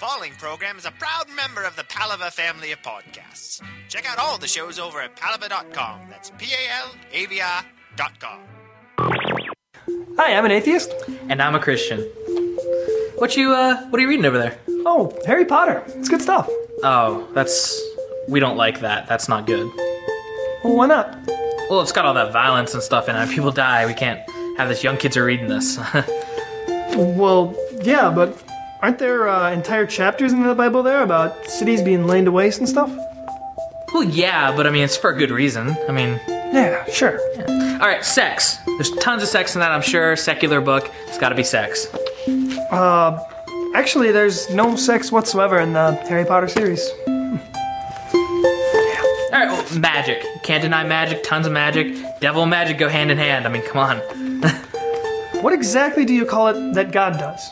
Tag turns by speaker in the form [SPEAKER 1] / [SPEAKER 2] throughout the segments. [SPEAKER 1] Calling program is a proud member of the Palava family of podcasts. Check out all the shows over at palava.com. That's P A L A V I dot com.
[SPEAKER 2] Hi, I'm an atheist.
[SPEAKER 3] And I'm a Christian. What you uh what are you reading over there?
[SPEAKER 2] Oh, Harry Potter. It's good stuff.
[SPEAKER 3] Oh, that's we don't like that. That's not good.
[SPEAKER 2] Well, why not?
[SPEAKER 3] Well, it's got all that violence and stuff in it. People die. We can't have this young kids are reading this.
[SPEAKER 2] Well, yeah, but aren't there uh, entire chapters in the Bible there about cities being laid to waste and stuff?
[SPEAKER 3] well, yeah, but I mean it's for a good reason. I mean,
[SPEAKER 2] Yeah, sure.
[SPEAKER 3] all right, sex. There's tons of sex in that, I'm sure. Secular book. It's got to be sex.
[SPEAKER 2] Uh, Actually, there's no sex whatsoever in the Harry Potter series.
[SPEAKER 3] All right, well, magic. Can't deny magic. Tons of magic. Devil and magic go hand in hand. I mean, come on.
[SPEAKER 2] What exactly do you call it that God does?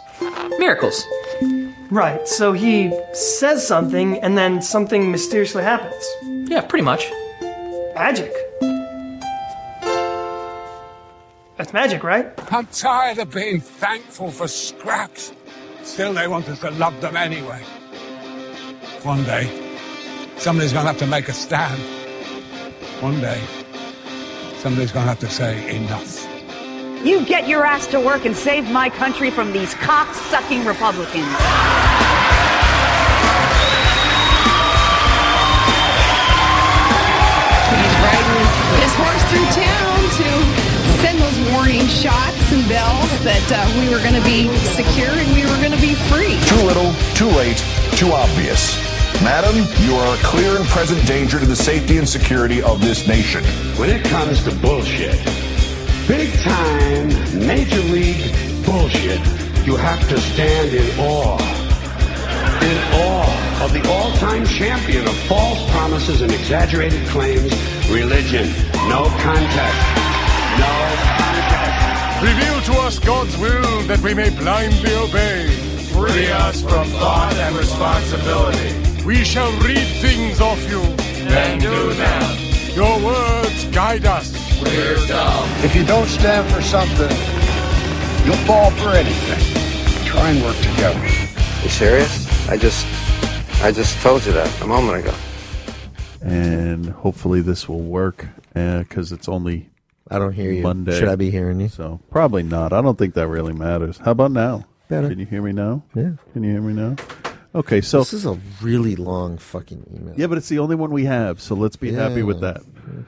[SPEAKER 3] Miracles.
[SPEAKER 2] Right, so he says something and then something mysteriously happens.
[SPEAKER 3] Yeah, pretty much.
[SPEAKER 2] Magic. That's magic, right?
[SPEAKER 4] I'm tired of being thankful for scraps. Still, they want us to love them anyway. One day, somebody's going to have to make a stand. One day, somebody's going to have to say enough.
[SPEAKER 5] You get your ass to work and save my country from these cock-sucking Republicans.
[SPEAKER 6] He's riding his horse through town to send those warning shots and bells that uh, we were going to be secure and we were going to be free.
[SPEAKER 7] Too little, too late, too obvious. Madam, you are a clear and present danger to the safety and security of this nation.
[SPEAKER 8] When it comes to bullshit, big time, major league bullshit, you have to stand in awe. In awe of the all time champion of false promises and exaggerated claims, religion. No contest. No contest.
[SPEAKER 4] Reveal to us God's will that we may blindly obey. Free us from thought and responsibility. We shall read things off you. Then do them. Your words guide us. We're dumb.
[SPEAKER 8] If you don't stand for something, you'll fall for anything. Try and work together.
[SPEAKER 9] You serious? I just, I just told you that a moment ago.
[SPEAKER 10] and hopefully this will work because it's only
[SPEAKER 11] I don't hear you.
[SPEAKER 10] Monday.
[SPEAKER 11] Should I be hearing you?
[SPEAKER 10] so probably not. I don't think that really matters. How about now?
[SPEAKER 11] Better.
[SPEAKER 10] Can you hear me now?
[SPEAKER 11] Yeah.
[SPEAKER 10] Can you hear me now? Okay, so
[SPEAKER 11] This is a really long fucking email.
[SPEAKER 10] yeah, but it's the only one we have, so let's be happy with
[SPEAKER 11] Yeah.
[SPEAKER 10] that.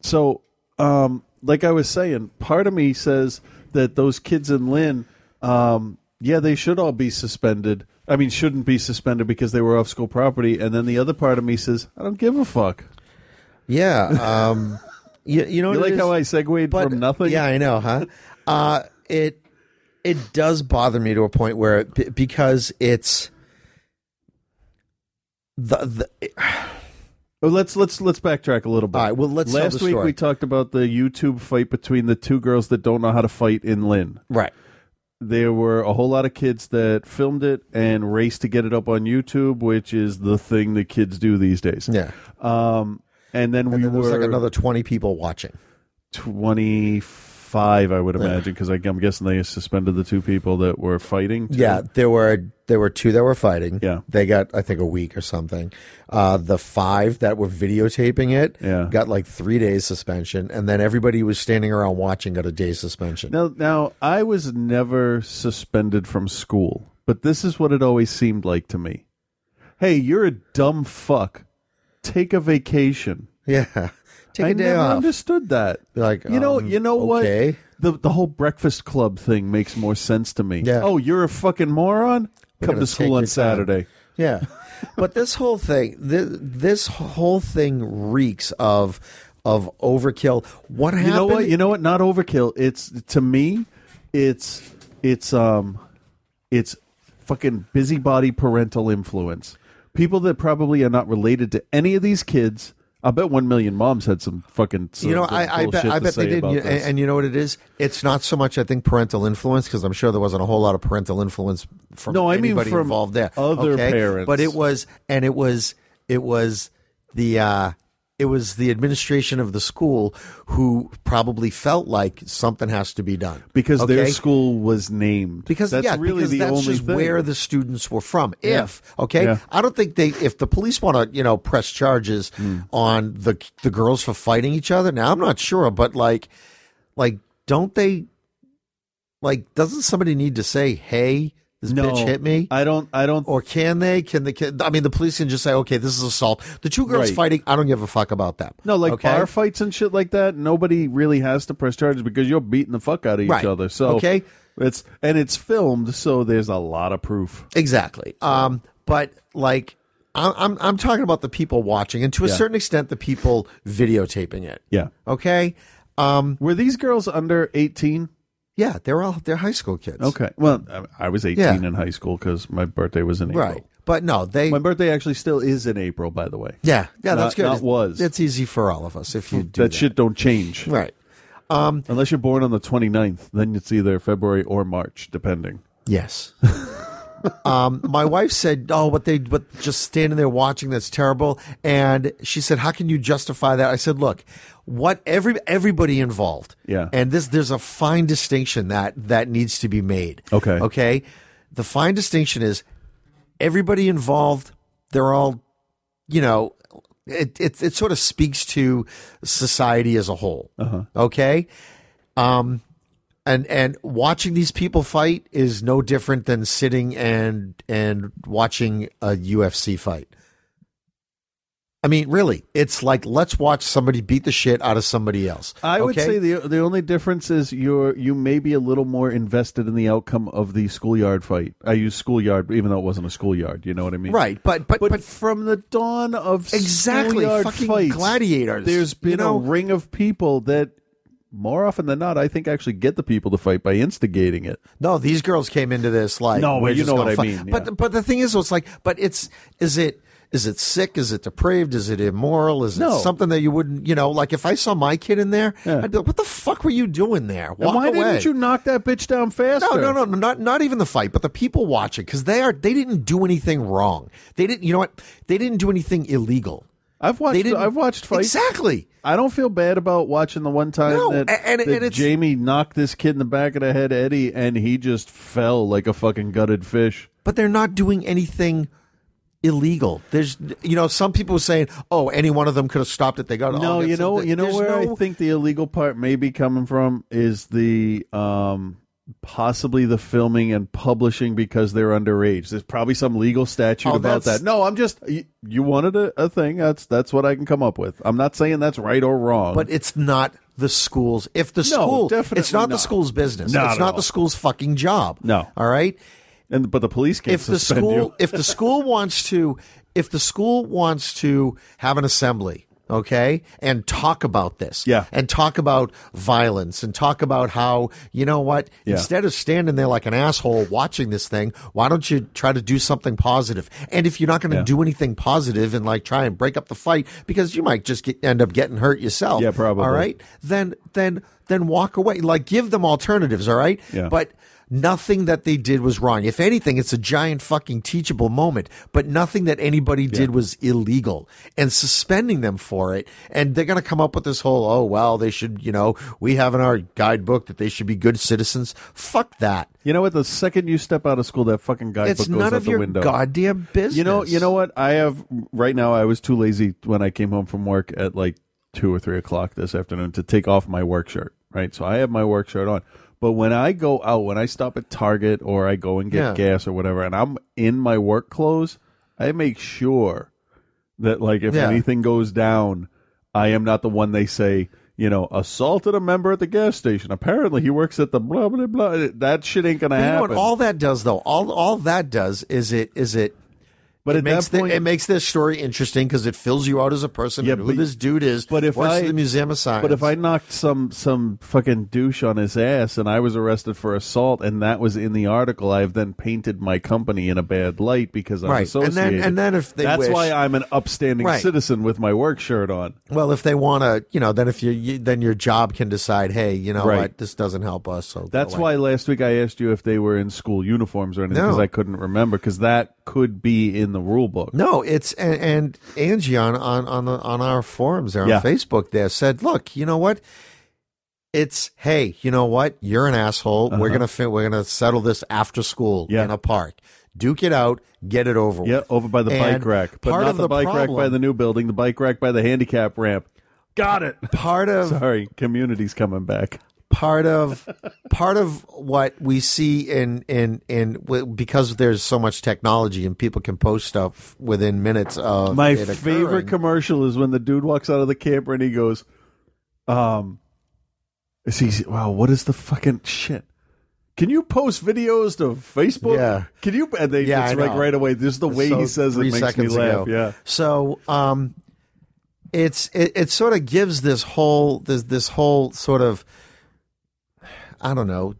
[SPEAKER 10] So, um, like I was saying, part of me says that those kids in Lynn, um, yeah, they should all be suspended. I mean, shouldn't be suspended because they were off school property. And then the other part of me says, I don't give a fuck.
[SPEAKER 11] Yeah. Um, you, you know
[SPEAKER 10] You
[SPEAKER 11] what
[SPEAKER 10] like
[SPEAKER 11] it is?
[SPEAKER 10] how I segued
[SPEAKER 11] But-
[SPEAKER 10] from nothing?
[SPEAKER 11] Yeah, I know, huh? uh, it it does bother me to a point where it, be- because it's the, the
[SPEAKER 10] Oh, let's let's let's backtrack a little bit.
[SPEAKER 11] All right, well, let's tell
[SPEAKER 10] Last
[SPEAKER 11] the
[SPEAKER 10] week
[SPEAKER 11] story.
[SPEAKER 10] we talked about the YouTube fight between the two girls that don't know how to fight in Lynn.
[SPEAKER 11] right.
[SPEAKER 10] There were a whole lot of kids that filmed it and raced to get it up on YouTube, which is the thing that kids do these days.
[SPEAKER 11] Yeah.
[SPEAKER 10] Um, and then we
[SPEAKER 11] And then
[SPEAKER 10] were
[SPEAKER 11] there's like another 20 people watching.
[SPEAKER 10] 25, I would imagine, because I'm guessing they suspended the two people that were fighting. too.
[SPEAKER 11] Yeah, there were there were two that were fighting.
[SPEAKER 10] Yeah.
[SPEAKER 11] they got I think a week or something. Uh, the five that were videotaping it
[SPEAKER 10] Yeah.
[SPEAKER 11] got like three days suspension, and then everybody who was standing around watching got a day suspension.
[SPEAKER 10] Now, now I was never suspended from school, but this is what it always seemed like to me. Hey, you're a dumb fuck. Take a vacation.
[SPEAKER 11] Yeah, take
[SPEAKER 10] I
[SPEAKER 11] a day
[SPEAKER 10] never
[SPEAKER 11] off.
[SPEAKER 10] understood that.
[SPEAKER 11] Be like,
[SPEAKER 10] you know,
[SPEAKER 11] um,
[SPEAKER 10] you know
[SPEAKER 11] okay.
[SPEAKER 10] what? The the whole Breakfast Club thing makes more sense to me.
[SPEAKER 11] Yeah.
[SPEAKER 10] Oh, you're a fucking moron.
[SPEAKER 11] We're
[SPEAKER 10] Come
[SPEAKER 11] gonna
[SPEAKER 10] to
[SPEAKER 11] take
[SPEAKER 10] school on
[SPEAKER 11] your time.
[SPEAKER 10] Saturday.
[SPEAKER 11] Yeah. but this whole thing, this, this whole thing reeks of of overkill. What happened?
[SPEAKER 10] You know what? You know what? Not overkill. It's to me, it's it's um, it's fucking busybody parental influence. People that probably are not related to any of these kids. I bet one million moms had some fucking. Some
[SPEAKER 11] You know, I, I bet,
[SPEAKER 10] bullshit
[SPEAKER 11] I
[SPEAKER 10] to
[SPEAKER 11] bet they eh,
[SPEAKER 10] say
[SPEAKER 11] did.
[SPEAKER 10] about
[SPEAKER 11] You- And,
[SPEAKER 10] this.
[SPEAKER 11] and you know what it is? It's not so much, I think, parental influence, because I'm sure there wasn't a whole lot of parental influence from
[SPEAKER 10] No, I mean
[SPEAKER 11] anybody
[SPEAKER 10] from
[SPEAKER 11] involved there.
[SPEAKER 10] other
[SPEAKER 11] okay?
[SPEAKER 10] parents.
[SPEAKER 11] But it was, and it was, it was the, uh, It was the administration of the school who probably felt like something has to be done
[SPEAKER 10] because their
[SPEAKER 11] Okay?
[SPEAKER 10] school was named.
[SPEAKER 11] because
[SPEAKER 10] that's
[SPEAKER 11] yeah,
[SPEAKER 10] really
[SPEAKER 11] because
[SPEAKER 10] the
[SPEAKER 11] that's
[SPEAKER 10] only
[SPEAKER 11] just
[SPEAKER 10] thing.
[SPEAKER 11] where the students were from.
[SPEAKER 10] Yeah.
[SPEAKER 11] If okay,
[SPEAKER 10] Yeah.
[SPEAKER 11] I don't think they if the police want to you know press charges
[SPEAKER 10] Hmm.
[SPEAKER 11] on the the girls for fighting each other. Now I'm not sure, but like like don't they like doesn't somebody need to say hey? This
[SPEAKER 10] No,
[SPEAKER 11] bitch hit me.
[SPEAKER 10] I don't. I don't.
[SPEAKER 11] Or can they? Can the kid? I mean, the police can just say, "Okay, this is assault." The two girls
[SPEAKER 10] Right.
[SPEAKER 11] fighting. I don't give a fuck about that.
[SPEAKER 10] No, like
[SPEAKER 11] okay?
[SPEAKER 10] bar fights and shit like that. Nobody really has to press charges because you're beating the fuck out of each
[SPEAKER 11] Right.
[SPEAKER 10] other. So
[SPEAKER 11] Okay.
[SPEAKER 10] it's and it's filmed, so there's a lot of proof.
[SPEAKER 11] Exactly. Um, but like, I- I'm I'm talking about the people watching, and to a
[SPEAKER 10] Yeah.
[SPEAKER 11] certain extent, the people videotaping it.
[SPEAKER 10] Yeah.
[SPEAKER 11] Okay. Um,
[SPEAKER 10] were these girls under 18?
[SPEAKER 11] Yeah, they're all they're high school kids.
[SPEAKER 10] Okay. Well, I- I was 18
[SPEAKER 11] Yeah.
[SPEAKER 10] in high school because my birthday was in April.
[SPEAKER 11] Right. But no, they.
[SPEAKER 10] My birthday actually still is in April, by the way.
[SPEAKER 11] Yeah, yeah,
[SPEAKER 10] Not-
[SPEAKER 11] that's good.
[SPEAKER 10] Not was.
[SPEAKER 11] That's easy for all of us if you do
[SPEAKER 10] that, shit don't change.
[SPEAKER 11] Right. Um,
[SPEAKER 10] Unless you're born on the 29th, then it's either February or March, depending.
[SPEAKER 11] Yes. um, my wife said, "Oh, what they, what just standing there watching that's terrible." And she said, "How can you justify that?" I said, "Look, what every everybody involved,
[SPEAKER 10] Yeah.
[SPEAKER 11] and this there's a fine distinction that that needs to be made.
[SPEAKER 10] Okay.
[SPEAKER 11] okay. The fine distinction is everybody involved. They're all, you know." It, it it sort of speaks to society as a whole.
[SPEAKER 10] Uh-huh.
[SPEAKER 11] Okay, um, and and watching these people fight is no different than sitting and and watching a UFC fight. I mean, really, it's like let's watch somebody beat the shit out of somebody else.
[SPEAKER 10] I would
[SPEAKER 11] okay?
[SPEAKER 10] say the the only difference is you're you may be a little more invested in the outcome of the schoolyard fight. I use schoolyard even though it wasn't a schoolyard. You know what I mean?
[SPEAKER 11] Right, but but but,
[SPEAKER 10] from the dawn of
[SPEAKER 11] exactly
[SPEAKER 10] schoolyard
[SPEAKER 11] fucking
[SPEAKER 10] fights,
[SPEAKER 11] gladiators,
[SPEAKER 10] There's been
[SPEAKER 11] you know,
[SPEAKER 10] a ring of people that more often than not, I think actually get the people to fight by instigating it.
[SPEAKER 11] No, these girls came into this like
[SPEAKER 10] No, but
[SPEAKER 11] we're
[SPEAKER 10] you
[SPEAKER 11] just
[SPEAKER 10] know what
[SPEAKER 11] gonna
[SPEAKER 10] I
[SPEAKER 11] fi-
[SPEAKER 10] mean, yeah.
[SPEAKER 11] But but the thing is, it's like, but it's is it is it sick? Is it depraved? Is it immoral? Is
[SPEAKER 10] No.
[SPEAKER 11] it something that you wouldn't you know? Like if I saw my kid in there,
[SPEAKER 10] Yeah.
[SPEAKER 11] I'd be like, what the fuck were you doing there?
[SPEAKER 10] And
[SPEAKER 11] Walk
[SPEAKER 10] why
[SPEAKER 11] away.
[SPEAKER 10] didn't you knock that bitch down faster?
[SPEAKER 11] No, no, no, no, not not even the fight, but the people watching because they are they didn't do anything wrong. They didn't, you know what? They didn't do anything illegal.
[SPEAKER 10] I've watched.
[SPEAKER 11] They didn't-
[SPEAKER 10] I've watched fights.
[SPEAKER 11] Exactly.
[SPEAKER 10] I don't feel bad about watching the one time
[SPEAKER 11] No,
[SPEAKER 10] that,
[SPEAKER 11] a- and-
[SPEAKER 10] that
[SPEAKER 11] and it's-
[SPEAKER 10] Jamie knocked this kid in the back of the head, Eddie, and he just fell like a fucking gutted fish.
[SPEAKER 11] But they're not doing anything illegal. There's, you know, some people were saying, "Oh, any one of them could have stopped it." They got
[SPEAKER 10] no,
[SPEAKER 11] all
[SPEAKER 10] you know, you know
[SPEAKER 11] There's
[SPEAKER 10] where I
[SPEAKER 11] no-
[SPEAKER 10] think the illegal part may be coming from is the um, possibly the filming and publishing because they're underage. There's probably some legal statute
[SPEAKER 11] Oh,
[SPEAKER 10] about
[SPEAKER 11] that's-
[SPEAKER 10] that. No, I'm just you, you wanted a, a thing. That's that's what I can come up with. I'm not saying that's right or wrong,
[SPEAKER 11] but it's not the school's. If the
[SPEAKER 10] No,
[SPEAKER 11] school,
[SPEAKER 10] definitely
[SPEAKER 11] it's not the
[SPEAKER 10] not.
[SPEAKER 11] school's business.
[SPEAKER 10] Not
[SPEAKER 11] it's
[SPEAKER 10] at
[SPEAKER 11] not
[SPEAKER 10] all.
[SPEAKER 11] the school's fucking job.
[SPEAKER 10] No.
[SPEAKER 11] All right.
[SPEAKER 10] and but the police can't
[SPEAKER 11] if the
[SPEAKER 10] suspend
[SPEAKER 11] school
[SPEAKER 10] you.
[SPEAKER 11] if the school wants to if the school wants to have an assembly okay and talk about this
[SPEAKER 10] Yeah.
[SPEAKER 11] and talk about violence and talk about how you know what
[SPEAKER 10] Yeah.
[SPEAKER 11] instead of standing there like an asshole watching this thing why don't you try to do something positive and if you're not going to
[SPEAKER 10] Yeah.
[SPEAKER 11] do anything positive and like try and break up the fight because you might just get, end up getting hurt yourself
[SPEAKER 10] Yeah, probably.
[SPEAKER 11] all right then then then walk away like give them alternatives all right
[SPEAKER 10] Yeah.
[SPEAKER 11] but nothing that they did was wrong. If anything, it's a giant fucking teachable moment, but nothing that anybody did was illegal. And suspending them for it, and they're going to come up with this whole, oh, well, they should, you know, we have in our guidebook that they should be good citizens. Fuck that.
[SPEAKER 10] You know what? The second you step out of school, that fucking guidebook
[SPEAKER 11] it's
[SPEAKER 10] goes
[SPEAKER 11] none
[SPEAKER 10] out
[SPEAKER 11] of
[SPEAKER 10] the
[SPEAKER 11] your
[SPEAKER 10] window.
[SPEAKER 11] goddamn business.
[SPEAKER 10] You know, you know what? I have right now. I was too lazy when I came home from work at like two or three o'clock this afternoon to take off my work shirt. Right, so I have my work shirt on. But when I go out, when I stop at Target or I go and get
[SPEAKER 11] Yeah.
[SPEAKER 10] gas or whatever, and I'm in my work clothes, I make sure that like if
[SPEAKER 11] Yeah.
[SPEAKER 10] anything goes down, I am not the one they say. You know, assaulted a member at the gas station. Apparently, he works at the blah blah blah. That shit ain't gonna
[SPEAKER 11] But you know
[SPEAKER 10] happen.
[SPEAKER 11] what all that does though all all that does is it is it
[SPEAKER 10] But
[SPEAKER 11] it
[SPEAKER 10] at
[SPEAKER 11] makes
[SPEAKER 10] that
[SPEAKER 11] the-
[SPEAKER 10] point-
[SPEAKER 11] it makes this story interesting because it fills you out as a person
[SPEAKER 10] Yeah,
[SPEAKER 11] and who
[SPEAKER 10] but-
[SPEAKER 11] this dude is
[SPEAKER 10] But if
[SPEAKER 11] works
[SPEAKER 10] I
[SPEAKER 11] at the museum of science
[SPEAKER 10] but if I knocked some some fucking douche on his ass and I was arrested for assault and that was in the article, I've then painted my company in a bad light because I'm
[SPEAKER 11] Right. And then-
[SPEAKER 10] associated.
[SPEAKER 11] and then if they
[SPEAKER 10] that's
[SPEAKER 11] wish-
[SPEAKER 10] why I'm an upstanding
[SPEAKER 11] Right.
[SPEAKER 10] citizen with my work shirt on.
[SPEAKER 11] Well, if they want to, you know, then if you, you then your job can decide, hey, you know
[SPEAKER 10] Right.
[SPEAKER 11] what, this doesn't help us. So go
[SPEAKER 10] That's why
[SPEAKER 11] away.
[SPEAKER 10] last week I asked you if they were in school uniforms or anything
[SPEAKER 11] No.
[SPEAKER 10] because I couldn't remember because that could be in the rule book.
[SPEAKER 11] No, it's and, and Angie on on on, the, on our forums there on
[SPEAKER 10] Yeah.
[SPEAKER 11] Facebook there said, look, you know what? It's hey, you know what? You're an asshole. We're
[SPEAKER 10] Uh-huh.
[SPEAKER 11] gonna fi- we're gonna settle this after school in a park. Duke it out, get it over.
[SPEAKER 10] Yeah,
[SPEAKER 11] with.
[SPEAKER 10] over by the
[SPEAKER 11] And
[SPEAKER 10] bike rack, but
[SPEAKER 11] part
[SPEAKER 10] not
[SPEAKER 11] of
[SPEAKER 10] the, bike rack by
[SPEAKER 11] problem-
[SPEAKER 10] the new building. The bike rack by the handicap ramp. Got it.
[SPEAKER 11] Part of
[SPEAKER 10] sorry, community's coming back.
[SPEAKER 11] part of part of what we see in in in w- because there's so much technology and people can post stuff within minutes of
[SPEAKER 10] My
[SPEAKER 11] it occurring.
[SPEAKER 10] favorite commercial is when the dude walks out of the camper and he goes, um, is he, wow, what is the fucking shit? Can you post videos to Facebook?
[SPEAKER 11] Yeah.
[SPEAKER 10] Can you? And they, it's
[SPEAKER 11] I
[SPEAKER 10] like
[SPEAKER 11] know.
[SPEAKER 10] right away. This is the way
[SPEAKER 11] So
[SPEAKER 10] he says it
[SPEAKER 11] three
[SPEAKER 10] makes me
[SPEAKER 11] seconds
[SPEAKER 10] laugh.
[SPEAKER 11] ago.
[SPEAKER 10] Yeah.
[SPEAKER 11] So um, it's it, it sort of gives this whole this this whole sort of I don't know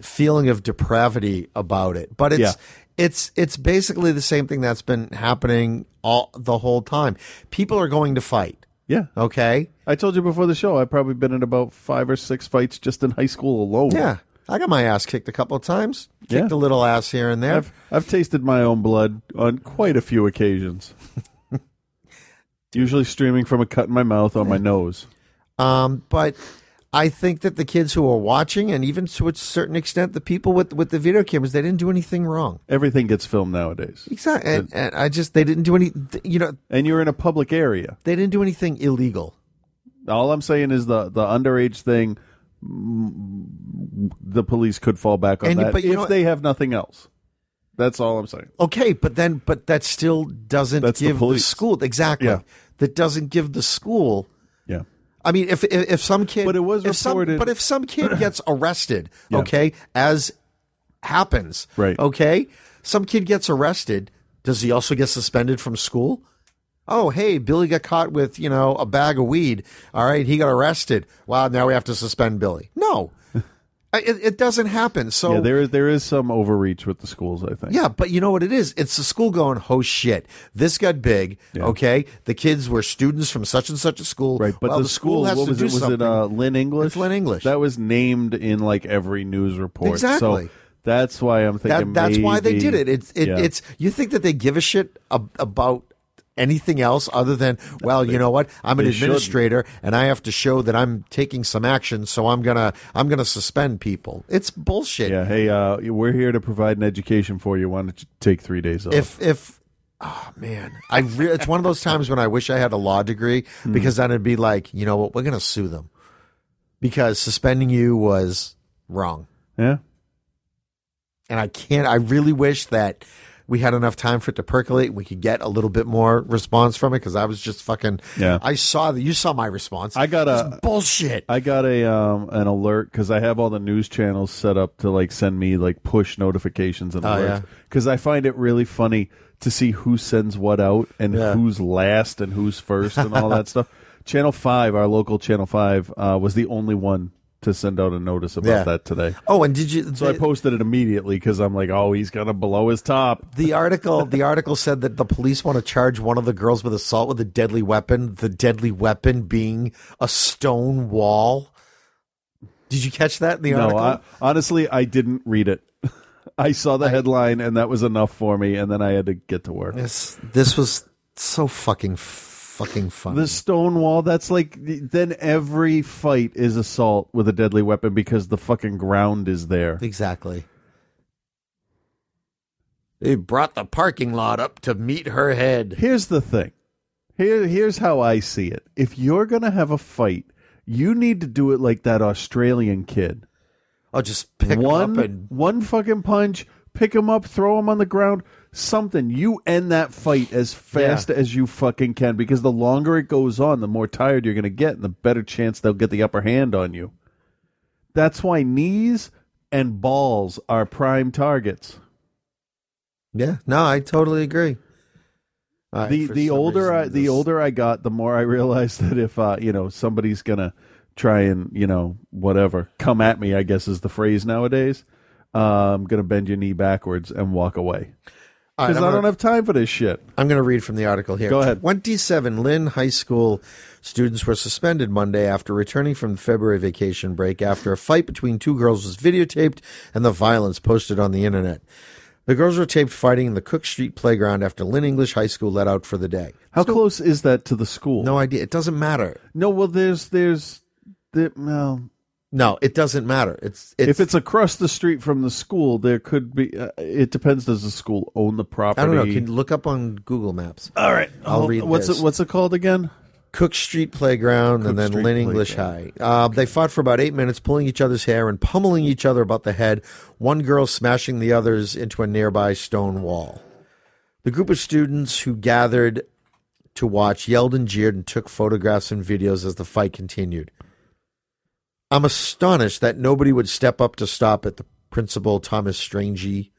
[SPEAKER 11] feeling of depravity about it, but it's it's it's basically the same thing that's been happening all the whole time. People are going to fight.
[SPEAKER 10] Yeah.
[SPEAKER 11] Okay.
[SPEAKER 10] I told you before the show, I've probably been in about five or six fights just in high school alone.
[SPEAKER 11] Yeah. I got my ass kicked a couple of times. Kicked a little ass here and there.
[SPEAKER 10] I've, I've tasted my own blood on quite a few occasions. Usually streaming from a cut in my mouth on my nose.
[SPEAKER 11] Um, but I think that the kids who are watching, and even to a certain extent, the people with with the video cameras, they didn't do anything wrong.
[SPEAKER 10] Everything gets filmed nowadays.
[SPEAKER 11] Exactly. And, and I just they didn't do any. th- You know,
[SPEAKER 10] And you're in a public area.
[SPEAKER 11] they didn't do anything illegal.
[SPEAKER 10] All I'm saying is the the underage thing. mm, The police could fall back on
[SPEAKER 11] And-
[SPEAKER 10] that
[SPEAKER 11] but you know
[SPEAKER 10] if
[SPEAKER 11] what-
[SPEAKER 10] they have nothing else. That's all I'm saying.
[SPEAKER 11] Okay, but then but that still doesn't
[SPEAKER 10] That's the
[SPEAKER 11] give the,
[SPEAKER 10] police.
[SPEAKER 11] school exactly.
[SPEAKER 10] Yeah.
[SPEAKER 11] That doesn't give the school.
[SPEAKER 10] Yeah.
[SPEAKER 11] I mean, if if, if some kid, but it was if
[SPEAKER 10] reported-
[SPEAKER 11] Some, but if some kid gets arrested, okay, as happens,
[SPEAKER 10] Right.
[SPEAKER 11] Okay, some kid gets arrested. Does he also get suspended from school? Oh, hey, Billy got caught with you know a bag of weed. All right, he got arrested. Wow, now we have to suspend Billy. No, I- it, it doesn't happen. So
[SPEAKER 10] yeah, there is there is some overreach with the schools. I think.
[SPEAKER 11] yeah, but you know what it is? It's the school going, oh shit, this got big. Okay, the kids were students from such and such a school. Right,
[SPEAKER 10] But
[SPEAKER 11] well,
[SPEAKER 10] the,
[SPEAKER 11] the, school, has
[SPEAKER 10] what
[SPEAKER 11] to
[SPEAKER 10] was
[SPEAKER 11] do
[SPEAKER 10] it? Was
[SPEAKER 11] something.
[SPEAKER 10] it uh, Lynn English?
[SPEAKER 11] It's Lynn English.
[SPEAKER 10] That was named in like every news report.
[SPEAKER 11] Exactly.
[SPEAKER 10] So that's why I'm thinking.
[SPEAKER 11] That, that's why they did
[SPEAKER 10] maybe-
[SPEAKER 11] it. It's it,
[SPEAKER 10] Yeah.
[SPEAKER 11] it's you think that they give a shit ab- about anything else other than well you know what i'm an
[SPEAKER 10] they shouldn't.
[SPEAKER 11] administrator and i have to show that i'm taking some action so i'm gonna i'm gonna suspend people it's bullshit
[SPEAKER 10] Yeah. Hey, uh, we're here to provide an education for you. Why don't you take three days off?
[SPEAKER 11] if if oh man i re- it's one of those times when i wish i had a law degree
[SPEAKER 10] Hmm.
[SPEAKER 11] because then it'd be like you know what we're gonna sue them because suspending you was wrong
[SPEAKER 10] yeah.
[SPEAKER 11] and i can't i really wish that we had enough time for it to percolate we could get a little bit more response from it because i was just fucking
[SPEAKER 10] Yeah.
[SPEAKER 11] i saw that you saw my response
[SPEAKER 10] I got
[SPEAKER 11] It's
[SPEAKER 10] a
[SPEAKER 11] bullshit
[SPEAKER 10] I got a um an alert because I have all the news channels set up to like send me like push notifications and
[SPEAKER 11] Oh, yeah.
[SPEAKER 10] alerts because I find it really funny to see who sends what out and
[SPEAKER 11] Yeah.
[SPEAKER 10] who's last and who's first and all that stuff. Channel Five, our local Channel Five, uh, was the only one to send out a notice about
[SPEAKER 11] Yeah.
[SPEAKER 10] that today.
[SPEAKER 11] oh and did you
[SPEAKER 10] So I posted it immediately because I'm like, oh, he's gonna blow his top.
[SPEAKER 11] The article the article said that the police want to charge one of the girls with assault with a deadly weapon, the deadly weapon being a stone wall. Did you catch that in the
[SPEAKER 10] no,
[SPEAKER 11] article?
[SPEAKER 10] I, honestly, I didn't read it. I saw the headline and that was enough for me, and then I had to get to work.
[SPEAKER 11] this this was so fucking fucking funny.
[SPEAKER 10] The stone wall, that's like then every fight is assault with a deadly weapon because the fucking ground is there.
[SPEAKER 11] exactly. They brought the parking lot up to meet her head.
[SPEAKER 10] Here's the thing. Here here's how I see it. If you're going to have a fight, you need to do it like that Australian kid.
[SPEAKER 11] I'll just pick 'em
[SPEAKER 10] one
[SPEAKER 11] up and
[SPEAKER 10] one fucking punch, pick him up, throw him on the ground, something. You end that fight as fast as you fucking can because the longer it goes on, the more tired you're going to get and the better chance they'll get the upper hand on you. That's why knees and balls are prime targets.
[SPEAKER 11] Yeah, no, I totally agree. All right,
[SPEAKER 10] the
[SPEAKER 11] for
[SPEAKER 10] the
[SPEAKER 11] some
[SPEAKER 10] older
[SPEAKER 11] reason
[SPEAKER 10] I the
[SPEAKER 11] this-
[SPEAKER 10] older I got, the more I realized that if uh, you know somebody's gonna try and you know whatever come at me, I guess is the phrase nowadays. Uh, I'm gonna bend your knee backwards and walk away
[SPEAKER 11] All right,
[SPEAKER 10] because
[SPEAKER 11] I'm
[SPEAKER 10] I
[SPEAKER 11] gonna-
[SPEAKER 10] don't have time for this shit.
[SPEAKER 11] I'm going to read from the article here.
[SPEAKER 10] Go ahead.
[SPEAKER 11] 27 Lynn High School students were suspended Monday after returning from the February vacation break after a fight between two girls was videotaped and the violence posted on the internet. The girls were taped fighting in the Cook Street playground after Lynn English High School let out for the day.
[SPEAKER 10] How close is that to the school?
[SPEAKER 11] No idea. It doesn't matter.
[SPEAKER 10] No, well, there's there's the well.
[SPEAKER 11] No, it doesn't matter. It's, it's
[SPEAKER 10] if it's across the street from the school, there could be. Uh, it depends. Does the school own the property?
[SPEAKER 11] I don't know. Can you look up on Google Maps?
[SPEAKER 10] All right.
[SPEAKER 11] I'll
[SPEAKER 10] Oh,
[SPEAKER 11] read
[SPEAKER 10] what's
[SPEAKER 11] this.
[SPEAKER 10] it? What's it called again?
[SPEAKER 11] Cook Street Playground and then
[SPEAKER 10] Street
[SPEAKER 11] Lynn English High. Uh, they fought for about eight minutes, pulling each other's hair and pummeling each other about the head, one girl smashing the others into a nearby stone wall. The group of students who gathered to watch yelled and jeered and took photographs and videos as the fight continued. I'm astonished that nobody would step up to stop it. The principal, Thomas Strangey,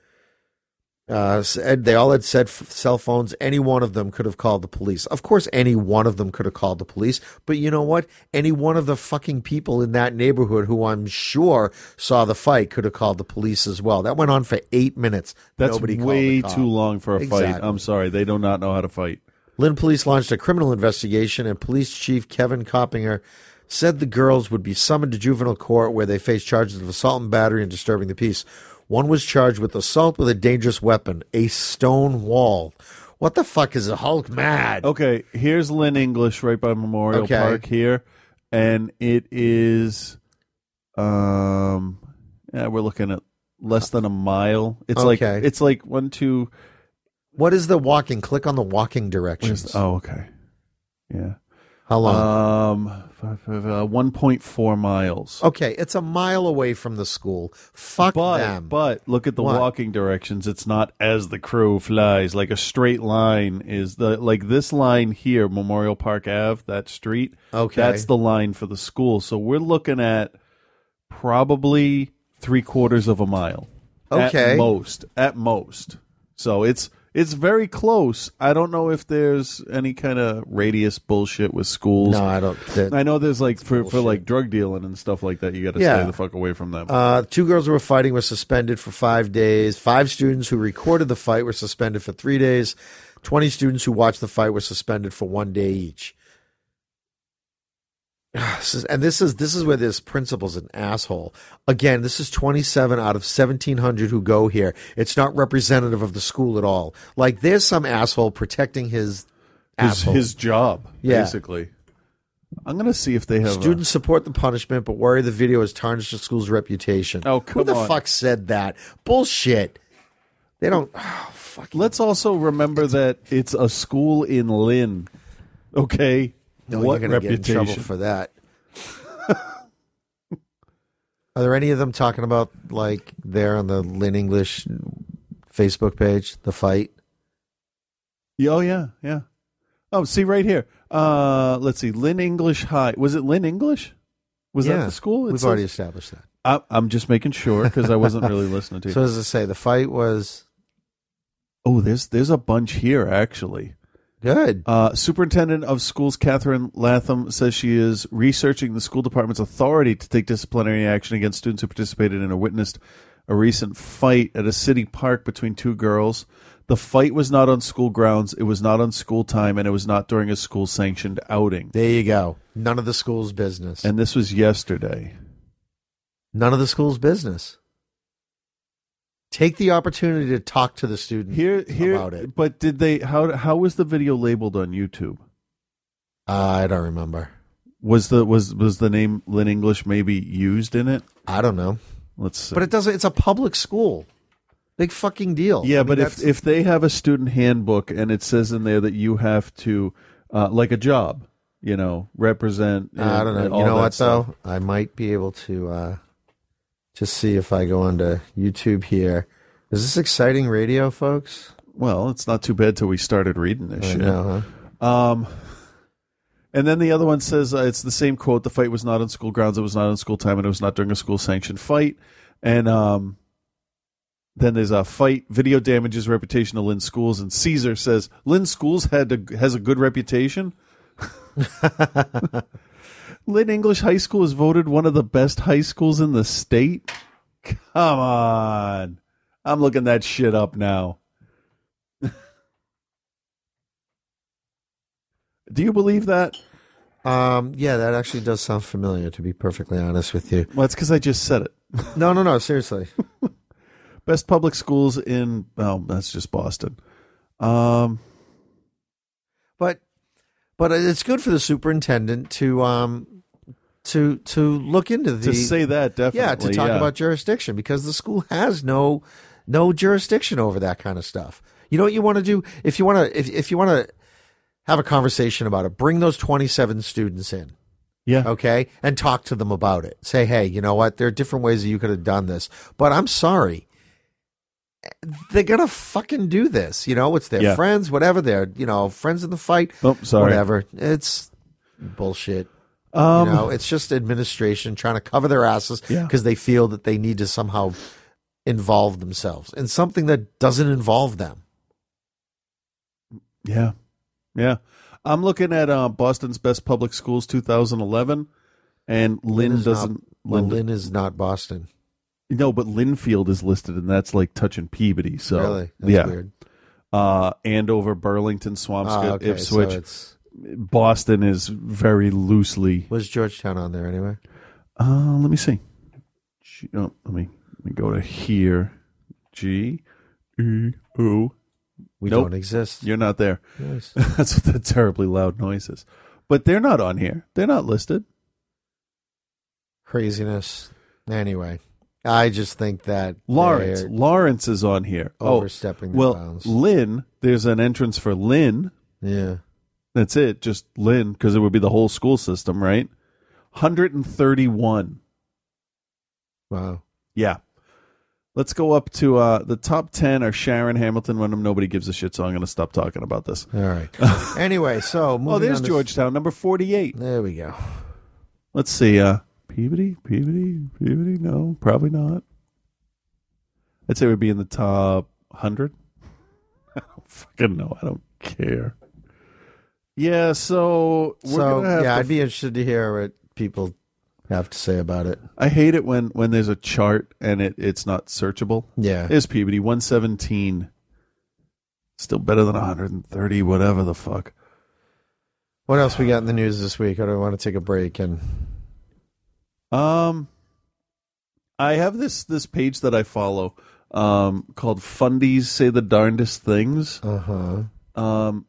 [SPEAKER 11] uh, said they all had said f- cell phones. Any one of them could have called the police. Of course, any one of them could have called the police. But you know what? Any one of the fucking people in that neighborhood who I'm sure saw the fight could have called the police as well. That went on for eight minutes.
[SPEAKER 10] That's
[SPEAKER 11] Nobody called
[SPEAKER 10] way
[SPEAKER 11] the cop.
[SPEAKER 10] too long for a fight.
[SPEAKER 11] Exactly.
[SPEAKER 10] I'm sorry, they do not know how to fight.
[SPEAKER 11] Lynn police launched a criminal investigation, and police chief Kevin Coppinger said the girls would be summoned to juvenile court where they faced charges of assault and battery and disturbing the peace. One was charged with assault with a dangerous weapon, a stone wall. What the fuck is a Hulk mad?
[SPEAKER 10] Okay, here's Lynn English right by Memorial
[SPEAKER 11] Okay.
[SPEAKER 10] Park here, and it is, um, yeah, we're looking at less than a mile. It's like
[SPEAKER 11] Okay.
[SPEAKER 10] it's like one two.
[SPEAKER 11] What is the walking? Click on the walking directions.
[SPEAKER 10] oh, okay. Yeah.
[SPEAKER 11] How
[SPEAKER 10] long? Um, five, five, uh, one point four miles.
[SPEAKER 11] Okay, it's a mile away from the school. Fuck
[SPEAKER 10] but,
[SPEAKER 11] them.
[SPEAKER 10] But look at the
[SPEAKER 11] What?
[SPEAKER 10] walking directions. It's not as the crow flies. Like a straight line is the like this line here, Memorial Park Ave, that street.
[SPEAKER 11] Okay.
[SPEAKER 10] that's the line for the school. So we're looking at probably three quarters of a mile.
[SPEAKER 11] Okay.
[SPEAKER 10] at most at most. So it's it's very close. I don't know if there's any kind of radius bullshit with schools.
[SPEAKER 11] No, I don't- that-
[SPEAKER 10] I know there's like for, for like drug dealing and stuff like that. You got to
[SPEAKER 11] Yeah.
[SPEAKER 10] stay the fuck away from them.
[SPEAKER 11] Uh, two girls who were fighting were suspended for five days. Five students who recorded the fight were suspended for three days. 20 students who watched the fight were suspended for one day each. This is- And this is this is where this principal's an asshole. Again, this is 27 out of 1,700 who go here. It's not representative of the school at all. Like there's some asshole protecting his
[SPEAKER 10] his,
[SPEAKER 11] asshole.
[SPEAKER 10] his job,
[SPEAKER 11] Yeah.
[SPEAKER 10] basically. I'm gonna see if they have a-
[SPEAKER 11] Students support the punishment, but worry the video has tarnished the school's reputation.
[SPEAKER 10] Oh,
[SPEAKER 11] Who
[SPEAKER 10] come
[SPEAKER 11] the
[SPEAKER 10] on.
[SPEAKER 11] fuck said that? Bullshit. They don't. oh,
[SPEAKER 10] Let's also remember that it's a school in Lynn. Okay,
[SPEAKER 11] No,
[SPEAKER 10] what
[SPEAKER 11] you're going to
[SPEAKER 10] reputation
[SPEAKER 11] get in trouble for that. Are there any of them talking about like there on the Lynn English Facebook page the fight?
[SPEAKER 10] Yeah, Oh yeah, yeah. Oh, see right here. Uh, let's see. Lynn English High. Was it Lynn English? Was that
[SPEAKER 11] Yeah,
[SPEAKER 10] the school? It
[SPEAKER 11] we've
[SPEAKER 10] says-
[SPEAKER 11] already established that.
[SPEAKER 10] I, I'm just making sure because I wasn't really listening to you.
[SPEAKER 11] So as I say, the fight was
[SPEAKER 10] Oh, there's there's a bunch here actually.
[SPEAKER 11] Good.
[SPEAKER 10] Uh, Superintendent of Schools Catherine Latham says she is researching the school department's authority to take disciplinary action against students who participated in or witnessed a recent fight at a city park between two girls. The fight was not on school grounds, it was not on school time, and it was not during a school sanctioned outing.
[SPEAKER 11] There you go. None of the school's business.
[SPEAKER 10] And this was yesterday.
[SPEAKER 11] none of the school's business. Take the opportunity to talk to the student
[SPEAKER 10] Here, here.
[SPEAKER 11] about it.
[SPEAKER 10] But did they? How how was the video labeled on YouTube?
[SPEAKER 11] I don't remember.
[SPEAKER 10] Was the was was the name Lynn English maybe used in it?
[SPEAKER 11] I don't know.
[SPEAKER 10] Let's. See.
[SPEAKER 11] But it doesn't. It's a public school. Big fucking deal.
[SPEAKER 10] Yeah,
[SPEAKER 11] I mean,
[SPEAKER 10] but if
[SPEAKER 11] that's-
[SPEAKER 10] if they have a student handbook and it says in there that you have to, uh, like a job, you know, represent.
[SPEAKER 11] Uh, I
[SPEAKER 10] and-
[SPEAKER 11] don't know.
[SPEAKER 10] and
[SPEAKER 11] You
[SPEAKER 10] all
[SPEAKER 11] know
[SPEAKER 10] that
[SPEAKER 11] what
[SPEAKER 10] stuff.
[SPEAKER 11] though? I might be able to uh, just see if I go onto YouTube here. Is this exciting radio, folks?
[SPEAKER 10] Well, it's not too bad till we started reading this
[SPEAKER 11] I
[SPEAKER 10] shit.
[SPEAKER 11] know,
[SPEAKER 10] Um, and then the other one says uh, it's the same quote: "The fight was not on school grounds. It was not on school time, and it was not during a school-sanctioned fight." And um, then there's a fight. Video damages reputation of Lynn Schools, and Caesar says Lynn Schools had a, has a good reputation. Lynn English High School is voted one of the best high schools in the state. Come on, I'm looking that shit up now. Do you believe that?
[SPEAKER 11] Um, yeah, that actually does sound familiar. To be perfectly honest with you,
[SPEAKER 10] Well, it's because I just said it.
[SPEAKER 11] no, no, no. Seriously,
[SPEAKER 10] Best public schools in well, that's just Boston. Um,
[SPEAKER 11] but but it's good for the superintendent to um to to look into the
[SPEAKER 10] To say that,
[SPEAKER 11] yeah to
[SPEAKER 10] definitely,
[SPEAKER 11] talk
[SPEAKER 10] yeah.
[SPEAKER 11] about jurisdiction because the school has no no jurisdiction over that kind of stuff. You know what you want to do if you want to if if you want to have a conversation about it, bring those twenty seven students in.
[SPEAKER 10] Yeah.
[SPEAKER 11] Okay. And talk to them about it. Say, hey, you know what? There are different ways that you could have done this, but I'm sorry. They're gonna fucking do this. You know, it's their
[SPEAKER 10] Yeah.
[SPEAKER 11] friends, whatever. They're you know friends in the fight.
[SPEAKER 10] Oh, sorry.
[SPEAKER 11] Whatever. It's bullshit.
[SPEAKER 10] Um,
[SPEAKER 11] you know, it's just administration trying to cover their asses
[SPEAKER 10] Yeah.
[SPEAKER 11] because they feel that they need to somehow involve themselves in something that doesn't involve them.
[SPEAKER 10] Yeah. Yeah. I'm looking at uh, Boston's Best Public Schools 2011, and Lynn,
[SPEAKER 11] is not-
[SPEAKER 10] doesn't.
[SPEAKER 11] well, Lynn is not Boston.
[SPEAKER 10] No, but Linfield is listed, and that's like touching Peabody. So
[SPEAKER 11] Really? That's
[SPEAKER 10] yeah.
[SPEAKER 11] weird.
[SPEAKER 10] Uh, Andover, Burlington, Swampscott,
[SPEAKER 11] Ah, okay, so
[SPEAKER 10] Ipswich.
[SPEAKER 11] it's-
[SPEAKER 10] Boston is very loosely.
[SPEAKER 11] Was Georgetown on there anyway?
[SPEAKER 10] Uh, let me see. G- oh, let me let me go to here. G E O.
[SPEAKER 11] We don't exist.
[SPEAKER 10] You're not there.
[SPEAKER 11] Nice.
[SPEAKER 10] That's what that terribly loud noise is. But they're not on here. They're not listed.
[SPEAKER 11] Craziness. Anyway, I just think that
[SPEAKER 10] Lawrence.
[SPEAKER 11] they're-
[SPEAKER 10] Lawrence is on here. Oh,
[SPEAKER 11] Overstepping their
[SPEAKER 10] well,
[SPEAKER 11] bounds.
[SPEAKER 10] Lynn. There's an entrance for Lynn.
[SPEAKER 11] Yeah.
[SPEAKER 10] That's it. Just Lynn, because it would be the whole school system, right? 131.
[SPEAKER 11] Wow.
[SPEAKER 10] Yeah. Let's go up to uh, the top 10 are Sharon Hamilton, When Nobody Gives a Shit, so I'm going to stop talking about this.
[SPEAKER 11] All right. anyway, so moving
[SPEAKER 10] oh, there's
[SPEAKER 11] on to-
[SPEAKER 10] Georgetown, number 48.
[SPEAKER 11] There we go.
[SPEAKER 10] Let's see. Uh, Peabody, Peabody, Peabody. No, probably not. I'd say it would be in the top 100. I don't fucking know. I don't care. Yeah, so we're
[SPEAKER 11] so
[SPEAKER 10] gonna have
[SPEAKER 11] yeah,
[SPEAKER 10] to
[SPEAKER 11] I'd be interested to hear what people have to say about it.
[SPEAKER 10] I hate it when when there's a chart and it it's not searchable.
[SPEAKER 11] Yeah.
[SPEAKER 10] is Peabody one seventeen still better than one hundred and thirty? Whatever the fuck.
[SPEAKER 11] What else we got in the news this week? Or do I want to take a break and
[SPEAKER 10] Um, I have this this page that I follow, um, called Fundies Say the Darndest Things.
[SPEAKER 11] Uh huh.
[SPEAKER 10] Um,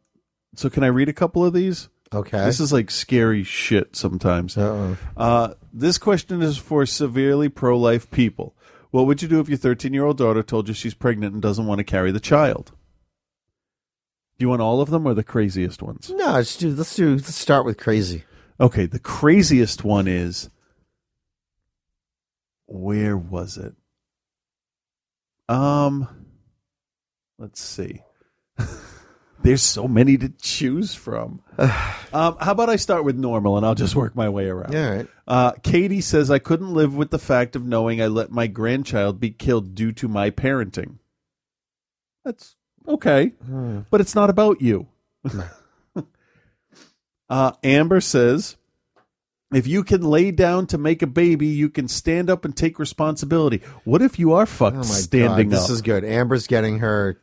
[SPEAKER 10] so can I read a couple of these?
[SPEAKER 11] Okay.
[SPEAKER 10] This is like scary shit sometimes.
[SPEAKER 11] Uh-oh.
[SPEAKER 10] Uh, this question is for severely pro life people. What would you do if your 13 year old daughter told you she's pregnant and doesn't want to carry the child? Do you want all of them or the craziest ones?
[SPEAKER 11] No, let's do let's do let's start with crazy.
[SPEAKER 10] Okay, the craziest one is where was it? Um let's see. There's so many to choose from. um, how about I start with normal and I'll just work my way around.
[SPEAKER 11] Yeah, all right.
[SPEAKER 10] Uh, Katie says I couldn't live with the fact of knowing I let my grandchild be killed due to my parenting. That's okay,
[SPEAKER 11] Hmm.
[SPEAKER 10] but it's not about you. Uh, Amber says, if you can lay down to make a baby, you can stand up and take responsibility. What if you are fucked
[SPEAKER 11] Oh my
[SPEAKER 10] standing
[SPEAKER 11] God,
[SPEAKER 10] up?
[SPEAKER 11] This is good. Amber's getting her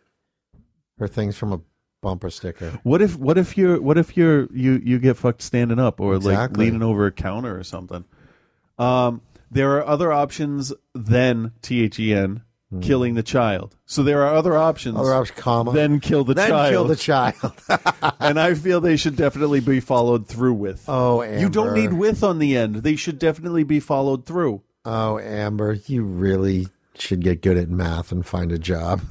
[SPEAKER 11] her things from a bumper sticker.
[SPEAKER 10] what if what if you're what if you're you you get fucked standing up or like
[SPEAKER 11] Exactly.
[SPEAKER 10] leaning over a counter or something? Um, there are other options than T H E N killing the child. So there are other options.
[SPEAKER 11] Hmm. Other option, comma.
[SPEAKER 10] Then kill the
[SPEAKER 11] Then
[SPEAKER 10] child.
[SPEAKER 11] kill the child.
[SPEAKER 10] and I feel they should definitely be followed through with.
[SPEAKER 11] Oh,
[SPEAKER 10] You don't
[SPEAKER 11] Amber.
[SPEAKER 10] need with on the end. They should definitely be followed through.
[SPEAKER 11] Oh, Amber, you really should get good at math and find a job.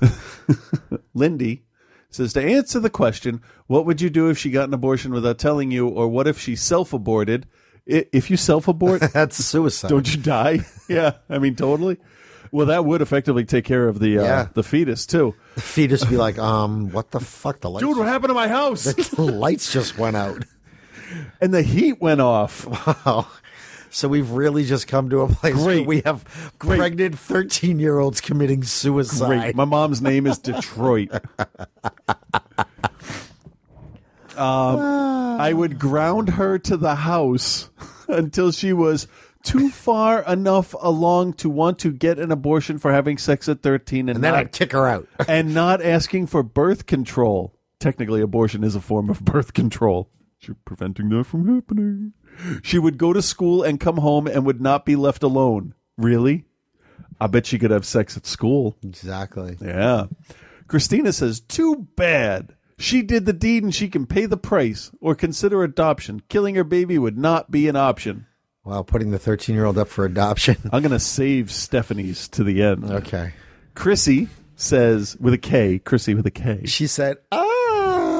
[SPEAKER 10] Lindy says to answer the question, what would you do if she got an abortion without telling you, or what if she self aborted? If you self abort,
[SPEAKER 11] that's suicide.
[SPEAKER 10] Don't you die? yeah, I mean, totally. Well, that would effectively take care of the uh,
[SPEAKER 11] Yeah.
[SPEAKER 10] the fetus too.
[SPEAKER 11] The fetus be like, um, what the fuck? The lights,
[SPEAKER 10] Dude, what happened to my house?
[SPEAKER 11] the lights just went out.
[SPEAKER 10] and the heat went off.
[SPEAKER 11] Wow. So we've really just come to a place where
[SPEAKER 10] Great.
[SPEAKER 11] we have pregnant thirteen-year-olds committing suicide.
[SPEAKER 10] Great. My mom's name is Detroit. um, I would ground her to the house until she was too far enough along to want to get an abortion for having sex at 13 and,
[SPEAKER 11] And then
[SPEAKER 10] not,
[SPEAKER 11] I'd kick her out.
[SPEAKER 10] and not asking for birth control. Technically, abortion is a form of birth control. You're preventing that from happening. She would go to school and come home and would not be left alone. Really? I bet she could have sex at school.
[SPEAKER 11] Exactly.
[SPEAKER 10] Yeah. Christina says, too bad. She did the deed and she can pay the price or consider adoption. Killing her baby would not be an option.
[SPEAKER 11] Wow, putting the 13 year old up for adoption.
[SPEAKER 10] I'm going to save Stephanie's to the end.
[SPEAKER 11] Okay.
[SPEAKER 10] Chrissy says, with a K, Chrissy with a K.
[SPEAKER 11] She said, ah.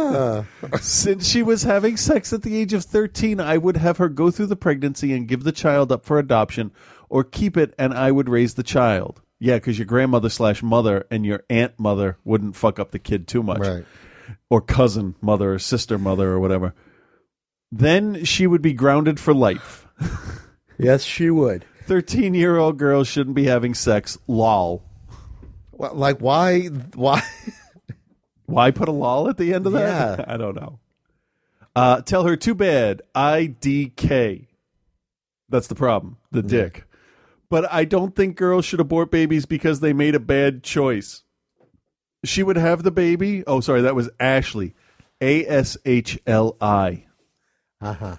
[SPEAKER 10] Since she was having sex at the age of 13, I would have her go through the pregnancy and give the child up for adoption or keep it and I would raise the child. Yeah, because your grandmother slash mother and your aunt mother wouldn't fuck up the kid too much.
[SPEAKER 11] Right.
[SPEAKER 10] Or cousin mother or sister mother or whatever. Then she would be grounded for life.
[SPEAKER 11] yes, she would.
[SPEAKER 10] 13 year old girls shouldn't be having sex. Lol.
[SPEAKER 11] Well, like, why? Why?
[SPEAKER 10] why put a lol at the end of that?
[SPEAKER 11] Yeah.
[SPEAKER 10] I don't know. Uh, tell her too bad. IDK. That's the problem. The dick. But I don't think girls should abort babies because they made a bad choice. She would have the baby. Oh, sorry, that was Ashley. A S H L I.
[SPEAKER 11] Uh huh.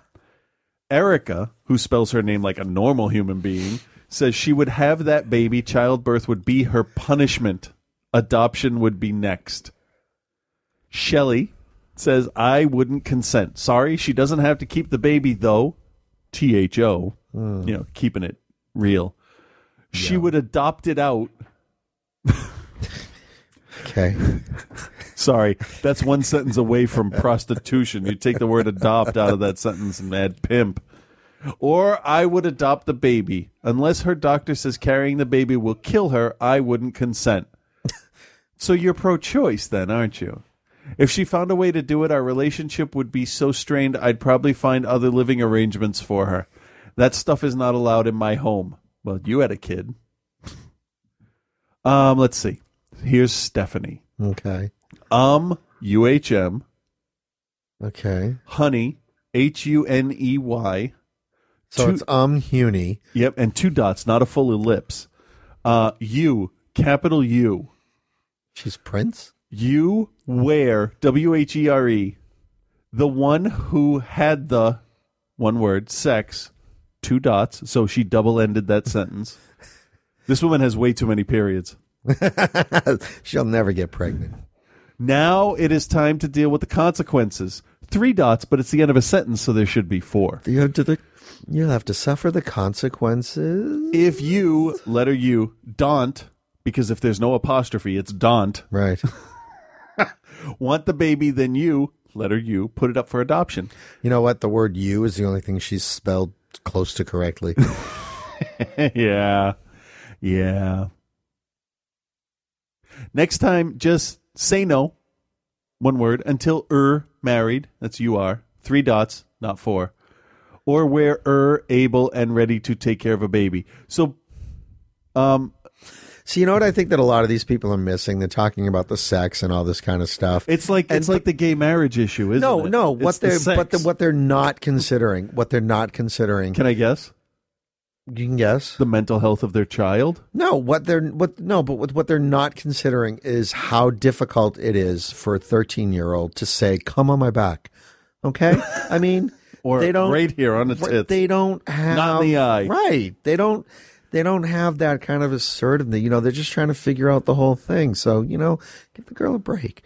[SPEAKER 10] Erica, who spells her name like a normal human being, says she would have that baby. Childbirth would be her punishment. Adoption would be next. Shelly says, I wouldn't consent. Sorry, she doesn't have to keep the baby, though. T H O, you know, keeping it real. She would adopt it out.
[SPEAKER 11] Okay.
[SPEAKER 10] Sorry, that's one sentence away from prostitution. You take the word adopt out of that sentence and add pimp. Or I would adopt the baby. Unless her doctor says carrying the baby will kill her, I wouldn't consent. so you're pro choice then, aren't you? If she found a way to do it, our relationship would be so strained, I'd probably find other living arrangements for her. That stuff is not allowed in my home. Well, you had a kid. Um, let's see. Here's Stephanie.
[SPEAKER 11] Okay.
[SPEAKER 10] Um, U H M.
[SPEAKER 11] Okay.
[SPEAKER 10] Honey, H U N E Y.
[SPEAKER 11] So
[SPEAKER 10] Two-
[SPEAKER 11] it's um Huni.
[SPEAKER 10] Yep, and two dots, not a full ellipse. Uh, U, capital U.
[SPEAKER 11] She's Prince?
[SPEAKER 10] You where, W H E R E, the one who had the, one word, sex, two dots. So she double ended that sentence. This woman has way too many periods.
[SPEAKER 11] She'll never get pregnant.
[SPEAKER 10] Now it is time to deal with the consequences. Three dots, but it's the end of a sentence, so there should be four.
[SPEAKER 11] You have to the, you'll have to suffer the consequences.
[SPEAKER 10] if you letter U daunt because if there's no apostrophe it's daunt
[SPEAKER 11] Right.
[SPEAKER 10] want the baby then you letter U put it up for adoption
[SPEAKER 11] You know what? The word you is the only thing she's spelled close to correctly.
[SPEAKER 10] yeah yeah next time just say no one word until er married that's you are three dots not four or where er able and ready to take care of a baby so um
[SPEAKER 11] So you know what I think that a lot of these people are missing? They're talking about the sex and all this kind of stuff.
[SPEAKER 10] it's like
[SPEAKER 11] And
[SPEAKER 10] it's like the gay marriage issue isn't
[SPEAKER 11] no,
[SPEAKER 10] it
[SPEAKER 11] no.
[SPEAKER 10] It's
[SPEAKER 11] What
[SPEAKER 10] the
[SPEAKER 11] they're but
[SPEAKER 10] sex.
[SPEAKER 11] the, what they're not considering, what they're not considering.
[SPEAKER 10] can i guess
[SPEAKER 11] you can guess.
[SPEAKER 10] the mental health of their child.
[SPEAKER 11] No, what they're what no, but what, what they're not considering is how difficult it is for a thirteen-year-old to say, "Come on my back," okay? I mean,
[SPEAKER 10] Or
[SPEAKER 11] they don't
[SPEAKER 10] right here on the
[SPEAKER 11] what-
[SPEAKER 10] tits.
[SPEAKER 11] They don't have
[SPEAKER 10] Not in the eye.
[SPEAKER 11] right? They don't they don't have that kind of assertiveness. You know, they're just trying to figure out the whole thing. So you know, give the girl a break.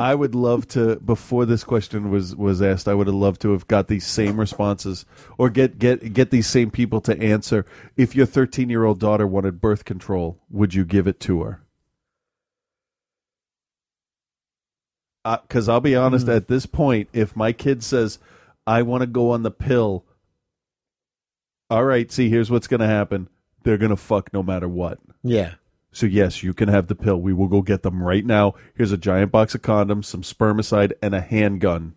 [SPEAKER 10] I would love to before this question was was asked. I would have loved to have got these same responses or get get get these same people to answer. If your 13 year old daughter wanted birth control, would you give it to her? Because Uh, I'll be honest, at this point, if my kid says, "I want to go on the pill," all right, see, here's what's going to happen: they're going to fuck no matter what.
[SPEAKER 11] Yeah,
[SPEAKER 10] So yes, you can have the pill. We will go get them right now. Here's a giant box of condoms, some spermicide, and a handgun.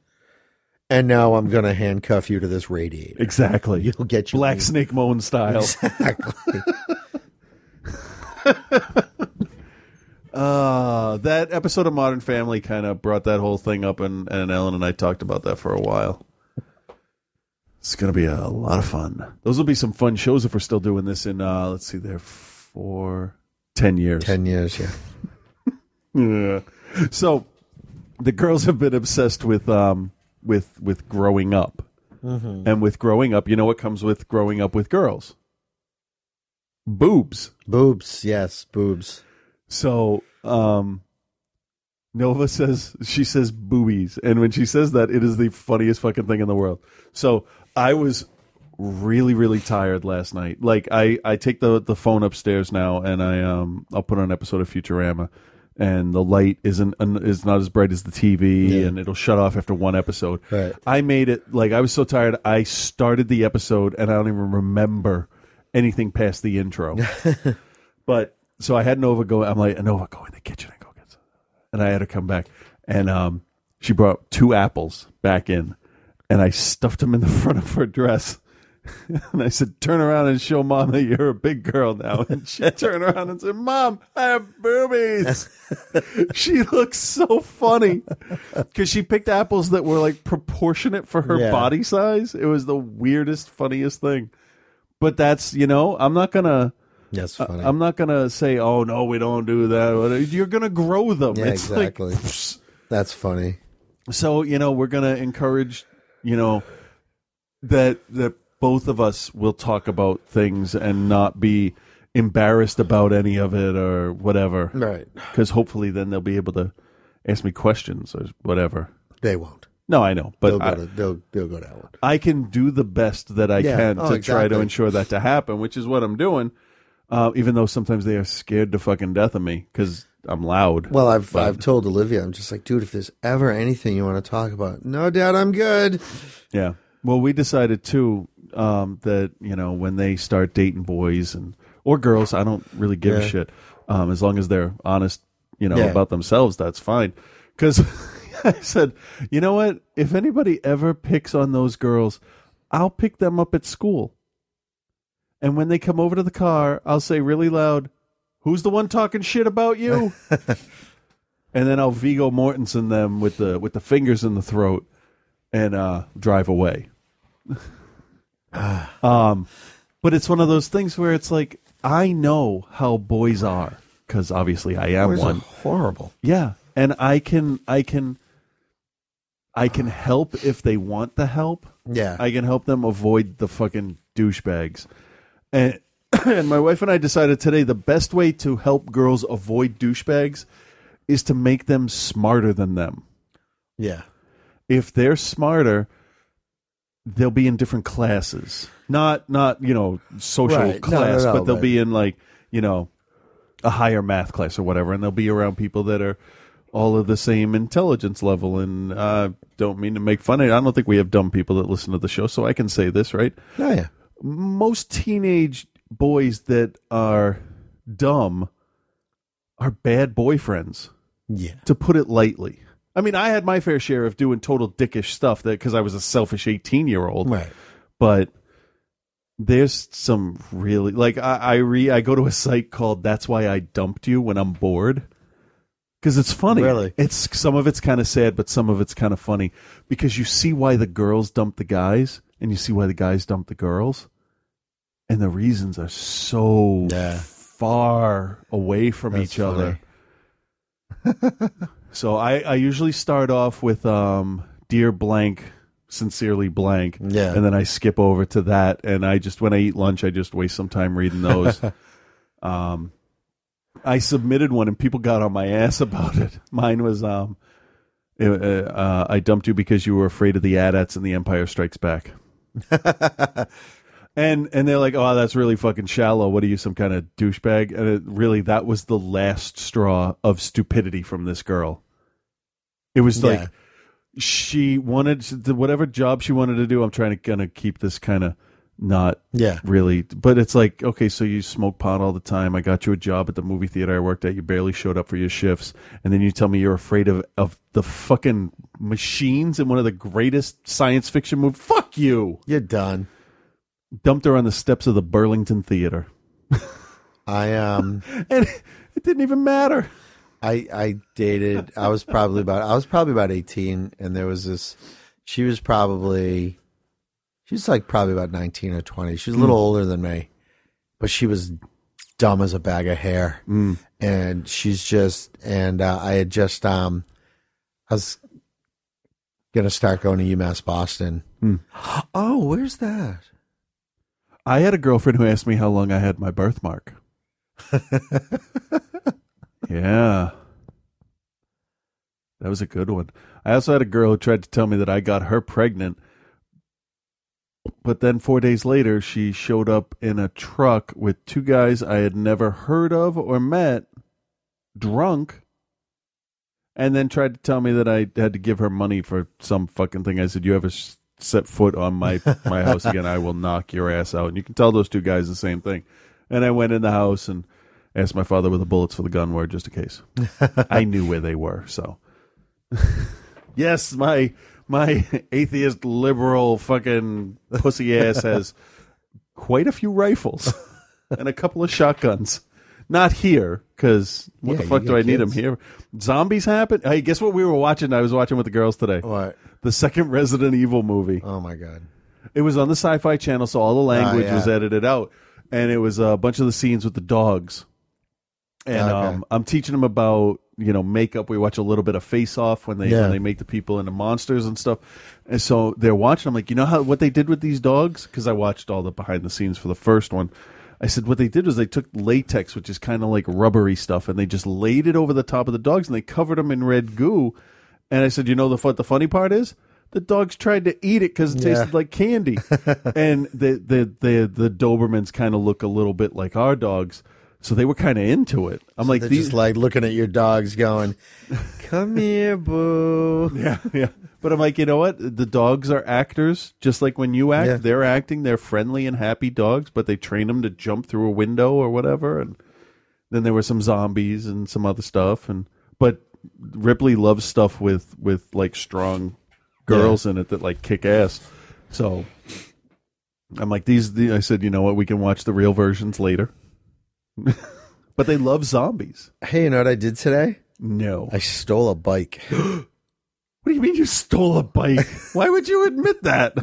[SPEAKER 11] and now I'm going to handcuff you to this radiator.
[SPEAKER 10] Exactly.
[SPEAKER 11] You'll get your
[SPEAKER 10] Black
[SPEAKER 11] leave.
[SPEAKER 10] Snake Moan style.
[SPEAKER 11] Exactly.
[SPEAKER 10] Uh, that episode of Modern Family kind of brought that whole thing up, and, and Ellen and I talked about that for a while. It's going to be a lot of fun. Those will be some fun shows if we're still doing this in, uh, let's see, there, for 10 years.
[SPEAKER 11] Ten years. Yeah.
[SPEAKER 10] Yeah. So the girls have been obsessed with um with with growing up. Mm-hmm. And with growing up, you know what comes with growing up with girls? Boobs.
[SPEAKER 11] Boobs, yes, boobs.
[SPEAKER 10] So, um, Nova says she says boobies, and when she says that, it is the funniest fucking thing in the world. So I was really really tired last night. Like I I take the the phone upstairs now, and I um I'll put on an episode of Futurama, and the light isn't un- is not as bright as the TV, and it'll shut off after one episode.
[SPEAKER 11] Right.
[SPEAKER 10] I made it like I was so tired. I started the episode, and I don't even remember anything past the intro. but so I had Nova go. I'm like Nova, go in the kitchen and go get some. And I had her come back, and um, she brought two apples back in, and I stuffed them in the front of her dress. And I said, "Turn around and show mom that you're a big girl now." And she turned around and said, "Mom, I have boobies." she looks so funny because she picked apples that were like proportionate for her
[SPEAKER 11] Yeah.
[SPEAKER 10] body size. It was the weirdest, funniest thing. But that's you know, I'm not gonna.
[SPEAKER 11] That's
[SPEAKER 10] I-
[SPEAKER 11] funny.
[SPEAKER 10] I'm not gonna say, "Oh no, we don't do that." You're gonna grow them.
[SPEAKER 11] yeah,
[SPEAKER 10] It's like-
[SPEAKER 11] exactly. That's funny.
[SPEAKER 10] so you know, we're gonna encourage, you know, that that both of us will talk about things and not be embarrassed about any of it or whatever.
[SPEAKER 11] Right.
[SPEAKER 10] Because hopefully, then they'll be able to ask me questions or whatever.
[SPEAKER 11] They won't.
[SPEAKER 10] No, I know,
[SPEAKER 11] they'll
[SPEAKER 10] but
[SPEAKER 11] go
[SPEAKER 10] I,
[SPEAKER 11] to, they'll, they'll go to Ellen.
[SPEAKER 10] I can do the best that I
[SPEAKER 11] Yeah.
[SPEAKER 10] can to
[SPEAKER 11] Oh,
[SPEAKER 10] try to
[SPEAKER 11] exactly.
[SPEAKER 10] ensure that to happen, which is what I'm doing. Uh, even though sometimes they are scared to fucking death of me because I'm loud.
[SPEAKER 11] Well, I've
[SPEAKER 10] But-
[SPEAKER 11] I've told Olivia, I'm just like, dude, if there's ever anything you want to talk about, no doubt I'm good.
[SPEAKER 10] Yeah. Well, we decided too um, that you know when they start dating boys and or girls, I don't really give
[SPEAKER 11] Yeah.
[SPEAKER 10] a shit. Um, as long as they're honest, you know,
[SPEAKER 11] Yeah.
[SPEAKER 10] about themselves, that's fine. Because I said, you know what? If anybody ever picks on those girls, I'll pick them up at school. And when they come over to the car, I'll say really loud, "Who's the one talking shit about you?" and then I'll Vigo Mortensen them with the with the fingers in the throat and uh, drive away. um, but it's one of those things where it's like I know how boys are because obviously I am
[SPEAKER 11] Boys are
[SPEAKER 10] one.
[SPEAKER 11] horrible.
[SPEAKER 10] Yeah, and I can I can I can help if they want the help.
[SPEAKER 11] Yeah.
[SPEAKER 10] I can help them avoid the fucking douchebags. And and my wife and I decided today the best way to help girls avoid douchebags is to make them smarter than them.
[SPEAKER 11] Yeah.
[SPEAKER 10] If they're smarter, they'll be in different classes. Not not, you know, social
[SPEAKER 11] Right. No, no,
[SPEAKER 10] class,
[SPEAKER 11] no,
[SPEAKER 10] but they'll
[SPEAKER 11] right.
[SPEAKER 10] be in like, you know, a higher math class or whatever and they'll be around people that are all of the same intelligence level and uh don't mean to make fun of it. I don't think we have dumb people that listen to the show, so I can say this, right?
[SPEAKER 11] Oh yeah.
[SPEAKER 10] most teenage boys that are dumb are bad boyfriends.
[SPEAKER 11] Yeah.
[SPEAKER 10] To put it lightly. I mean, I had my fair share of doing total dickish stuff that because I was a selfish 18 year old.
[SPEAKER 11] Right.
[SPEAKER 10] But there's some really like I, I re I go to a site called That's Why I Dumped You when I'm bored. Because it's funny.
[SPEAKER 11] Really?
[SPEAKER 10] It's some of it's kind of sad, but some of it's kind of funny because you see why the girls dump the guys and you see why the guys dump the girls, and the reasons are so far away from each other. so I, I usually start off with um, "Dear Blank." Sincerely blank,
[SPEAKER 11] Yeah.
[SPEAKER 10] and then I skip over to that, and I just when I eat lunch, I just waste some time reading those. um, I submitted one and people got on my ass about it. Mine was um, uh, uh, I dumped you because you were afraid of the AT-ATs and the Empire Strikes Back. and and they're like, oh, that's really fucking shallow. What are you, some kind of douchebag? And it, really, that was the last straw of stupidity from this girl. It was
[SPEAKER 11] Yeah.
[SPEAKER 10] like she wanted to, whatever job she wanted to do. I'm trying to kind of keep this kind of not
[SPEAKER 11] Yeah.
[SPEAKER 10] really, but it's like okay, so you smoke pot all the time. I got you a job at the movie theater I worked at. You barely showed up for your shifts, and then you tell me you're afraid of of the fucking machines in one of the greatest science fiction movies. Fuck you.
[SPEAKER 11] You're done.
[SPEAKER 10] Dumped her on the steps of the Burlington Theater.
[SPEAKER 11] I um
[SPEAKER 10] and it didn't even matter.
[SPEAKER 11] I I dated I was probably about I was probably about 18 and there was this she was probably she was like probably about 19 or 20. She was a little older than me. But she was dumb as a bag of hair. And she's just and uh, I had just um I was going to start going to UMass Boston Oh, where's that?
[SPEAKER 10] I had a girlfriend who asked me how long I had my birthmark. yeah. That was a good one. I also had a girl who tried to tell me that I got her pregnant. But then 4 days later she showed up in a truck with two guys I had never heard of or met drunk and then tried to tell me that I had to give her money for some fucking thing. I said, "You ever s- set foot on my my house again, I will knock your ass out." And you can tell those two guys the same thing. And I went in the house and asked my father where the bullets for the gun were, just in case. I knew where they were, so yes, my my atheist liberal fucking pussy ass has quite a few rifles and a couple of shotguns. Not here, because what
[SPEAKER 11] Yeah,
[SPEAKER 10] the
[SPEAKER 11] you
[SPEAKER 10] fuck do
[SPEAKER 11] got
[SPEAKER 10] I need them
[SPEAKER 11] kids.
[SPEAKER 10] here? Zombies happen. Hey, guess what we were watching? I was watching with the girls today. What? The second Resident Evil movie. Oh my god! It was on the Sci-Fi Channel, so all the language
[SPEAKER 11] Ah, yeah.
[SPEAKER 10] was edited out, and it was a bunch of the scenes with the dogs. And
[SPEAKER 11] Ah, Okay.
[SPEAKER 10] um, I'm teaching them about you know makeup. We watch a little bit of Face Off when they
[SPEAKER 11] Yeah.
[SPEAKER 10] when they make the people into monsters and stuff. And so they're watching. I'm like, you know how what they did with these dogs? Because I watched all the behind the scenes for the first one. I said what they did was they took latex, which is kind of like rubbery stuff, and they just laid it over the top of the dogs and they covered them in red goo. And I said, you know the what the funny part is? The dogs tried to eat it because it
[SPEAKER 11] Yeah.
[SPEAKER 10] tasted like candy, and the the the the Dobermans kind of look a little bit like our dogs, so they were kind of into it. I'm like
[SPEAKER 11] they're
[SPEAKER 10] these
[SPEAKER 11] just like looking at your dogs, going, "Come here, boo."
[SPEAKER 10] Yeah, yeah. But I'm like, you know what? The dogs are actors, just like when you act.
[SPEAKER 11] Yeah.
[SPEAKER 10] They're acting. They're friendly and happy dogs, but they train them to jump through a window or whatever. And then there were some zombies and some other stuff. And but Ripley loves stuff with with like strong girls in it that like kick ass. So I'm like, these. The, I said, you know what? We can watch the real versions later. but they love zombies.
[SPEAKER 11] Hey, you know what I did today?
[SPEAKER 10] No,
[SPEAKER 11] I stole a bike. what
[SPEAKER 10] do you mean you stole a bike? Why would you admit that?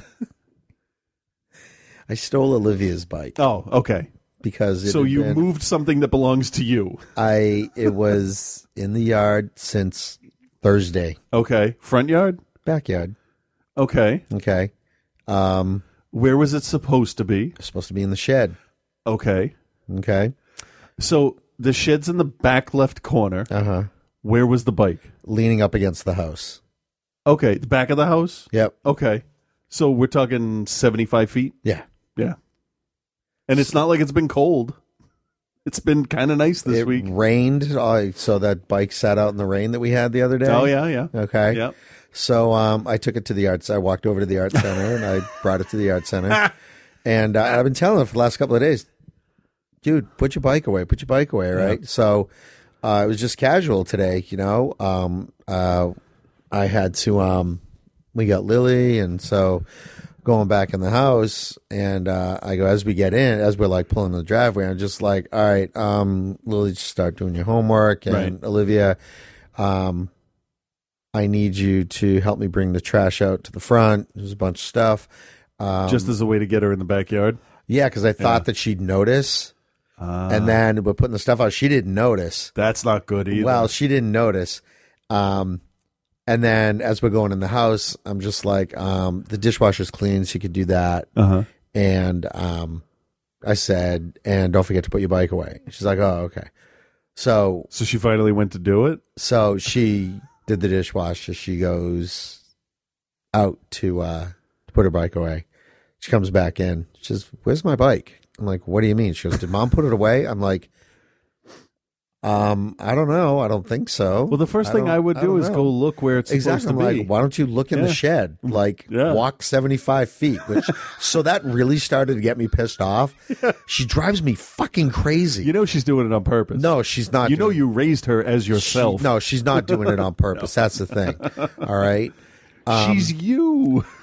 [SPEAKER 11] I stole Olivia's bike.
[SPEAKER 10] Oh, okay.
[SPEAKER 11] Because it
[SPEAKER 10] So
[SPEAKER 11] had
[SPEAKER 10] you
[SPEAKER 11] been-
[SPEAKER 10] moved something that belongs to you.
[SPEAKER 11] I it was in the yard since Thursday.
[SPEAKER 10] Okay. Front yard?
[SPEAKER 11] Backyard.
[SPEAKER 10] Okay.
[SPEAKER 11] Okay. Um
[SPEAKER 10] where was it supposed to be?
[SPEAKER 11] Supposed to be in the shed.
[SPEAKER 10] Okay.
[SPEAKER 11] Okay.
[SPEAKER 10] So the shed's in the back left corner.
[SPEAKER 11] Uh huh.
[SPEAKER 10] Where was the bike?
[SPEAKER 11] Leaning up against the house.
[SPEAKER 10] Okay, the back of the house?
[SPEAKER 11] Yep.
[SPEAKER 10] Okay. So we're talking 75 feet?
[SPEAKER 11] Yeah.
[SPEAKER 10] Yeah. And it's not like it's been cold. It's been kind of nice this
[SPEAKER 11] it
[SPEAKER 10] week.
[SPEAKER 11] rained. I so that bike sat out in the rain that we had the other day.
[SPEAKER 10] Oh, yeah, yeah.
[SPEAKER 11] Okay.
[SPEAKER 10] Yep.
[SPEAKER 11] So um, I took it to the arts. I walked over to the art center and I brought it to the art center. and uh, I've been telling them for the last couple of days, dude, put your bike away. Put your bike away. Right. So uh, it was just casual today. You know, um, uh, I had to. Um, we got Lily, and so going back in the house, and uh, I go as we get in, as we're like pulling in the driveway, I'm just like, all right, um, Lily, just start doing your homework, and
[SPEAKER 10] Right.
[SPEAKER 11] Olivia, um, I need you to help me bring the trash out to the front. There's a bunch of stuff. Um,
[SPEAKER 10] Just as a way to get her in the backyard? Ah.
[SPEAKER 11] yeah, because I thought that she'd notice. and then we're putting the stuff out. She didn't notice.
[SPEAKER 10] That's not good either.
[SPEAKER 11] Well, she didn't notice. Um, and then as we're going in the house, I'm just like, um, the dishwasher's clean. She could do that.
[SPEAKER 10] Uh-huh.
[SPEAKER 11] And um, I said, and don't forget to put your bike away. She's like, oh, okay. So,
[SPEAKER 10] so she finally went to do it.
[SPEAKER 11] So she did the dishwasher. She goes out to uh, to put her bike away. She comes back in. She says, "Where's my bike?" I'm like, "What do you mean?" She goes, "Did mom put it away?" I'm like, "Um, I don't know. I don't think so."
[SPEAKER 10] Well, the first thing
[SPEAKER 11] don't-
[SPEAKER 10] I would do
[SPEAKER 11] don't
[SPEAKER 10] is
[SPEAKER 11] know."
[SPEAKER 10] go look where it's
[SPEAKER 11] exactly.
[SPEAKER 10] supposed to
[SPEAKER 11] I'm
[SPEAKER 10] be.
[SPEAKER 11] Like, why don't you look in
[SPEAKER 10] Yeah. Mm-hmm.
[SPEAKER 11] the shed? Like,
[SPEAKER 10] Yeah.
[SPEAKER 11] walk 75 feet. Which so that really started to get me pissed off. She drives me fucking crazy. You
[SPEAKER 10] know she's doing it on purpose.
[SPEAKER 11] No, she's not.
[SPEAKER 10] You know you raised her as yourself.
[SPEAKER 11] She- no, she's not doing it on purpose. That's the thing. All right. Um,
[SPEAKER 10] She's you.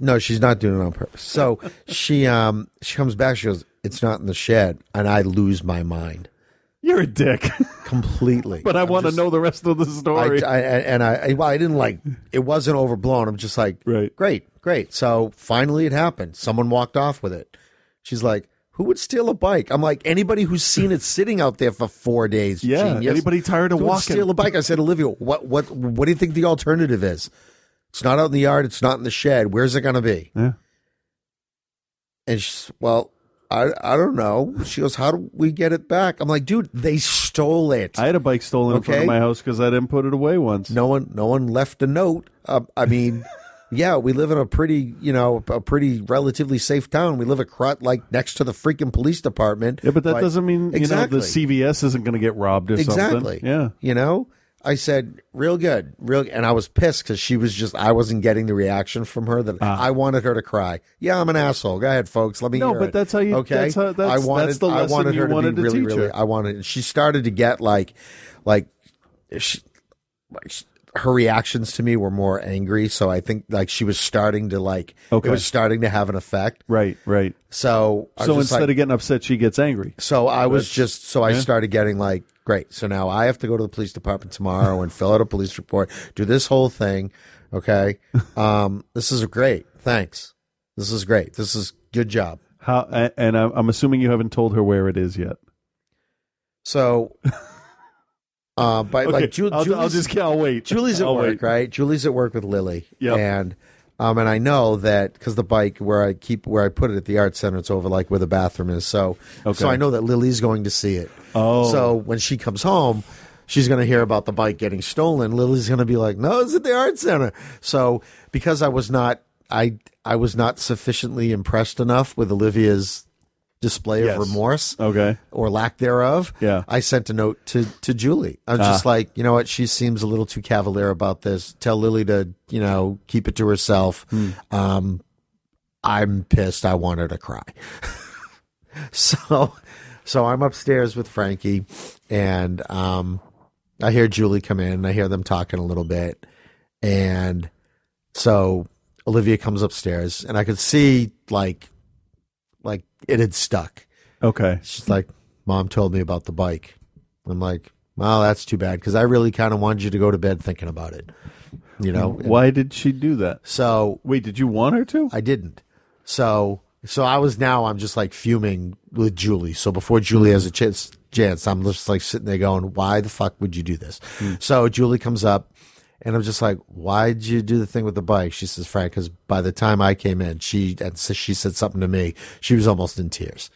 [SPEAKER 11] No, she's not doing it on purpose. So she um she comes back, she goes, It's not in the shed, and I lose my mind.
[SPEAKER 10] You're a dick.
[SPEAKER 11] Completely.
[SPEAKER 10] But I
[SPEAKER 11] I'm
[SPEAKER 10] want to
[SPEAKER 11] just-
[SPEAKER 10] know the rest of the story.
[SPEAKER 11] I, I, and I, I- well, I didn't like it wasn't overblown. I'm just like,
[SPEAKER 10] right.
[SPEAKER 11] great, great. So finally it happened. Someone walked off with it. She's like, who would steal a bike? I'm like, anybody who's seen it sitting out there for four days.
[SPEAKER 10] Yeah,
[SPEAKER 11] genius.
[SPEAKER 10] anybody tired of
[SPEAKER 11] Don't
[SPEAKER 10] walking.
[SPEAKER 11] Steal a bike. I said, Olivia, what, what, what do you think the alternative is? It's not out in the yard. It's not in the shed. Where's it going to be?
[SPEAKER 10] Yeah.
[SPEAKER 11] And she's, well, I, I don't know. She goes, how do we get it back? I'm like, dude, they stole it.
[SPEAKER 10] I had a bike stolen in front of
[SPEAKER 11] Okay.
[SPEAKER 10] my house because I didn't put it away once.
[SPEAKER 11] No one, no one left a note. Uh, I mean, yeah, we live in a pretty, you know, a pretty relatively safe town. We live across, like next to the freaking police department.
[SPEAKER 10] Yeah, but that doesn't mean
[SPEAKER 11] exactly.
[SPEAKER 10] you know the CVS isn't going to get robbed or
[SPEAKER 11] exactly.
[SPEAKER 10] something. Yeah.
[SPEAKER 11] you know, I said real good, real, and I was pissed because she was just I wasn't getting the reaction from her that I wanted her to cry. Yeah, I'm an asshole. Go ahead, folks. Let me.
[SPEAKER 10] Ah. No,
[SPEAKER 11] hear
[SPEAKER 10] but
[SPEAKER 11] it.
[SPEAKER 10] that's how you-
[SPEAKER 11] Okay,
[SPEAKER 10] that's how- that's-
[SPEAKER 11] I wanted.
[SPEAKER 10] that's the
[SPEAKER 11] I
[SPEAKER 10] lesson
[SPEAKER 11] wanted
[SPEAKER 10] you
[SPEAKER 11] her to
[SPEAKER 10] wanted to
[SPEAKER 11] be really,
[SPEAKER 10] teach
[SPEAKER 11] really.
[SPEAKER 10] her.
[SPEAKER 11] I wanted. She started to get like, like, she, like she- her reactions to me were more angry. So I think like she was starting to like.
[SPEAKER 10] Okay.
[SPEAKER 11] It was starting to have an effect.
[SPEAKER 10] Right. Right.
[SPEAKER 11] So I
[SPEAKER 10] So
[SPEAKER 11] was just
[SPEAKER 10] instead
[SPEAKER 11] like-
[SPEAKER 10] of getting upset, she gets angry.
[SPEAKER 11] so I was
[SPEAKER 10] That's-
[SPEAKER 11] just so I
[SPEAKER 10] yeah.
[SPEAKER 11] started getting like great. So now I have to go to the police department tomorrow and fill out a police report, do this whole thing. Okay, um, this is great. Thanks. This is great. This is good job.
[SPEAKER 10] How? a- And I'm I'm assuming you haven't told her where it is yet.
[SPEAKER 11] So, uh, but
[SPEAKER 10] Okay,
[SPEAKER 11] like Ju-
[SPEAKER 10] I'll- I'll
[SPEAKER 11] Julie's,
[SPEAKER 10] just- I'll wait.
[SPEAKER 11] Julie's at
[SPEAKER 10] I'll wait.
[SPEAKER 11] work, right? Julie's at work with Lily.
[SPEAKER 10] Yep.
[SPEAKER 11] and um, and I know that because the bike where I keep where I put it at the art center, it's over like where the bathroom is. So,
[SPEAKER 10] Okay.
[SPEAKER 11] so I know that Lily's going to see it.
[SPEAKER 10] Oh.
[SPEAKER 11] so when she comes home. She's going to hear about the bike getting stolen. Lily's going to be like, "No, it's at the art center." So, because I was not, I I was not sufficiently impressed enough with Olivia's display
[SPEAKER 10] Yes.
[SPEAKER 11] of remorse,
[SPEAKER 10] Okay.
[SPEAKER 11] or lack thereof.
[SPEAKER 10] Yeah.
[SPEAKER 11] I sent a note to to Julie. I was just
[SPEAKER 10] Ah.
[SPEAKER 11] like, you know what? She seems a little too cavalier about this. Tell Lily to, you know, keep it to herself.
[SPEAKER 10] Hmm.
[SPEAKER 11] Um, I'm pissed. I want her to cry. so, so I'm upstairs with Frankie, and um, I hear Julie come in. and I hear them talking a little bit, and so Olivia comes upstairs, and I could see like, like it had stuck.
[SPEAKER 10] Okay.
[SPEAKER 11] She's like, Mom told me about the bike. I'm like, Well, that's too bad because I really kind of wanted you to go to bed thinking about it. You know,
[SPEAKER 10] Why did she do that?
[SPEAKER 11] So
[SPEAKER 10] wait, did you want her to?
[SPEAKER 11] I didn't. So so I was now I'm just like fuming with Julie. So before Julie
[SPEAKER 10] Hmm.
[SPEAKER 11] has a chance, chance I'm just like sitting there going, Why the fuck would you do this?
[SPEAKER 10] Hmm.
[SPEAKER 11] So Julie comes up. And I'm just like, why'd you do the thing with the bike? She says, Frank, because by the time I came in, she and so she said something to me. She was almost in tears.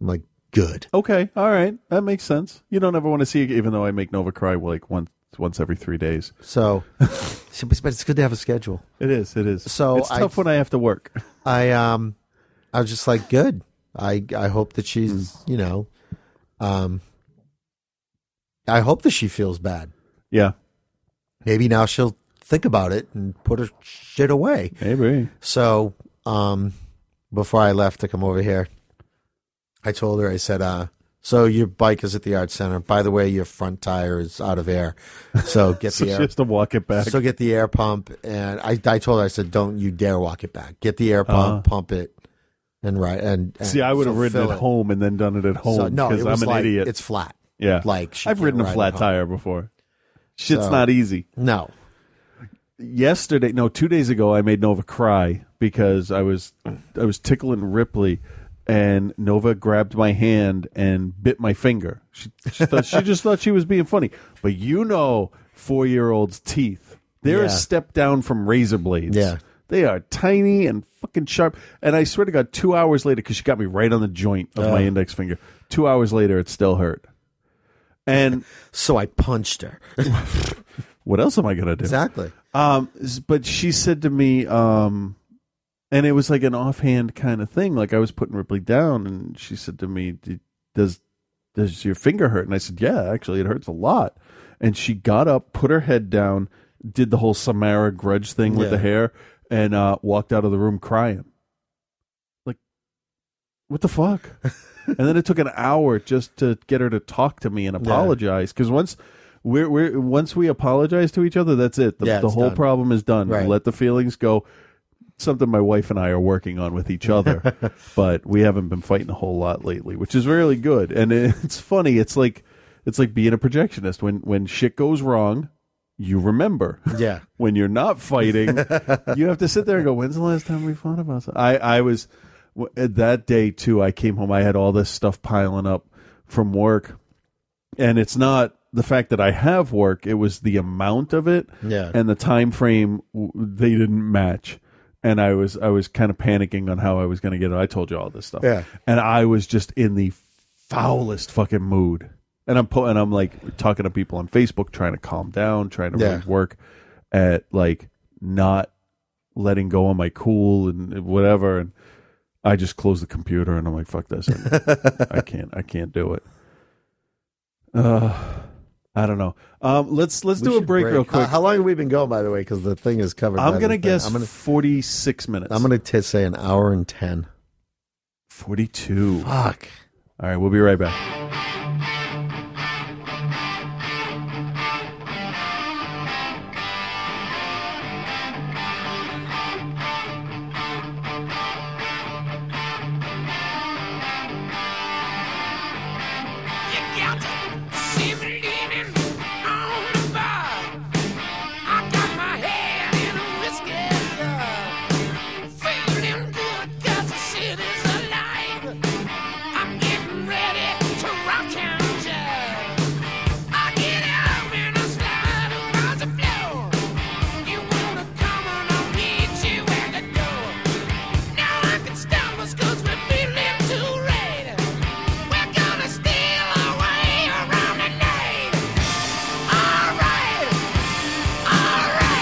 [SPEAKER 11] I'm like, good.
[SPEAKER 10] Okay. All right. That makes sense. You don't ever want to see, even though I make Nova cry like once once every three days.
[SPEAKER 11] So, so- but it's good to have a schedule.
[SPEAKER 10] It is. It is.
[SPEAKER 11] So
[SPEAKER 10] it's tough when I have to work.
[SPEAKER 11] I um, I was just like, good. I I hope that she's
[SPEAKER 10] Hmm.
[SPEAKER 11] you know, um, I hope that she feels bad.
[SPEAKER 10] Yeah.
[SPEAKER 11] Maybe now she'll think about it and put her shit away.
[SPEAKER 10] Maybe.
[SPEAKER 11] So, um, before I left to come over here, I told her I said, uh. So your bike is at the art center. By the way, your front tire is out of air, so get
[SPEAKER 10] So
[SPEAKER 11] the
[SPEAKER 10] she
[SPEAKER 11] air.
[SPEAKER 10] has to walk it back.
[SPEAKER 11] So get the air pump, and I, I told her, I said, don't you dare walk it back. Get the air pump,
[SPEAKER 10] Uh-huh.
[SPEAKER 11] pump it, and right. And, and
[SPEAKER 10] See, I would have
[SPEAKER 11] so
[SPEAKER 10] ridden
[SPEAKER 11] fill
[SPEAKER 10] at home and then done it at
[SPEAKER 11] So,
[SPEAKER 10] home
[SPEAKER 11] no,
[SPEAKER 10] because
[SPEAKER 11] it
[SPEAKER 10] I'm
[SPEAKER 11] was
[SPEAKER 10] an
[SPEAKER 11] like,
[SPEAKER 10] idiot.
[SPEAKER 11] It's flat.
[SPEAKER 10] Yeah.
[SPEAKER 11] like she
[SPEAKER 10] I've
[SPEAKER 11] can't
[SPEAKER 10] ridden a
[SPEAKER 11] ride
[SPEAKER 10] flat
[SPEAKER 11] it home.
[SPEAKER 10] tire before. Shit's
[SPEAKER 11] So-
[SPEAKER 10] not easy.
[SPEAKER 11] No.
[SPEAKER 10] Yesterday, no, two days ago, I made Nova cry because I was I was tickling Ripley, and Nova grabbed my hand and bit my finger. She she, thought, she just thought she was being funny, but you know, four year olds' teeth they're
[SPEAKER 11] Yeah.
[SPEAKER 10] a step down from razor blades.
[SPEAKER 11] Yeah.
[SPEAKER 10] They are tiny and fucking sharp. And I swear to God, two hours later, because she got me right on the joint of my
[SPEAKER 11] Ugh.
[SPEAKER 10] index finger. Two hours later, it still hurt. And
[SPEAKER 11] so I punched her.
[SPEAKER 10] what else am I going to do?
[SPEAKER 11] Exactly.
[SPEAKER 10] Um, s- but she said to me, um, and it was like an offhand kind of thing. Like I was putting Ripley down, and she said to me, "D- "Does does your finger hurt?" And I said, "Yeah, actually, it hurts a lot." And she got up, put her head down, did the whole Samara grudge thing with
[SPEAKER 11] Yeah.
[SPEAKER 10] the hair, and uh, walked out of the room crying. Like, what the fuck? and then it took an hour just to get her to talk to me and apologize because once. We're, we're once we apologize to each other, that's it. The,
[SPEAKER 11] Yeah,
[SPEAKER 10] the
[SPEAKER 11] it's
[SPEAKER 10] whole
[SPEAKER 11] done.
[SPEAKER 10] problem is done.
[SPEAKER 11] Right.
[SPEAKER 10] Let the feelings go. Something my wife and I are working on with each other, but we haven't been fighting a whole lot lately, which is really good. And it's funny. It's like it's like being a projectionist. When when shit goes wrong, you remember.
[SPEAKER 11] Yeah.
[SPEAKER 10] when you're not fighting, you have to sit there and go, "When's the last time we fought about something?" I I was w- that day too. I came home. I had all this stuff piling up from work, and it's not the fact that I have work; it was the amount of it
[SPEAKER 11] Yeah.
[SPEAKER 10] and the time frame w- they didn't match. And I was I was kind of panicking on how I was going to get it. I told you all this stuff,
[SPEAKER 11] Yeah.
[SPEAKER 10] And I was just in the foulest fucking mood. And I'm po- and I'm like talking to people on Facebook, trying to calm down, trying to
[SPEAKER 11] Yeah.
[SPEAKER 10] really work at like not letting go on my cool and whatever. And I just closed the computer and I'm like, fuck this, I, I can't, I can't do it. Uh, I don't know. Um, let's let's
[SPEAKER 11] We
[SPEAKER 10] do a
[SPEAKER 11] should
[SPEAKER 10] break, real
[SPEAKER 11] How-
[SPEAKER 10] quick.
[SPEAKER 11] how long have we been going, by the way? Because the thing is covered.
[SPEAKER 10] I'm
[SPEAKER 11] by the
[SPEAKER 10] gonna
[SPEAKER 11] thing.
[SPEAKER 10] guess
[SPEAKER 11] I'm gonna
[SPEAKER 10] 46 minutes.
[SPEAKER 11] I'm gonna t- say an hour and ten.
[SPEAKER 10] 42.
[SPEAKER 11] Fuck.
[SPEAKER 10] All right, we'll be right back.
[SPEAKER 12] You got to see me leaning on the bar. I got my head in a whiskey jar. Feeling good 'cause the city's alive. I'm getting ready to rock and jive. I get out and I slide across the floor. You wanna come and I'll meet you at the door. Now I can stop us 'cause we're feeling too red. We're gonna steal away around the night. Alright, alright.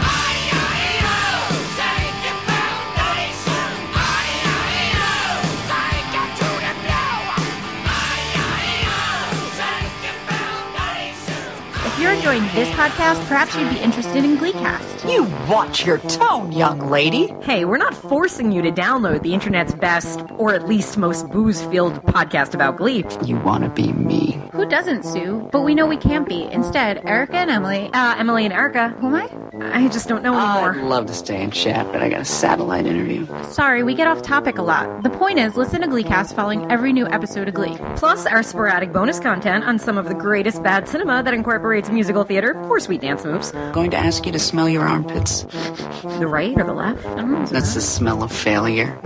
[SPEAKER 12] I-I-O, oh, take your foundation. I-I-O, take it to the floor. I-I-O, take your foundation.
[SPEAKER 13] If you're enjoying this podcast, perhaps you'd be interested in Gleecast. You watch your tone, young lady. Hey, we're not forcing you to download the internet's best, or at least most booze-filled podcast about Glee.
[SPEAKER 14] You want to be me.
[SPEAKER 13] Who doesn't, Sue? But we know we can't be. Instead, Erica and Emily, uh, Emily and Erica. Who am I? I just don't know anymore.
[SPEAKER 14] I'd love to stay and chat, but I got a satellite interview.
[SPEAKER 13] Sorry, we get off topic a lot. The point is, listen to Gleecast following every new episode of Glee. Plus, our sporadic bonus content on some of the greatest bad cinema that incorporates musical theater or sweet dance moves.
[SPEAKER 14] Going to ask you to smell your armpits.
[SPEAKER 13] The right or the left? I don't know.
[SPEAKER 14] That's the smell of failure.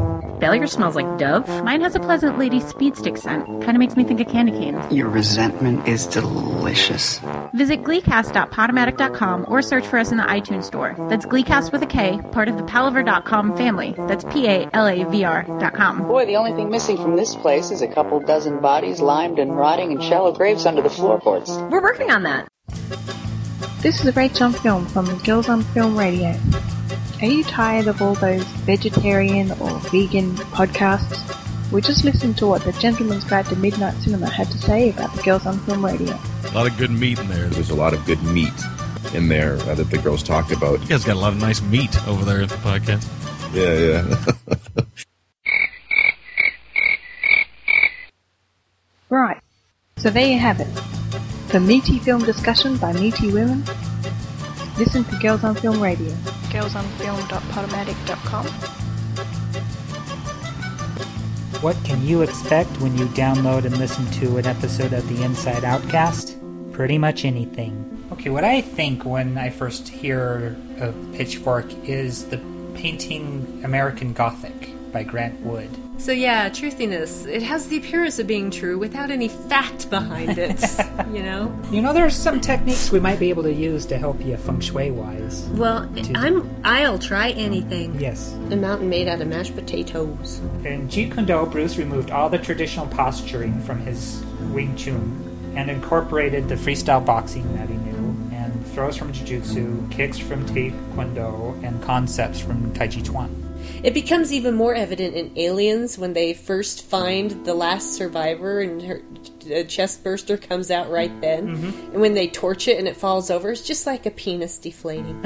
[SPEAKER 13] Failure smells like Dove. Mine has a pleasant lady speed stick scent. Kind of makes me think of candy canes.
[SPEAKER 14] Your resentment is delicious.
[SPEAKER 13] Visit gleecast.podomatic.com or search for us in the iTunes store. That's Gleecast with a K, part of the palaver.com family. That's P A L A V R.com.
[SPEAKER 14] Boy, the only thing missing from this place is a couple dozen bodies limed and rotting in shallow graves under the floorboards.
[SPEAKER 13] We're working on that.
[SPEAKER 15] This is Rach on Film from the Girls on Film Radio. Are you tired of all those vegetarian or vegan podcasts? We just listened to what the Gentleman's Guide to Midnight Cinema had to say about the Girls on Film Radio.
[SPEAKER 16] A lot of good meat in there. There's a lot of good meat in there uh, that the girls talked about.
[SPEAKER 17] You guys got a lot of nice meat over there at the podcast.
[SPEAKER 16] Yeah, yeah.
[SPEAKER 15] Right, so there you have it. The meaty film discussion by meaty women. Listen to Girls on Film Radio. girlsonfilm.podomatic.com
[SPEAKER 18] What can you expect when you download and listen to an episode of The Inside Outcast? Pretty much anything. Okay, what I think when I first hear of Pitchfork is the painting American Gothic by Grant Wood.
[SPEAKER 19] So yeah, truthiness. It has the appearance of being true without any fact behind it, you know?
[SPEAKER 18] You know, there's some techniques we might be able to use to help you feng shui wise.
[SPEAKER 19] Well, I'm I'll try anything.
[SPEAKER 18] Yes.
[SPEAKER 19] A mountain made out of mashed potatoes.
[SPEAKER 18] In Jeet Kune Do, Bruce removed all the traditional posturing from his Wing Chun and incorporated the freestyle boxing that he knew, and throws from Jiu-Jitsu, kicks from Taekwondo, and concepts from Tai Chi Chuan.
[SPEAKER 19] It becomes even more evident in Aliens when they first find the last survivor and her a chest burster comes out right then. And when they torch it and it falls over, it's just like a penis deflating.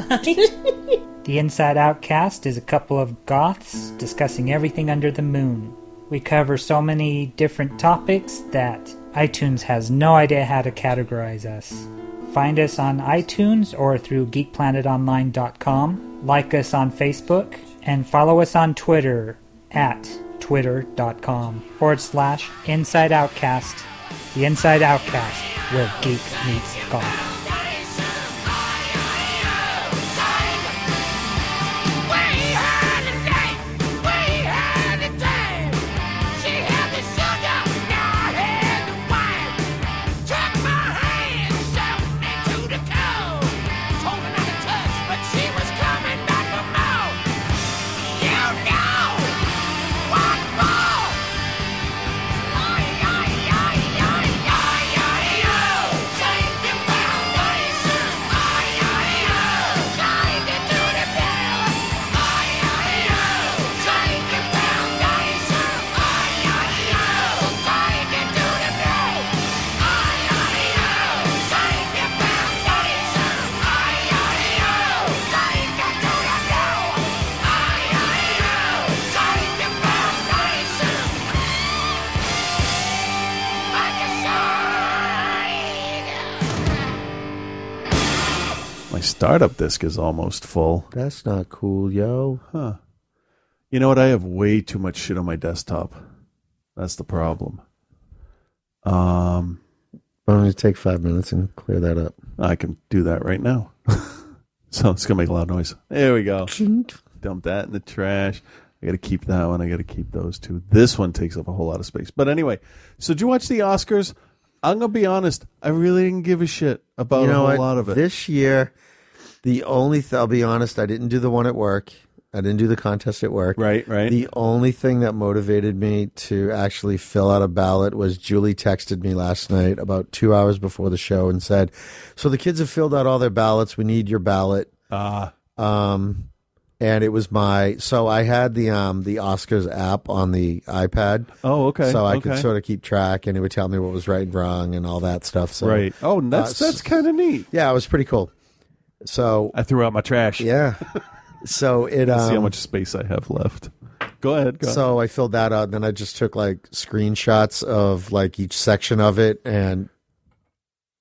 [SPEAKER 18] The Inside Outcast is a couple of goths discussing everything under the moon. We cover so many different topics that iTunes has no idea how to categorize us. Find us on iTunes or through geekplanetonline.com, like us on Facebook, and follow us on Twitter at twitter.com forward slash Inside Outcast. The Inside Outcast, where geek meets goth.
[SPEAKER 12] We had a date. We had a date. She had the sugar. Now I oh. oh.
[SPEAKER 10] startup disc is almost full.
[SPEAKER 11] That's not cool, yo.
[SPEAKER 10] Huh. You know what? I have way too much shit on my desktop. That's the problem. Um,
[SPEAKER 11] Why don't you take five minutes and clear that up?
[SPEAKER 10] I can do that right now. so it's gonna make a loud noise. There we go. Dump that in the trash. I gotta keep that one. I gotta keep those two. This one takes up a whole lot of space. But anyway, so did you watch the Oscars? I'm gonna be honest. I really didn't give a shit about
[SPEAKER 11] you know
[SPEAKER 10] a whole
[SPEAKER 11] what?
[SPEAKER 10] lot of it.
[SPEAKER 11] This year, the only th- I'll be honest, I didn't do the one at work. I didn't do the contest at work.
[SPEAKER 10] Right, right.
[SPEAKER 11] The only thing that motivated me to actually fill out a ballot was Julie texted me last night about two hours before the show and said, "So the kids have filled out all their ballots. We need your ballot."
[SPEAKER 10] Ah.
[SPEAKER 11] um, and it was my so I had the um the Oscars app on the iPad.
[SPEAKER 10] Oh, okay,
[SPEAKER 11] So I could
[SPEAKER 10] okay.
[SPEAKER 11] sort of keep track, and it would tell me what was right and wrong and all that stuff. So
[SPEAKER 10] right. Oh,
[SPEAKER 11] uh,
[SPEAKER 10] that's
[SPEAKER 11] so-
[SPEAKER 10] that's kind of neat.
[SPEAKER 11] yeah, it was pretty cool. So
[SPEAKER 10] I threw out my trash.
[SPEAKER 11] Yeah. So it.
[SPEAKER 10] Let's
[SPEAKER 11] Um,
[SPEAKER 10] see how much space I have left. Go ahead. Go ahead.
[SPEAKER 11] So I filled that out, and then I just took like screenshots of like each section of it and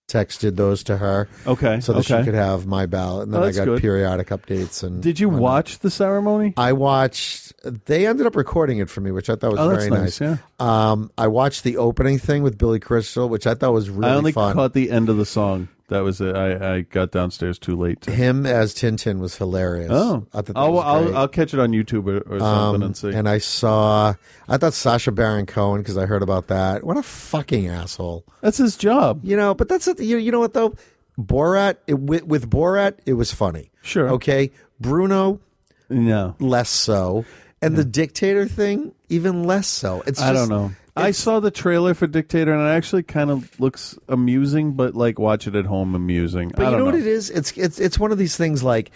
[SPEAKER 11] texted those to her.
[SPEAKER 10] Okay,
[SPEAKER 11] So that she
[SPEAKER 10] okay.
[SPEAKER 11] could have my ballot, and then
[SPEAKER 10] Oh,
[SPEAKER 11] I
[SPEAKER 10] that's
[SPEAKER 11] got
[SPEAKER 10] good.
[SPEAKER 11] periodic updates. And
[SPEAKER 10] Did you
[SPEAKER 11] whatnot.
[SPEAKER 10] watch the ceremony?
[SPEAKER 11] I watched. They ended up recording it for me, which I thought was
[SPEAKER 10] Oh, that's
[SPEAKER 11] very
[SPEAKER 10] nice,
[SPEAKER 11] nice. Um, I watched the opening thing with Billy Crystal, which I thought was really
[SPEAKER 10] I only
[SPEAKER 11] fun.
[SPEAKER 10] caught the end of the song. That was it. I, I got downstairs too late. To...
[SPEAKER 11] Him as Tintin was hilarious.
[SPEAKER 10] Oh,
[SPEAKER 11] I thought that
[SPEAKER 10] I'll,
[SPEAKER 11] was great.
[SPEAKER 10] I'll I'll catch it on YouTube or, or something
[SPEAKER 11] Um,
[SPEAKER 10] and see.
[SPEAKER 11] And I saw, I thought Sasha Baron Cohen because I heard about that. What a fucking asshole!
[SPEAKER 10] That's his job,
[SPEAKER 11] you know. But that's it. you. You know what though? Borat it, with, with Borat, it was funny. Sure. Okay. Bruno,
[SPEAKER 10] no,
[SPEAKER 11] less so. And the dictator thing, even less so. It's
[SPEAKER 10] I
[SPEAKER 11] just-
[SPEAKER 10] don't know. I saw the trailer for Dictator, and it actually kind of looks amusing, but like watch it at home, amusing.
[SPEAKER 11] But
[SPEAKER 10] I
[SPEAKER 11] you know,
[SPEAKER 10] don't
[SPEAKER 11] what it is? It's it's it's one of these things like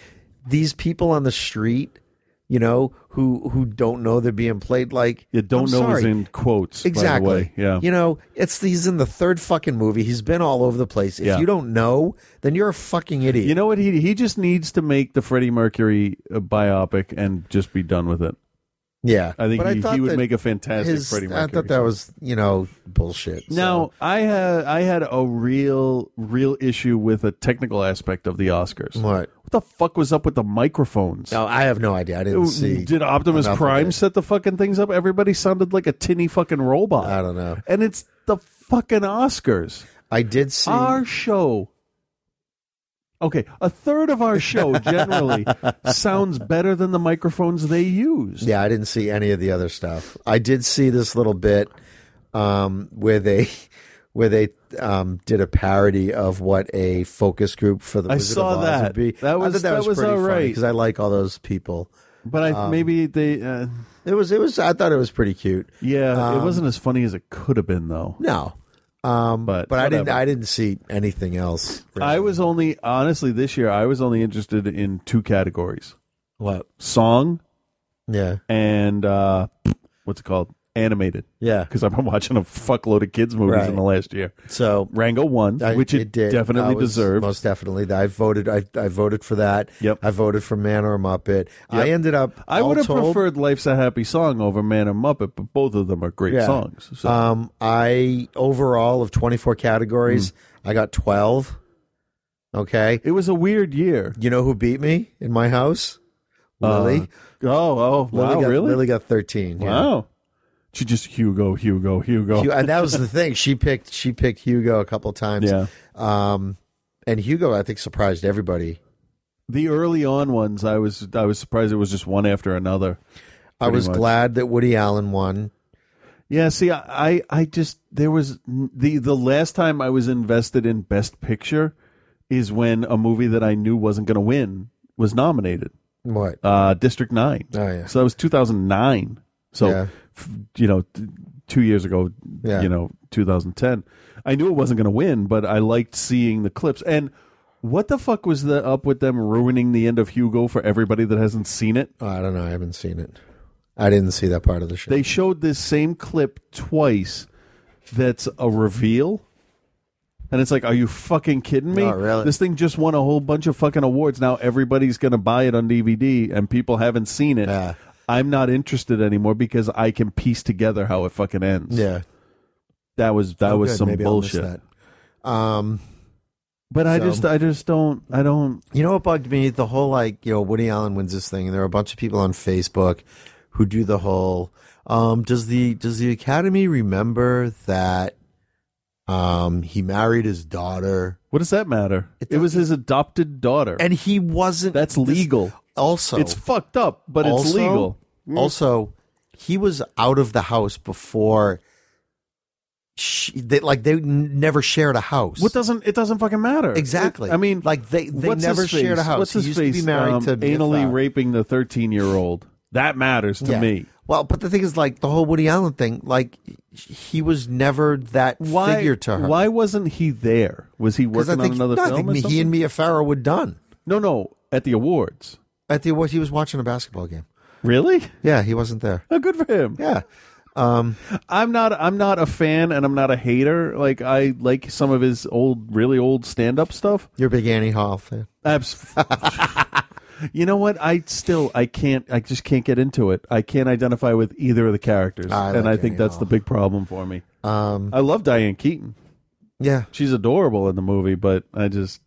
[SPEAKER 11] these people on the street, you know, who who don't know they're being played like you
[SPEAKER 10] don't know is in quotes. by the
[SPEAKER 11] Exactly.
[SPEAKER 10] way. Yeah.
[SPEAKER 11] You know, it's he's in the third fucking movie. He's been all over the place. If
[SPEAKER 10] Yeah.
[SPEAKER 11] you don't know, then you're a fucking idiot.
[SPEAKER 10] You know what? He he just needs to make the Freddie Mercury uh, biopic and just be done with it.
[SPEAKER 11] Yeah.
[SPEAKER 10] I think
[SPEAKER 11] But
[SPEAKER 10] he,
[SPEAKER 11] thought
[SPEAKER 10] he would
[SPEAKER 11] that
[SPEAKER 10] make a fantastic
[SPEAKER 11] his-
[SPEAKER 10] Freddie
[SPEAKER 11] I
[SPEAKER 10] Mercury.
[SPEAKER 11] thought that was, you know, bullshit.
[SPEAKER 10] Now I had I had a real real issue with a technical aspect of the Oscars.
[SPEAKER 11] What?
[SPEAKER 10] What the fuck was up with the microphones?
[SPEAKER 11] No, I have no idea. I didn't see
[SPEAKER 10] Did Optimus
[SPEAKER 11] enough of
[SPEAKER 10] Prime
[SPEAKER 11] it.
[SPEAKER 10] set the fucking things up? Everybody sounded like a tinny fucking robot. I
[SPEAKER 11] don't know.
[SPEAKER 10] And it's the fucking Oscars.
[SPEAKER 11] I did see
[SPEAKER 10] our show. Okay, a third of our show generally sounds better than the microphones they use.
[SPEAKER 11] Yeah, I didn't see any of the other stuff. I did see this little bit um, where they where they um, did a parody of what a focus group for the
[SPEAKER 10] I
[SPEAKER 11] Wizard
[SPEAKER 10] saw
[SPEAKER 11] of Oz
[SPEAKER 10] that.
[SPEAKER 11] would be.
[SPEAKER 10] That was-
[SPEAKER 11] I thought
[SPEAKER 10] that
[SPEAKER 11] that was
[SPEAKER 10] was
[SPEAKER 11] pretty
[SPEAKER 10] all right.
[SPEAKER 11] because I like all those people.
[SPEAKER 10] But I
[SPEAKER 11] Um,
[SPEAKER 10] maybe they uh,
[SPEAKER 11] it was it was I thought it was pretty cute.
[SPEAKER 10] Yeah, it
[SPEAKER 11] Um,
[SPEAKER 10] wasn't as funny as it could have been though.
[SPEAKER 11] No. Um,
[SPEAKER 10] but
[SPEAKER 11] but I didn't
[SPEAKER 10] whatever.
[SPEAKER 11] I didn't see anything else.
[SPEAKER 10] I was only honestly this year I was only interested in two categories.
[SPEAKER 11] What?
[SPEAKER 10] Song.
[SPEAKER 11] Yeah.
[SPEAKER 10] And uh what's it called? Animated.
[SPEAKER 11] Yeah.
[SPEAKER 10] Because I've been watching a fuckload of kids movies
[SPEAKER 11] Right.
[SPEAKER 10] in the last year.
[SPEAKER 11] So
[SPEAKER 10] Rango won,
[SPEAKER 11] I-
[SPEAKER 10] which it,
[SPEAKER 11] did.
[SPEAKER 10] definitely
[SPEAKER 11] I was-
[SPEAKER 10] deserved.
[SPEAKER 11] Most definitely. I voted. I, I voted for that. Yep. I voted for Man or Muppet. I
[SPEAKER 10] Yep.
[SPEAKER 11] ended up.
[SPEAKER 10] I
[SPEAKER 11] all
[SPEAKER 10] would have
[SPEAKER 11] told-
[SPEAKER 10] preferred Life's a Happy Song over Man and Muppet, but both of them are great
[SPEAKER 11] Yeah.
[SPEAKER 10] songs. So
[SPEAKER 11] Um, I overall of twenty four categories, I got twelve. Okay,
[SPEAKER 10] Mm. it was a weird year.
[SPEAKER 11] You know who beat me in my house?
[SPEAKER 10] Uh,
[SPEAKER 11] Lily.
[SPEAKER 10] oh, oh,
[SPEAKER 11] Lily
[SPEAKER 10] wow,
[SPEAKER 11] got,
[SPEAKER 10] really?
[SPEAKER 11] Lily got thirteen. yeah.
[SPEAKER 10] Wow. She just Hugo, Hugo, Hugo.
[SPEAKER 11] Hu- and that was the thing. She picked she picked Hugo a couple times.
[SPEAKER 10] Yeah.
[SPEAKER 11] Um, and Hugo, I think, surprised everybody.
[SPEAKER 10] the early on ones I was I was surprised it was just one after another.
[SPEAKER 11] I was
[SPEAKER 10] glad.
[SPEAKER 11] glad that Woody Allen won.
[SPEAKER 10] Yeah, see, I, I, I just there was the the last time I was invested in Best Picture is when a movie that I knew wasn't going to win was nominated.
[SPEAKER 11] What?
[SPEAKER 10] Uh, District Nine.
[SPEAKER 11] Oh yeah.
[SPEAKER 10] So that was two thousand nine. So,
[SPEAKER 11] Yeah.
[SPEAKER 10] f- you know, t- two years ago,
[SPEAKER 11] Yeah.
[SPEAKER 10] you know, two thousand ten. I knew it wasn't going to win, but I liked seeing the clips. And what the fuck was the up with them ruining the end of Hugo for everybody that hasn't seen it?
[SPEAKER 11] I don't know. I haven't seen it. I didn't see that part of the show.
[SPEAKER 10] They showed this same clip twice that's a reveal. And it's like, are you fucking kidding me?
[SPEAKER 11] Oh, really?
[SPEAKER 10] This thing just won a whole bunch of fucking awards. Now everybody's going to buy it on DVD and people haven't seen it. I'm not interested anymore because I can piece together how it fucking ends.
[SPEAKER 11] Yeah.
[SPEAKER 10] That was that
[SPEAKER 11] Oh,
[SPEAKER 10] was
[SPEAKER 11] good.
[SPEAKER 10] some
[SPEAKER 11] Maybe I'll miss
[SPEAKER 10] bullshit.
[SPEAKER 11] that. Um,
[SPEAKER 10] But I just, I just don't, I don't.
[SPEAKER 11] You know what bugged me? The whole like, you know, Woody Allen wins this thing, and there are a bunch of people on Facebook who do the whole. Um, does the does the Academy remember that um, he married his daughter?
[SPEAKER 10] What does that matter? It was his adopted daughter,
[SPEAKER 11] and he wasn't.
[SPEAKER 10] That's legal.
[SPEAKER 11] also,
[SPEAKER 10] it's fucked up, but it's
[SPEAKER 11] Also-
[SPEAKER 10] legal. Mm.
[SPEAKER 11] Also, he was out of the house before. She, they, like they n- never shared a house.
[SPEAKER 10] What doesn't it doesn't fucking matter
[SPEAKER 11] Exactly.
[SPEAKER 10] It- I mean,
[SPEAKER 11] Like, they- they
[SPEAKER 10] what's
[SPEAKER 11] never
[SPEAKER 10] his face?
[SPEAKER 11] shared a house.
[SPEAKER 10] What's
[SPEAKER 11] He
[SPEAKER 10] his
[SPEAKER 11] used to be
[SPEAKER 10] face?
[SPEAKER 11] married
[SPEAKER 10] um,
[SPEAKER 11] to Mia
[SPEAKER 10] anally
[SPEAKER 11] Farrow.
[SPEAKER 10] raping the thirteen year old. That matters to
[SPEAKER 11] Yeah.
[SPEAKER 10] me.
[SPEAKER 11] Well, but the thing is, like the whole Woody Allen thing, like he was never that
[SPEAKER 10] Why?
[SPEAKER 11] figure to her.
[SPEAKER 10] Why wasn't he there? Was he
[SPEAKER 11] 'Cause I
[SPEAKER 10] working
[SPEAKER 11] think-
[SPEAKER 10] on another
[SPEAKER 11] no, I
[SPEAKER 10] film?
[SPEAKER 11] think
[SPEAKER 10] or
[SPEAKER 11] he
[SPEAKER 10] something?
[SPEAKER 11] and Mia Farrow were done.
[SPEAKER 10] No, no, at the awards.
[SPEAKER 11] At the awards, he was watching a basketball game.
[SPEAKER 10] Really?
[SPEAKER 11] Yeah, he wasn't there.
[SPEAKER 10] Oh, good for him.
[SPEAKER 11] Yeah. Um,
[SPEAKER 10] I'm not. I'm not a fan, and I'm not a hater. Like I like some of his old, really old stand up stuff.
[SPEAKER 11] You're a big Annie Hall fan.
[SPEAKER 10] Abs- you know what? I still. I can't. I just can't get into it. I can't identify with either of the characters,
[SPEAKER 11] I
[SPEAKER 10] and
[SPEAKER 11] like
[SPEAKER 10] I think
[SPEAKER 11] Annie
[SPEAKER 10] that's
[SPEAKER 11] Hall.
[SPEAKER 10] the big problem for me.
[SPEAKER 11] Um,
[SPEAKER 10] I love Diane Keaton.
[SPEAKER 11] Yeah,
[SPEAKER 10] she's adorable in the movie, but I just.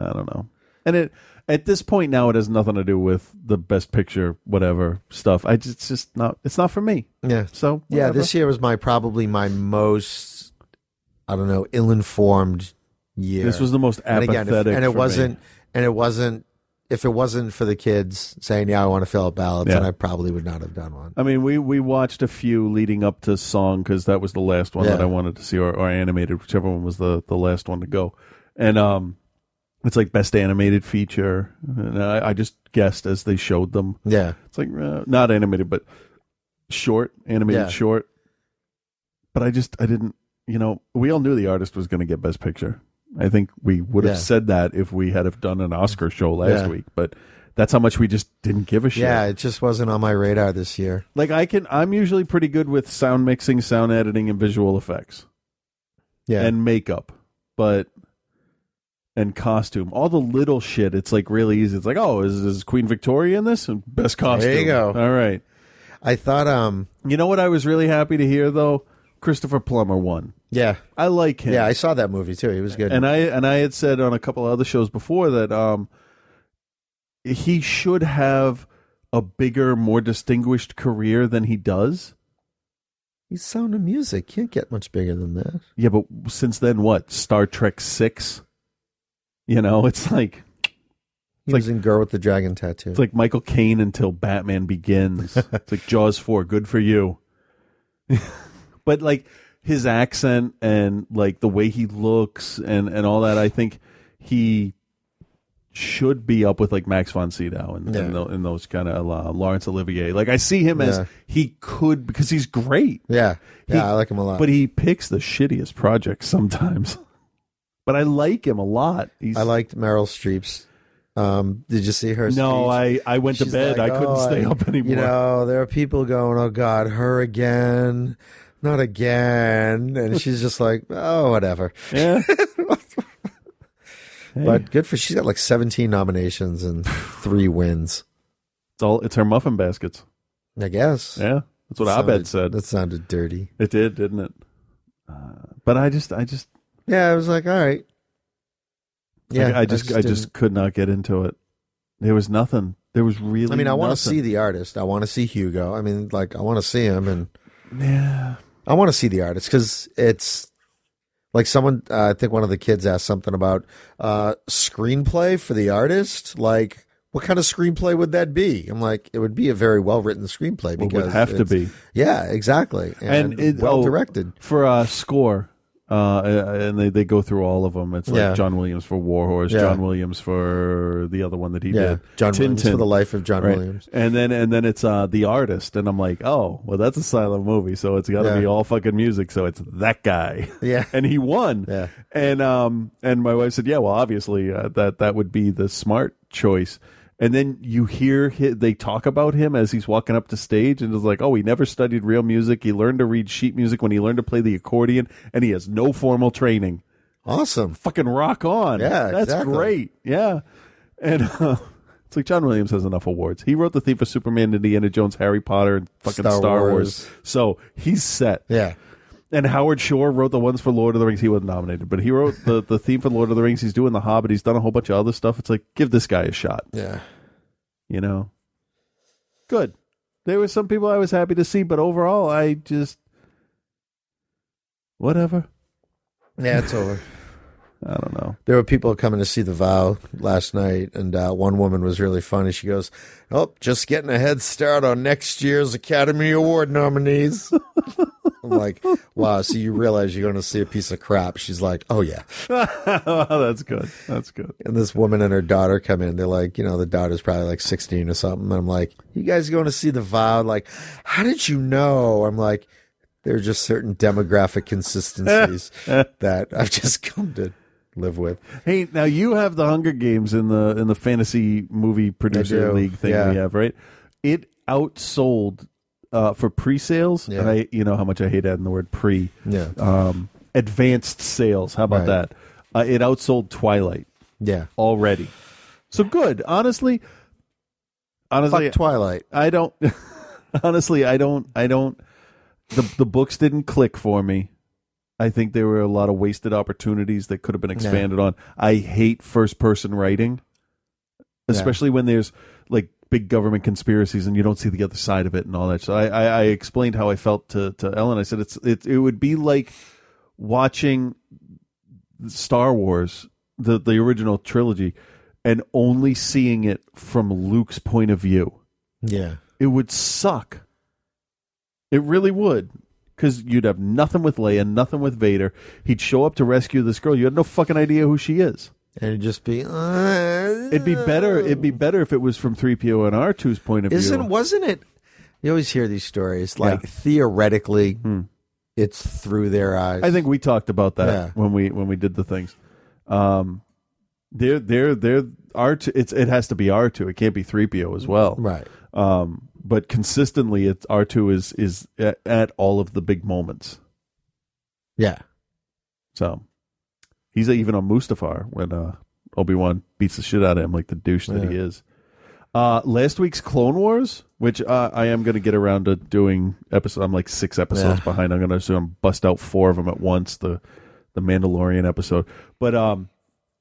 [SPEAKER 10] I don't know. And it at this point now, it has nothing to do with the best picture, whatever stuff. I just, it's just not. It's not for me.
[SPEAKER 11] Yeah.
[SPEAKER 10] So
[SPEAKER 11] Yeah,
[SPEAKER 10] whatever.
[SPEAKER 11] this year was my probably my most I don't know, ill informed year.
[SPEAKER 10] This was the most
[SPEAKER 11] and, again,
[SPEAKER 10] apathetic
[SPEAKER 11] if, and
[SPEAKER 10] for
[SPEAKER 11] it
[SPEAKER 10] me.
[SPEAKER 11] wasn't and it wasn't if it wasn't for the kids saying, Yeah, I want to fill out ballots,
[SPEAKER 10] Yeah.
[SPEAKER 11] then I probably would not have done one.
[SPEAKER 10] I mean, we we watched a few leading up to Song because that was the last one that
[SPEAKER 11] Yeah.
[SPEAKER 10] I wanted to see, or, or animated, whichever one was the the last one to go. And um, it's like best animated feature. And I, I just guessed as they showed them.
[SPEAKER 11] Yeah,
[SPEAKER 10] it's like uh, not animated, but short animated
[SPEAKER 11] Yeah.
[SPEAKER 10] short. But I just I didn't. You know, we all knew the artist was going to get best picture. I think we would have
[SPEAKER 11] Yeah.
[SPEAKER 10] said that if we had have done an Oscar show last
[SPEAKER 11] Yeah.
[SPEAKER 10] week, but that's how much we just didn't give a shit.
[SPEAKER 11] Yeah, it just wasn't on my radar this year.
[SPEAKER 10] Like I can, I'm usually pretty good with sound mixing, sound editing, and visual effects.
[SPEAKER 11] Yeah.
[SPEAKER 10] and makeup, but and costume, all the little shit. It's like really easy. It's like, oh, is, is Queen Victoria in this? And best costume.
[SPEAKER 11] There you go.
[SPEAKER 10] All right.
[SPEAKER 11] I thought, um,
[SPEAKER 10] you know what? I was really happy to hear though. Christopher Plummer won.
[SPEAKER 11] Yeah.
[SPEAKER 10] I like him.
[SPEAKER 11] Yeah, I saw that movie too. He was good.
[SPEAKER 10] And I and I had said on a couple of other shows before that um, he should have a bigger, more distinguished career than he does.
[SPEAKER 11] He's sound of music. Can't get much bigger than that.
[SPEAKER 10] Yeah, but since then, what Star Trek Six? You know, it's like
[SPEAKER 11] He was in Girl with the Dragon Tattoo.
[SPEAKER 10] it's like Michael Caine until Batman Begins. it's like Jaws Four, good for you. but like his accent and like the way he looks and and all that, I think he should be up with like Max von Sydow and,
[SPEAKER 11] Yeah.
[SPEAKER 10] and, tho- and those kind of uh, Laurence Olivier. Like I see him as
[SPEAKER 11] Yeah.
[SPEAKER 10] he could because he's great.
[SPEAKER 11] Yeah,
[SPEAKER 10] He-
[SPEAKER 11] yeah, I like him a lot.
[SPEAKER 10] But he picks the shittiest projects sometimes. but I like him a lot. He's,
[SPEAKER 11] I liked Meryl Streep's. Um, did you see her?
[SPEAKER 10] No, I,
[SPEAKER 11] speech?
[SPEAKER 10] I went to
[SPEAKER 11] She's
[SPEAKER 10] bed.
[SPEAKER 11] like,
[SPEAKER 10] I couldn't
[SPEAKER 11] "Oh,
[SPEAKER 10] stay
[SPEAKER 11] I-
[SPEAKER 10] up anymore.
[SPEAKER 11] You know, there are people going, "Oh God, her again." Not again, and she's just like, oh, whatever.
[SPEAKER 10] Yeah.
[SPEAKER 11] But good for she's got like seventeen nominations and three wins.
[SPEAKER 10] It's all it's her muffin baskets.
[SPEAKER 11] I guess.
[SPEAKER 10] Yeah, that's what
[SPEAKER 11] Sounded-
[SPEAKER 10] Abed said.
[SPEAKER 11] That sounded dirty.
[SPEAKER 10] It did, didn't it? Uh, but I just, I just,
[SPEAKER 11] Yeah, I was like, all right. Yeah,
[SPEAKER 10] I, I just, I just,
[SPEAKER 11] didn't-
[SPEAKER 10] could not get into it. There was nothing. There was really.
[SPEAKER 11] I mean, I want to
[SPEAKER 10] nothing.
[SPEAKER 11] see the artist. I want to see Hugo. I mean, like, I want to see him, and
[SPEAKER 10] Yeah.
[SPEAKER 11] I want to see the artist because it's like someone. Uh, I think one of the kids asked something about uh, screenplay for the artist. Like, what kind of screenplay would that be? I'm like, it would be a very well written screenplay
[SPEAKER 10] Well, it would
[SPEAKER 11] because
[SPEAKER 10] have to
[SPEAKER 11] it's-
[SPEAKER 10] be.
[SPEAKER 11] Yeah, exactly, and,
[SPEAKER 10] it- oh,
[SPEAKER 11] well directed.
[SPEAKER 10] for uh, score. Uh, and they, they go through all of them. It's like
[SPEAKER 11] Yeah.
[SPEAKER 10] John Williams for War Horse,
[SPEAKER 11] Yeah.
[SPEAKER 10] John Williams for the other one that he
[SPEAKER 11] Yeah,
[SPEAKER 10] did,
[SPEAKER 11] John Williams for The Life of John
[SPEAKER 10] Right.
[SPEAKER 11] Williams.
[SPEAKER 10] and then and then it's uh, the artist, and I'm like, oh, well, that's a silent movie, so it's got to
[SPEAKER 11] Yeah.
[SPEAKER 10] be all fucking music, so it's that guy,
[SPEAKER 11] Yeah.
[SPEAKER 10] and he won,
[SPEAKER 11] Yeah.
[SPEAKER 10] and um, and my wife said, yeah, well, obviously uh, that that would be the smart choice. And then you hear hi they talk about him as he's walking up to stage, and it's like, oh, he never studied real music. He learned to read sheet music when he learned to play the accordion, and he has no formal training.
[SPEAKER 11] Awesome,
[SPEAKER 10] fucking rock on.
[SPEAKER 11] Yeah,
[SPEAKER 10] that's
[SPEAKER 11] exactly.
[SPEAKER 10] great. Yeah, and uh, it's like John Williams has enough awards. He wrote the theme for Superman, Indiana Jones, Harry Potter, and fucking
[SPEAKER 11] Star
[SPEAKER 10] Star, Wars.
[SPEAKER 11] Wars.
[SPEAKER 10] So he's set.
[SPEAKER 11] Yeah.
[SPEAKER 10] And Howard Shore wrote the ones for Lord of the Rings. He wasn't nominated, but he wrote the, the theme for Lord of the Rings. He's doing The Hobbit. He's done a whole bunch of other stuff. It's like, give this guy a shot.
[SPEAKER 11] Yeah.
[SPEAKER 10] You know? Good. There were some people I was happy to see, but overall, I just. Whatever.
[SPEAKER 11] Yeah, it's over.
[SPEAKER 10] I don't know.
[SPEAKER 11] There were people coming to see The Vow last night, and uh, one woman was really funny. She goes, "Oh, just getting a head start on next year's Academy Award nominees." I'm like, "Wow!" So you realize you're going to see a piece of crap. She's like, "Oh yeah."
[SPEAKER 10] That's good. That's good.
[SPEAKER 11] And this woman and her daughter come in. They're like, you know, the daughter's probably like 16 or something. And I'm like, "You guys going to see The Vow?" Like, how did you know? I'm like. There are just certain demographic consistencies that I've just come to live with.
[SPEAKER 10] Hey, now you have the Hunger Games in the in the fantasy movie producer
[SPEAKER 11] do,
[SPEAKER 10] league thing
[SPEAKER 11] yeah.
[SPEAKER 10] we have, right? It outsold uh, for pre-sales, and I you know how much I hate adding the word pre.
[SPEAKER 11] Yeah.
[SPEAKER 10] Um, advanced sales. How about
[SPEAKER 11] Right.
[SPEAKER 10] that? Uh, it outsold Twilight.
[SPEAKER 11] Yeah.
[SPEAKER 10] Already. So good. Honestly, honestly,
[SPEAKER 11] Fuck Twilight.
[SPEAKER 10] I don't. honestly, I don't. I don't. The the books didn't click for me. I think there were a lot of wasted opportunities that could have been expanded on. I hate first person writing,
[SPEAKER 11] Yeah.
[SPEAKER 10] especially when there's like big government conspiracies and you don't see the other side of it and all that. So I, I, I explained how I felt to, to Ellen. I said it's it it would be like watching Star Wars, the the original trilogy, and only seeing it from Luke's point of view
[SPEAKER 11] Yeah.
[SPEAKER 10] it would suck. It really would. Because you'd have nothing with Leia, nothing with Vader. He'd show up to rescue this girl. You had no fucking idea who she is.
[SPEAKER 11] And it'd just be.
[SPEAKER 10] it'd be better. It'd be better if it was from three PO and R 2s point of
[SPEAKER 11] Isn't
[SPEAKER 10] view.
[SPEAKER 11] wasn't it? You always hear these stories.
[SPEAKER 10] Yeah. Hmm.
[SPEAKER 11] Like theoretically, it's through their eyes.
[SPEAKER 10] I think we talked about that
[SPEAKER 11] Yeah.
[SPEAKER 10] when we when we did the things. Um, they're they're they're R two. It's it has to be R two. It can't be three PO as well.
[SPEAKER 11] Right.
[SPEAKER 10] Um, but consistently, it's R two is is at, at all of the big moments.
[SPEAKER 11] Yeah.
[SPEAKER 10] So he's even on Mustafar when uh, Obi Wan beats the shit out of him like the douche that he
[SPEAKER 11] Yeah.
[SPEAKER 10] is. Uh, last week's Clone Wars, which uh, I am going to get around to doing episode. I'm like six episodes
[SPEAKER 11] Yeah.
[SPEAKER 10] behind. I'm going to assume bust out four of them at once. The the Mandalorian episode, but um,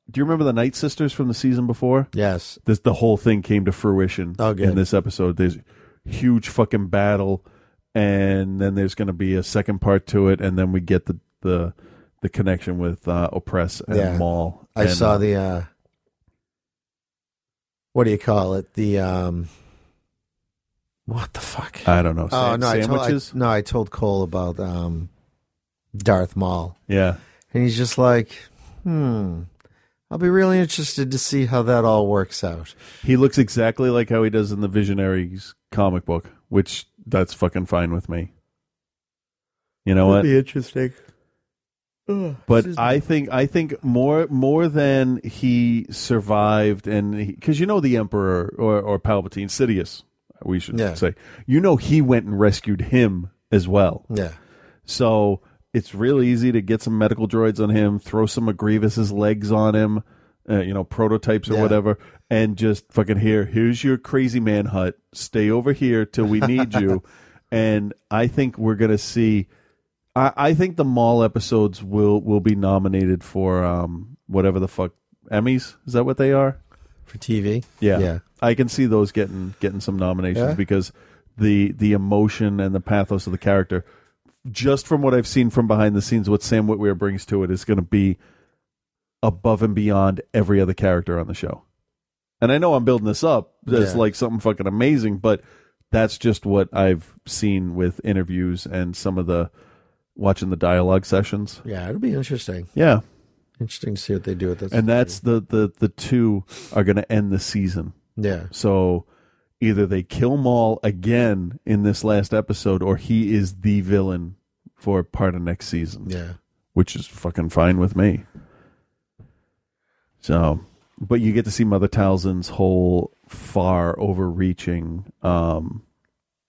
[SPEAKER 10] do you remember the Night Sisters from the season before?
[SPEAKER 11] Yes,
[SPEAKER 10] this the whole thing came to fruition
[SPEAKER 11] Oh, good.
[SPEAKER 10] in this episode. There's huge fucking battle, and then there's going to be a second part to it, and then we get the the the connection with uh, Oppress and
[SPEAKER 11] Yeah.
[SPEAKER 10] Maul.
[SPEAKER 11] I
[SPEAKER 10] and,
[SPEAKER 11] saw
[SPEAKER 10] uh,
[SPEAKER 11] the. uh What do you call it? The. um What the fuck?
[SPEAKER 10] I don't know.
[SPEAKER 11] Oh
[SPEAKER 10] sa-
[SPEAKER 11] no! I told, I,
[SPEAKER 10] sandwiches.
[SPEAKER 11] no, I told Cole about um Darth Maul.
[SPEAKER 10] Yeah.
[SPEAKER 11] And he's just like, hmm. I'll be really interested to see how that all works out.
[SPEAKER 10] He looks exactly like how he does in the Visionaries comic book, which that's fucking fine with me. You know what?
[SPEAKER 11] That'd be interesting. Ugh,
[SPEAKER 10] but
[SPEAKER 11] excuse me.
[SPEAKER 10] I think I think more more than he survived, and because you know the Emperor or or Palpatine Sidious, we should
[SPEAKER 11] Yeah.
[SPEAKER 10] say, you know he went and rescued him as well.
[SPEAKER 11] Yeah.
[SPEAKER 10] So it's real easy to get some medical droids on him, throw some of Grievous's legs on him, uh, you know, prototypes or
[SPEAKER 11] Yeah.
[SPEAKER 10] whatever, and just fucking here, here's your crazy man hut. Stay over here till we need you. And I think we're gonna see. I, I think the mall episodes will will be nominated for um whatever the fuck Emmys is that what they are
[SPEAKER 11] for TV?
[SPEAKER 10] Yeah,
[SPEAKER 11] Yeah.
[SPEAKER 10] I can see those getting getting some nominations
[SPEAKER 11] Yeah?
[SPEAKER 10] because the the emotion and the pathos of the character, just from what I've seen from behind the scenes, what Sam Witwer brings to it is going to be above and beyond every other character on the show. And I know I'm building this up as
[SPEAKER 11] Yeah.
[SPEAKER 10] like something fucking amazing, but that's just what I've seen with interviews and some of the watching the dialogue sessions.
[SPEAKER 11] Yeah, it'll be interesting.
[SPEAKER 10] Yeah.
[SPEAKER 11] Interesting to see what they do with this.
[SPEAKER 10] and that's the, the the two are going to end the season.
[SPEAKER 11] Yeah.
[SPEAKER 10] So either they kill Maul again in this last episode, or he is the villain for part of next season.
[SPEAKER 11] Yeah.
[SPEAKER 10] Which is fucking fine with me. So, but you get to see Mother Talzin's whole far overreaching, um,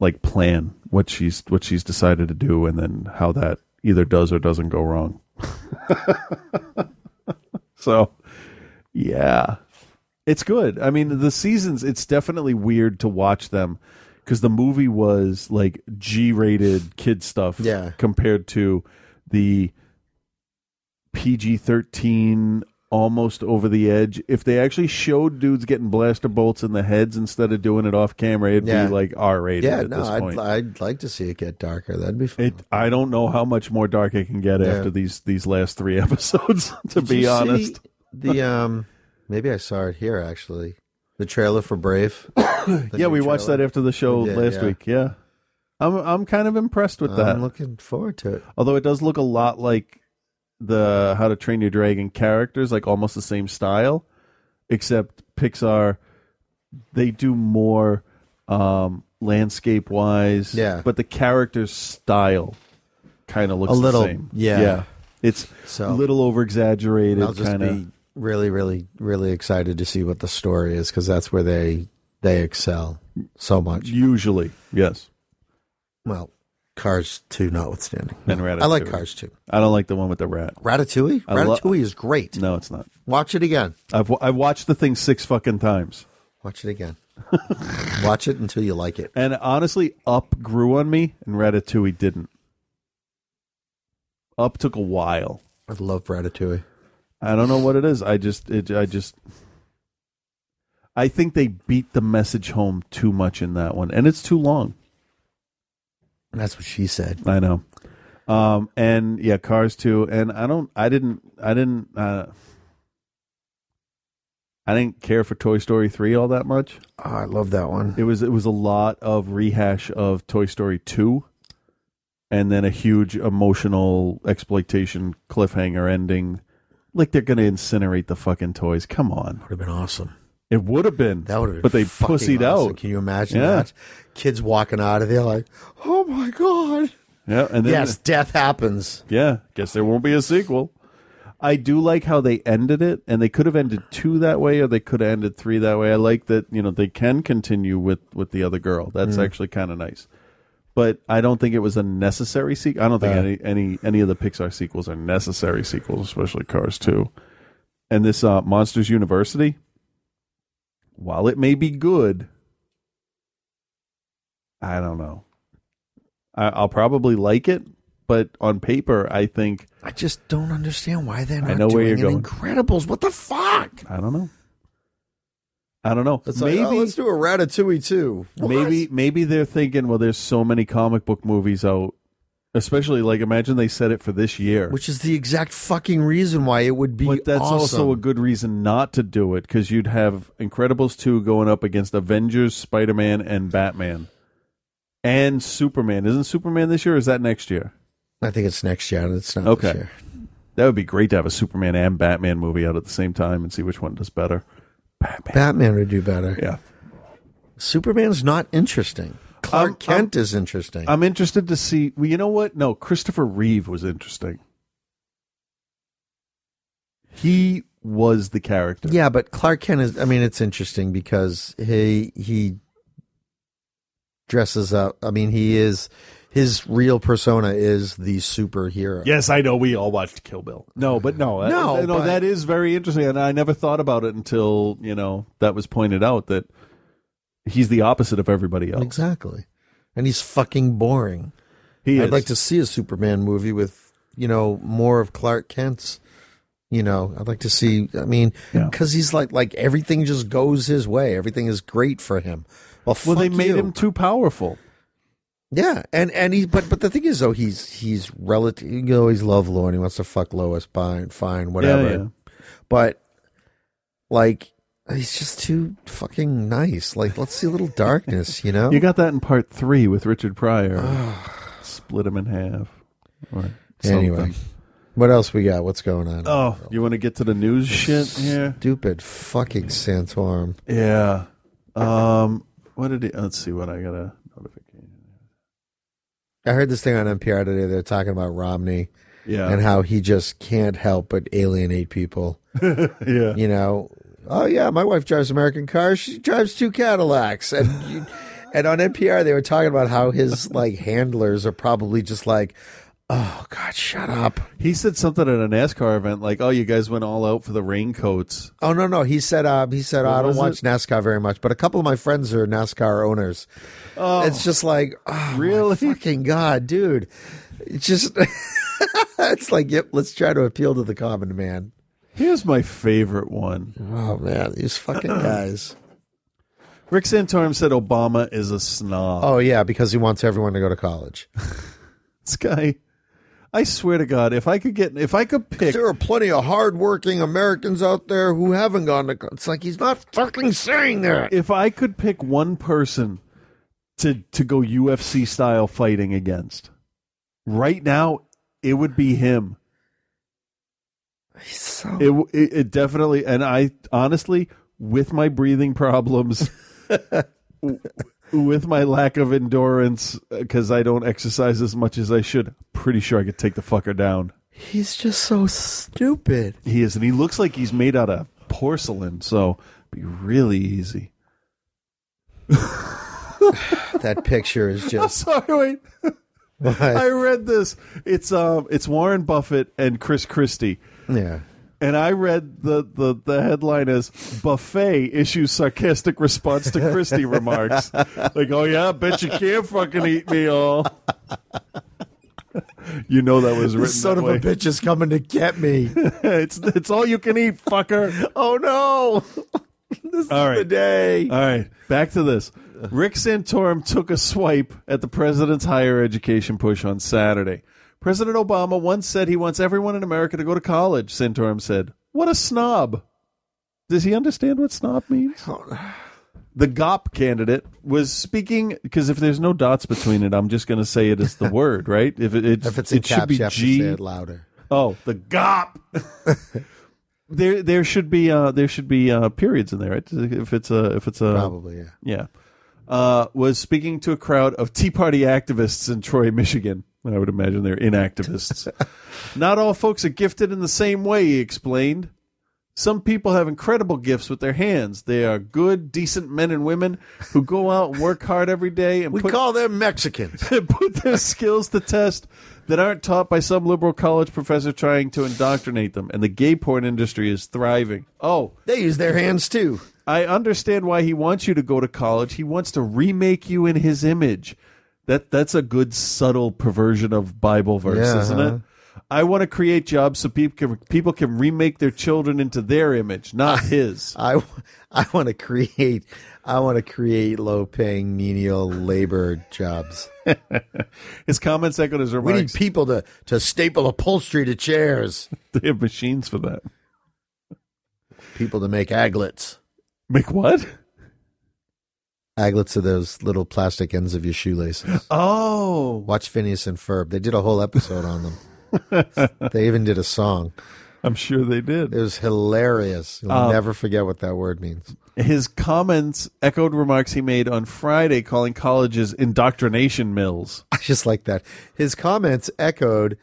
[SPEAKER 10] like plan what she's what she's decided to do, and then how that either does or doesn't go wrong. so, yeah, it's good. I mean, the seasons. It's definitely weird to watch them because the movie was like G-rated kid stuff.
[SPEAKER 11] Yeah.
[SPEAKER 10] compared to the PG 13 almost over the edge. If they actually showed dudes getting blaster bolts in the heads instead of doing it off camera, it'd
[SPEAKER 11] Yeah.
[SPEAKER 10] be like R rated
[SPEAKER 11] Yeah,
[SPEAKER 10] at
[SPEAKER 11] no,
[SPEAKER 10] this
[SPEAKER 11] I'd-
[SPEAKER 10] point.
[SPEAKER 11] I'd like to see it get darker. That'd be fun.
[SPEAKER 10] I don't know how much more dark it can get
[SPEAKER 11] Yeah.
[SPEAKER 10] after these these last three episodes, to
[SPEAKER 11] Did you
[SPEAKER 10] be
[SPEAKER 11] see
[SPEAKER 10] honest.
[SPEAKER 11] the um, maybe I saw it here actually. The trailer for Brave.
[SPEAKER 10] yeah, we watched that after the show last week. Yeah, I'm I'm kind of impressed with that.
[SPEAKER 11] I'm looking forward to it.
[SPEAKER 10] Although it does look a lot like the How to Train Your Dragon characters, like almost the same style, except Pixar they do more um, landscape wise.
[SPEAKER 11] Yeah.
[SPEAKER 10] but the character's style kind of looks
[SPEAKER 11] A little,
[SPEAKER 10] the same.
[SPEAKER 11] yeah.
[SPEAKER 10] It's
[SPEAKER 11] So-
[SPEAKER 10] a little over exaggerated.
[SPEAKER 11] I'll just
[SPEAKER 10] kind of.
[SPEAKER 11] be really, really, really excited to see what the story is because that's where they they excel so much.
[SPEAKER 10] Usually, yes.
[SPEAKER 11] Well, Cars Two notwithstanding,
[SPEAKER 10] And
[SPEAKER 11] I like
[SPEAKER 10] Ratatouille.
[SPEAKER 11] Cars Two.
[SPEAKER 10] I don't like the one with the rat.
[SPEAKER 11] Ratatouille.
[SPEAKER 10] I lo-
[SPEAKER 11] Ratatouille is great.
[SPEAKER 10] No, it's not.
[SPEAKER 11] Watch it again.
[SPEAKER 10] I've wa- I've watched the thing six fucking times.
[SPEAKER 11] Watch it again. Watch it until you like it.
[SPEAKER 10] And honestly, Up grew on me, and Ratatouille didn't. Up took a while.
[SPEAKER 11] I love Ratatouille.
[SPEAKER 10] I don't know what it is. I just, it, I just, I think they beat the message home too much in that one, and it's too long.
[SPEAKER 11] That's what she said.
[SPEAKER 10] I know. Um, and yeah, Cars too. And I don't, I didn't, I didn't, uh, I didn't care for Toy Story three all that much.
[SPEAKER 11] Ah, I love that one.
[SPEAKER 10] It was it was a lot of rehash of Toy Story two, and then a huge emotional exploitation cliffhanger ending. Like they're gonna incinerate the fucking toys. Come on, would
[SPEAKER 11] have been awesome.
[SPEAKER 10] It would have been.
[SPEAKER 11] That would have been.
[SPEAKER 10] But they
[SPEAKER 11] fucking
[SPEAKER 10] pussied
[SPEAKER 11] awesome.
[SPEAKER 10] out.
[SPEAKER 11] Can you imagine
[SPEAKER 10] Yeah.
[SPEAKER 11] that? Kids walking out of there like, oh my god.
[SPEAKER 10] Yeah, and then
[SPEAKER 11] yes, death happens.
[SPEAKER 10] Yeah, guess there won't be a sequel. I do like how they ended it, and they could have ended two that way, or they could have ended three that way. I like that you know they can continue with with the other girl. That's
[SPEAKER 11] Mm.
[SPEAKER 10] actually kind of nice. But I don't think it was a necessary sequel. I don't think
[SPEAKER 11] Yeah.
[SPEAKER 10] any any any of the Pixar sequels are necessary sequels, especially Cars two. And this uh, Monsters University, while it may be good, I don't know. I, I'll probably like it, but on paper, I think
[SPEAKER 11] I just don't understand why they're not
[SPEAKER 10] I know where
[SPEAKER 11] doing
[SPEAKER 10] you're
[SPEAKER 11] an
[SPEAKER 10] going.
[SPEAKER 11] Incredibles. What the fuck?
[SPEAKER 10] I don't know. I don't know.
[SPEAKER 11] It's
[SPEAKER 10] maybe
[SPEAKER 11] like, oh, let's do a Ratatouille too.
[SPEAKER 10] maybe maybe they're thinking, well, there's so many comic book movies out, especially like imagine they said it for this year,
[SPEAKER 11] Which is the exact fucking reason why it would be.
[SPEAKER 10] But that's also a good reason not to do it because you'd have Incredibles 2 going up against Avengers, Spider Man, and Batman. And Superman. Isn't Superman this year or is that next year?
[SPEAKER 11] I think it's next year. and It's not
[SPEAKER 10] Okay.
[SPEAKER 11] this year.
[SPEAKER 10] That would be great to have a Superman and Batman movie out at the same time and see which one does better.
[SPEAKER 11] Batman would do better.
[SPEAKER 10] Yeah.
[SPEAKER 11] Superman's not interesting. Clark
[SPEAKER 10] I'm-
[SPEAKER 11] Kent
[SPEAKER 10] I'm-
[SPEAKER 11] is interesting.
[SPEAKER 10] I'm interested to see. Well, you know what? No, Christopher Reeve was interesting. He was the character.
[SPEAKER 11] Yeah, but Clark Kent is. I mean, it's interesting because he he dresses up. I mean, he is his real persona is the superhero.
[SPEAKER 10] Yes, I know. We all watched Kill Bill. No, but no,
[SPEAKER 11] No,
[SPEAKER 10] uh, no,
[SPEAKER 11] but-
[SPEAKER 10] that is very interesting, and I never thought about it until you know that was pointed out that he's the opposite of everybody else.
[SPEAKER 11] Exactly. And he's fucking boring.
[SPEAKER 10] He
[SPEAKER 11] I'd
[SPEAKER 10] is.
[SPEAKER 11] like to see a Superman movie with, you know, more of Clark Kent's, you know, I'd like to see, I mean, cuz he's like like everything just goes his way. Everything is great for him. Well,
[SPEAKER 10] Well, they
[SPEAKER 11] fuck
[SPEAKER 10] made
[SPEAKER 11] you.
[SPEAKER 10] him too powerful.
[SPEAKER 11] Yeah, and and he but but the thing is though he's he's relative you know he's lovelorn he wants to fuck Lois fine fine whatever,
[SPEAKER 10] yeah.
[SPEAKER 11] but like he's just too fucking nice. Like let's see a little darkness, you know.
[SPEAKER 10] You got that in part three with Richard Pryor. Split him in half. Or
[SPEAKER 11] Anyway,
[SPEAKER 10] something.
[SPEAKER 11] what else we got? What's going on?
[SPEAKER 10] um, Oh, you want to get to the news shit here?
[SPEAKER 11] Stupid fucking Santorum.
[SPEAKER 10] Yeah. Um. What did he? Let's see what I got a notification.
[SPEAKER 11] I heard this thing on NPR today. They're talking about Romney,
[SPEAKER 10] Yeah.
[SPEAKER 11] and how he just can't help but alienate people. yeah, you know. Oh yeah, my wife drives American cars. She drives two Cadillacs, and you- and on NPR they were talking about how his like handlers are probably just like, oh God, shut up.
[SPEAKER 10] He said something at a NASCAR event like, "Oh, you guys went all out for the raincoats."
[SPEAKER 11] Oh no no he said um, he said
[SPEAKER 10] What
[SPEAKER 11] I don't
[SPEAKER 10] was
[SPEAKER 11] watch
[SPEAKER 10] it?
[SPEAKER 11] NASCAR very much, but a couple of my friends are NASCAR owners.
[SPEAKER 10] Oh.
[SPEAKER 11] it's just like oh, really fucking god, dude. It's just it's like, yep, let's try to appeal to the common man.
[SPEAKER 10] Here's my favorite one.
[SPEAKER 11] Oh man, these fucking guys.
[SPEAKER 10] Rick Santorum said Obama is a snob.
[SPEAKER 11] Oh yeah, because he wants everyone to go to college.
[SPEAKER 10] this guy, I swear to God, if I could get, if I could pick,
[SPEAKER 11] there are plenty of hardworking Americans out there who haven't gone to. co- It's like he's not fucking saying that.
[SPEAKER 10] If I could pick one person to to go UFC style fighting against right now, it would be him. It, w- it it definitely, and I honestly, with my breathing problems, w- with my lack of endurance, because I don't exercise as much as I should, pretty sure I could take the fucker down.
[SPEAKER 11] He's just so stupid.
[SPEAKER 10] He is, and he looks like he's made out of porcelain, so it'd be really easy.
[SPEAKER 11] that picture is
[SPEAKER 10] I'm
[SPEAKER 11] just.
[SPEAKER 10] sorry, wait. I read this. It's um, it's Warren Buffett and Chris Christie.
[SPEAKER 11] Yeah.
[SPEAKER 10] And I read the, the, the headline as Buffet issues sarcastic response to Christie remarks. Like, oh yeah, I bet you can't fucking eat me all. you know that was written.
[SPEAKER 11] This son
[SPEAKER 10] that
[SPEAKER 11] of
[SPEAKER 10] way.
[SPEAKER 11] a bitch is coming to get me.
[SPEAKER 10] it's it's all you can eat, fucker.
[SPEAKER 11] oh no. this
[SPEAKER 10] All right.
[SPEAKER 11] is the day.
[SPEAKER 10] All right. Back to this. Rick Santorum took a swipe at the president's higher education push on Saturday. President Obama once said he wants everyone in America to go to college, Santorum said. What a snob. Does he understand what snob means? The GOP candidate was speaking because if there's no dots between it, I'm just going to say it is the word, right? If it, it's,
[SPEAKER 11] If it's in
[SPEAKER 10] it
[SPEAKER 11] caps,
[SPEAKER 10] should be
[SPEAKER 11] you have
[SPEAKER 10] G.
[SPEAKER 11] to say it louder.
[SPEAKER 10] Oh, the GOP. there, there should be uh, there should be uh, periods in there, right? If it's a if it's a
[SPEAKER 11] Probably, yeah.
[SPEAKER 10] yeah. Uh, was speaking to a crowd of Tea Party activists in Troy, Michigan. I would imagine they're inactivists. Not all folks are gifted in the same way, he explained. Some people have incredible gifts with their hands. They are good, decent men and women who go out and work hard every day and
[SPEAKER 11] We
[SPEAKER 10] put,
[SPEAKER 11] call them Mexicans.
[SPEAKER 10] and put their skills to test that aren't taught by some liberal college professor trying to indoctrinate them. And the gay porn industry is thriving. Oh,
[SPEAKER 11] they use their hands too.
[SPEAKER 10] I understand why he wants you to go to college. He wants to remake you in his image. That that's a good subtle perversion of Bible verse,
[SPEAKER 11] Yeah,
[SPEAKER 10] isn't
[SPEAKER 11] huh?
[SPEAKER 10] it? I want to create jobs so people can people can remake their children into their image, not his.
[SPEAKER 11] I, I want to create I want to create low paying menial labor jobs.
[SPEAKER 10] His comments echoed his
[SPEAKER 11] We need
[SPEAKER 10] remarks.
[SPEAKER 11] people to to staple upholstery to chairs.
[SPEAKER 10] They have machines for that.
[SPEAKER 11] People to make aglets.
[SPEAKER 10] Make what?
[SPEAKER 11] Aglets are those little plastic ends of your shoelaces.
[SPEAKER 10] Oh,
[SPEAKER 11] watch Phineas and Ferb. They did a whole episode on them. they even did a song.
[SPEAKER 10] I'm sure they did.
[SPEAKER 11] It was hilarious. You'll
[SPEAKER 10] Um,
[SPEAKER 11] never forget what that word means.
[SPEAKER 10] His comments echoed remarks he made on Friday, calling colleges indoctrination mills.
[SPEAKER 11] I just like that. His comments echoed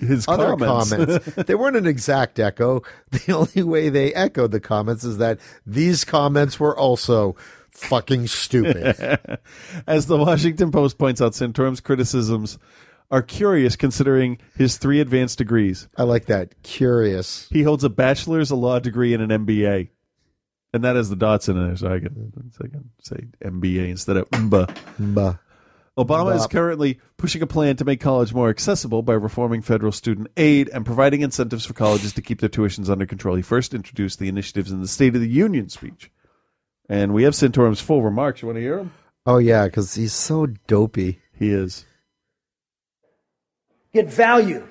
[SPEAKER 10] His
[SPEAKER 11] other
[SPEAKER 10] comments.
[SPEAKER 11] they weren't an exact echo. The only way they echoed the comments is that these comments were also fucking stupid.
[SPEAKER 10] As the Washington Post points out, Santorum's criticisms are curious considering his three advanced degrees.
[SPEAKER 11] I like that. Curious.
[SPEAKER 10] He holds a bachelor's, a law degree, and an MBA. And that has the dots in there, so I can, so I can say MBA instead of MBA.
[SPEAKER 11] MBA.
[SPEAKER 10] Obama is
[SPEAKER 11] Bop.
[SPEAKER 10] currently pushing a plan to make college more accessible by reforming federal student aid and providing incentives for colleges to keep their tuitions under control. He first introduced the initiatives in the State of the Union speech. And we have Santorum's full remarks. You want to hear them?
[SPEAKER 11] Oh yeah, because he's so dopey.
[SPEAKER 10] He is.
[SPEAKER 20] get value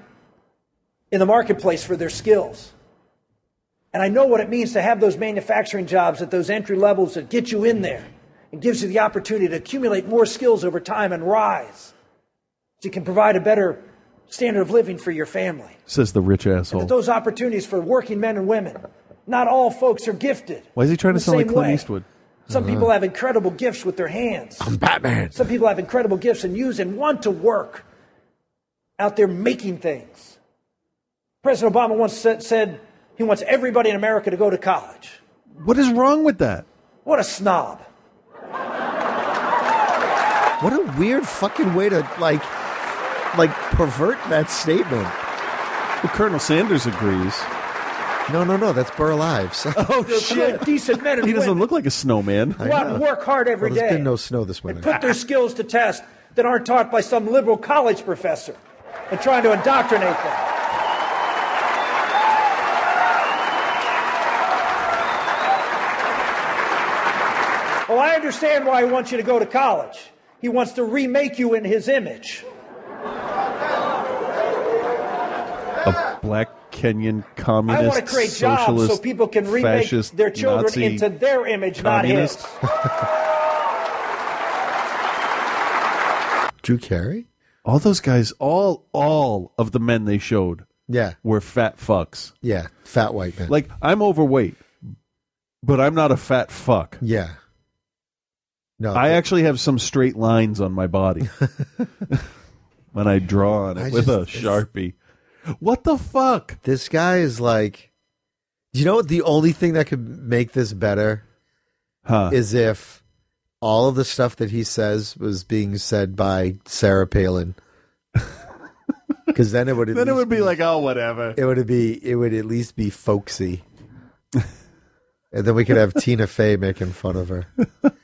[SPEAKER 20] in the marketplace for their skills. And I know what it means to have those manufacturing jobs at those entry levels that get you in there and gives you the opportunity to accumulate more skills over time and rise so you can provide a better standard of living for your family
[SPEAKER 10] Says the rich
[SPEAKER 20] that
[SPEAKER 10] asshole.
[SPEAKER 20] those opportunities for working men and women. Not all folks are gifted.
[SPEAKER 10] Why is he trying
[SPEAKER 20] in
[SPEAKER 10] to
[SPEAKER 20] the
[SPEAKER 10] sound like
[SPEAKER 20] same
[SPEAKER 10] Clint
[SPEAKER 20] way.
[SPEAKER 10] Eastwood? Uh-huh.
[SPEAKER 20] Some people have incredible gifts with their hands. I'm
[SPEAKER 11] Batman.
[SPEAKER 20] Some people have incredible gifts and use and want to work out there making things. President Obama once said, said he wants everybody in America to go to college.
[SPEAKER 10] What is wrong with that?
[SPEAKER 20] What a snob.
[SPEAKER 11] What a weird fucking way to like like pervert that statement.
[SPEAKER 10] Well, Colonel Sanders agrees.
[SPEAKER 11] No, no, no. That's Burl Ives.
[SPEAKER 10] Oh
[SPEAKER 20] shit. Decent men and
[SPEAKER 10] He doesn't
[SPEAKER 20] women
[SPEAKER 10] look like a snowman.
[SPEAKER 20] who out and work hard every
[SPEAKER 11] Well,
[SPEAKER 20] day.
[SPEAKER 11] there's been no snow this winter.
[SPEAKER 20] put their skills to test that aren't taught by some liberal college professor. and trying to indoctrinate them. Well, I understand why he wants you to go to college. He wants to remake you in his image.
[SPEAKER 10] a black Kenyan communist,
[SPEAKER 20] I want to create jobs so
[SPEAKER 10] socialist,
[SPEAKER 20] people can remake
[SPEAKER 10] fascist,
[SPEAKER 20] their children
[SPEAKER 10] Nazi
[SPEAKER 20] into their image,
[SPEAKER 10] communist.
[SPEAKER 20] not his.
[SPEAKER 11] Drew Carey?
[SPEAKER 10] All those guys, all all of the men they showed,
[SPEAKER 11] yeah,
[SPEAKER 10] were fat fucks.
[SPEAKER 11] Yeah, fat white men.
[SPEAKER 10] Like I'm overweight, but I'm not a fat fuck.
[SPEAKER 11] Yeah. No,
[SPEAKER 10] I actually have some straight lines on my body when I draw on it
[SPEAKER 11] I
[SPEAKER 10] with a
[SPEAKER 11] just-
[SPEAKER 10] sharpie. What the fuck?
[SPEAKER 11] This guy is like, you know what? The only thing that could make this better
[SPEAKER 10] Huh.
[SPEAKER 11] is if all of the stuff that he says was being said by Sarah Palin. Because then it would at
[SPEAKER 10] Then it
[SPEAKER 11] least
[SPEAKER 10] would be like, oh, whatever.
[SPEAKER 11] it would be it would at least be folksy, and then we could have Tina Fey making fun of her.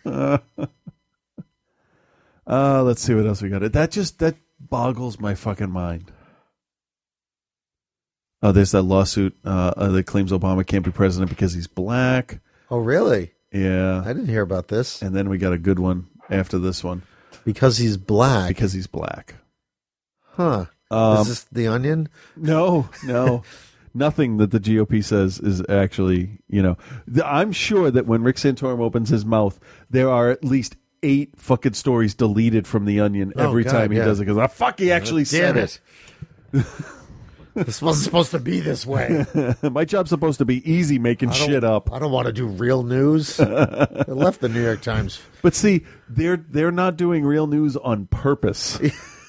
[SPEAKER 10] Uh, let's see what else we got. That just that boggles my fucking mind. Oh, there's that lawsuit uh, uh, that claims Obama can't be president because he's black.
[SPEAKER 11] Oh, really?
[SPEAKER 10] Yeah,
[SPEAKER 11] I didn't hear about this.
[SPEAKER 10] And then we got a good one after this one
[SPEAKER 11] because he's black.
[SPEAKER 10] Because he's black.
[SPEAKER 11] Huh?
[SPEAKER 10] Um,
[SPEAKER 11] is this the Onion?
[SPEAKER 10] No, no. Nothing that the GOP says is actually, you know, th- I'm sure that when Rick Santorum opens his mouth, there are at least eight fucking stories deleted from The Onion
[SPEAKER 11] Oh,
[SPEAKER 10] every
[SPEAKER 11] God,
[SPEAKER 10] time he
[SPEAKER 11] yeah.
[SPEAKER 10] does it because, ah, fuck, he actually
[SPEAKER 11] Damn
[SPEAKER 10] said
[SPEAKER 11] it. this wasn't supposed to be this way.
[SPEAKER 10] it. My job's supposed to be easy making
[SPEAKER 11] I don't-
[SPEAKER 10] shit up.
[SPEAKER 11] I don't want to do real news. I left the New York Times.
[SPEAKER 10] But see, they're they're not doing real news on purpose.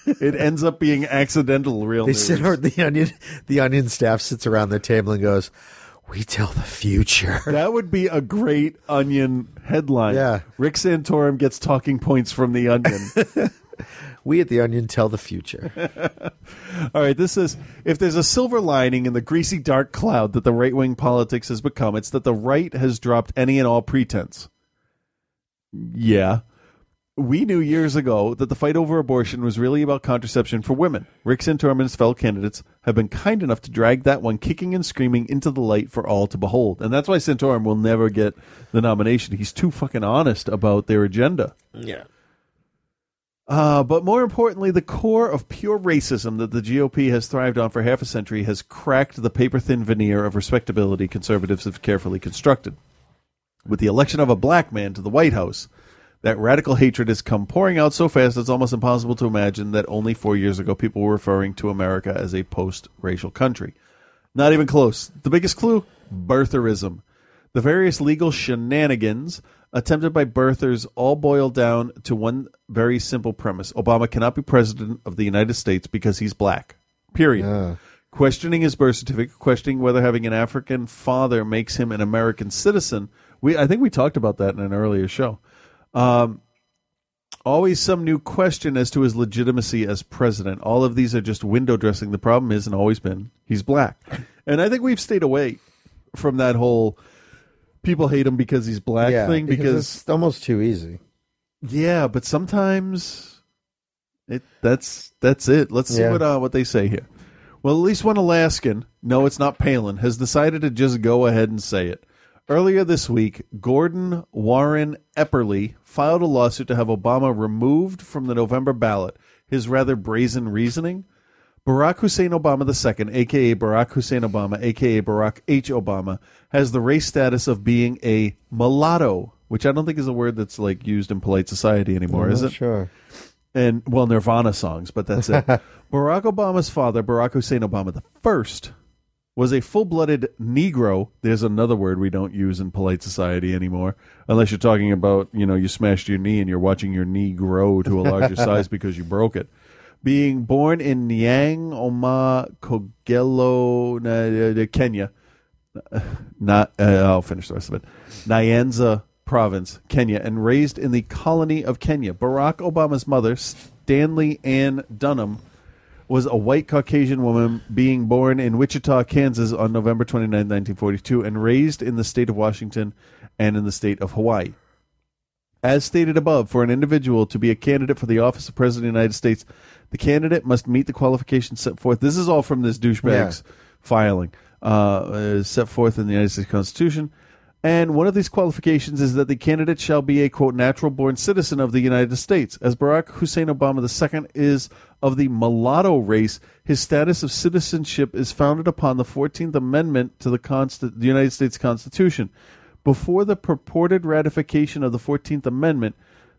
[SPEAKER 10] it ends up being accidental real
[SPEAKER 11] They
[SPEAKER 10] news.
[SPEAKER 11] sit around the onion. The onion staff sits around the table and goes, "We tell the future."
[SPEAKER 10] That would be a great Onion headline. Yeah. Rick Santorum gets talking points from The Onion.
[SPEAKER 11] we at The Onion tell the future.
[SPEAKER 10] All right, this is if there's a silver lining in the greasy dark cloud that the right wing politics has become, it's that the right has dropped any and all pretense. Yeah. We knew years ago that the fight over abortion was really about contraception for women. Rick Santorum and his fellow candidates have been kind enough to drag that one kicking and screaming into the light for all to behold. And that's why Santorum will never get the nomination. He's too fucking honest about their agenda.
[SPEAKER 11] Yeah.
[SPEAKER 10] Uh, but more importantly, the core of pure racism that the GOP has thrived on for half a century has cracked the paper thin veneer of respectability conservatives have carefully constructed. With the election of a black man to the White House, that radical hatred has come pouring out so fast it's almost impossible to imagine that only four years ago people were referring to America as a post racial country. Not even close. The biggest clue birtherism. The various legal shenanigans attempted by birthers all boil down to one very simple premise Obama cannot be president of the United States because he's black. Period. Questioning his birth certificate, questioning whether having an African father makes him an American citizen. We, I think we talked about that in an earlier show. Um, always some new question as to his legitimacy as president. All of these are just window dressing. The problem is, and always been, he's black. And I think we've stayed away from that whole people hate him because he's black
[SPEAKER 11] Yeah,
[SPEAKER 10] thing
[SPEAKER 11] because
[SPEAKER 10] because
[SPEAKER 11] it's almost too easy.
[SPEAKER 10] yeah, but sometimes it that's that's it. Let's see
[SPEAKER 11] Yeah.
[SPEAKER 10] what uh, what they say here. Well, at least one Alaskan, no, it's not Palin, has decided to just go ahead and say it. Earlier this week, Gordon Warren Epperly filed a lawsuit to have Obama removed from the November ballot. His rather brazen reasoning Barack Hussein Obama II, aka Barack Hussein Obama, aka Barack H. Obama, has the race status of being a mulatto, which I don't think is a word that's like used in polite society anymore,
[SPEAKER 11] I'm
[SPEAKER 10] is
[SPEAKER 11] not
[SPEAKER 10] it?
[SPEAKER 11] Sure.
[SPEAKER 10] And well, Nirvana songs, but that's it. Barack Obama's father, Barack Hussein Obama the first, was a full-blooded Negro. There's another word we don't use in polite society anymore, unless you're talking about you know you smashed your knee and you're watching your knee grow to a larger size because you broke it. Being born in Nyang Oma Kogelo, Na- uh, Kenya, not uh, I'll finish the rest of it. Nyanza Province, Kenya, and raised in the colony of Kenya. Barack Obama's mother, Stanley Ann Dunham, was a white Caucasian woman being born in Wichita, Kansas on November 29, 1942, and raised in the state of Washington and in the state of Hawaii. As stated above, for an individual to be a candidate for the office of President of the United States, the candidate must meet the qualifications set forth. This is all from this douchebag's filing, uh, uh, set forth in the United States Constitution. And one of these qualifications is that the candidate shall be a, quote, natural born citizen of the United States. As Barack Hussein Obama II is of the mulatto race, his status of citizenship is founded upon the 14th Amendment to the, Const- the United States Constitution. Before the purported ratification of the 14th Amendment,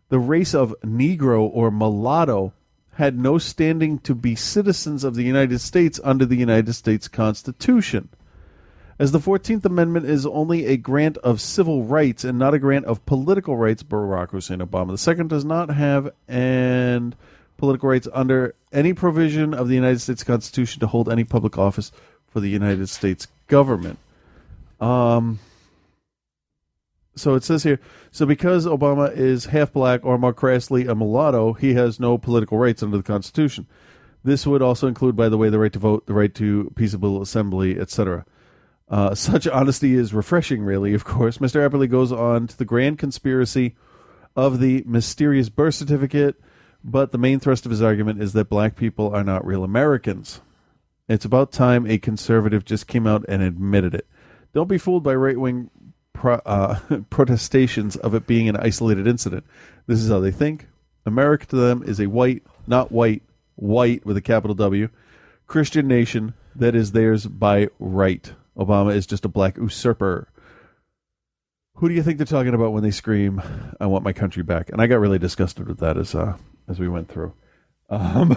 [SPEAKER 10] the race of Negro or mulatto had no standing to be citizens of the United States under the United States Constitution. As the 14th Amendment is only a grant of civil rights and not a grant of political rights, Barack Hussein Obama II does not have and political rights under any provision of the United States Constitution to hold any public office for the United States government. Um, so it says here so because Obama is half black or more crassly a mulatto, he has no political rights under the Constitution. This would also include, by the way, the right to vote, the right to peaceable assembly, etc. Uh, such honesty is refreshing, really, of course. Mr. Epperly goes on to the grand conspiracy of the mysterious birth certificate, but the main thrust of his argument is that black people are not real Americans. It's about time a conservative just came out and admitted it. Don't be fooled by right wing pro- uh, protestations of it being an isolated incident. This is how they think. America to them is a white, not white, white with a capital W, Christian nation that is theirs by right. Obama is just a black usurper. Who do you think they're talking about when they scream, "I want my country back"? And I got really disgusted with that as uh, as we went through. Um,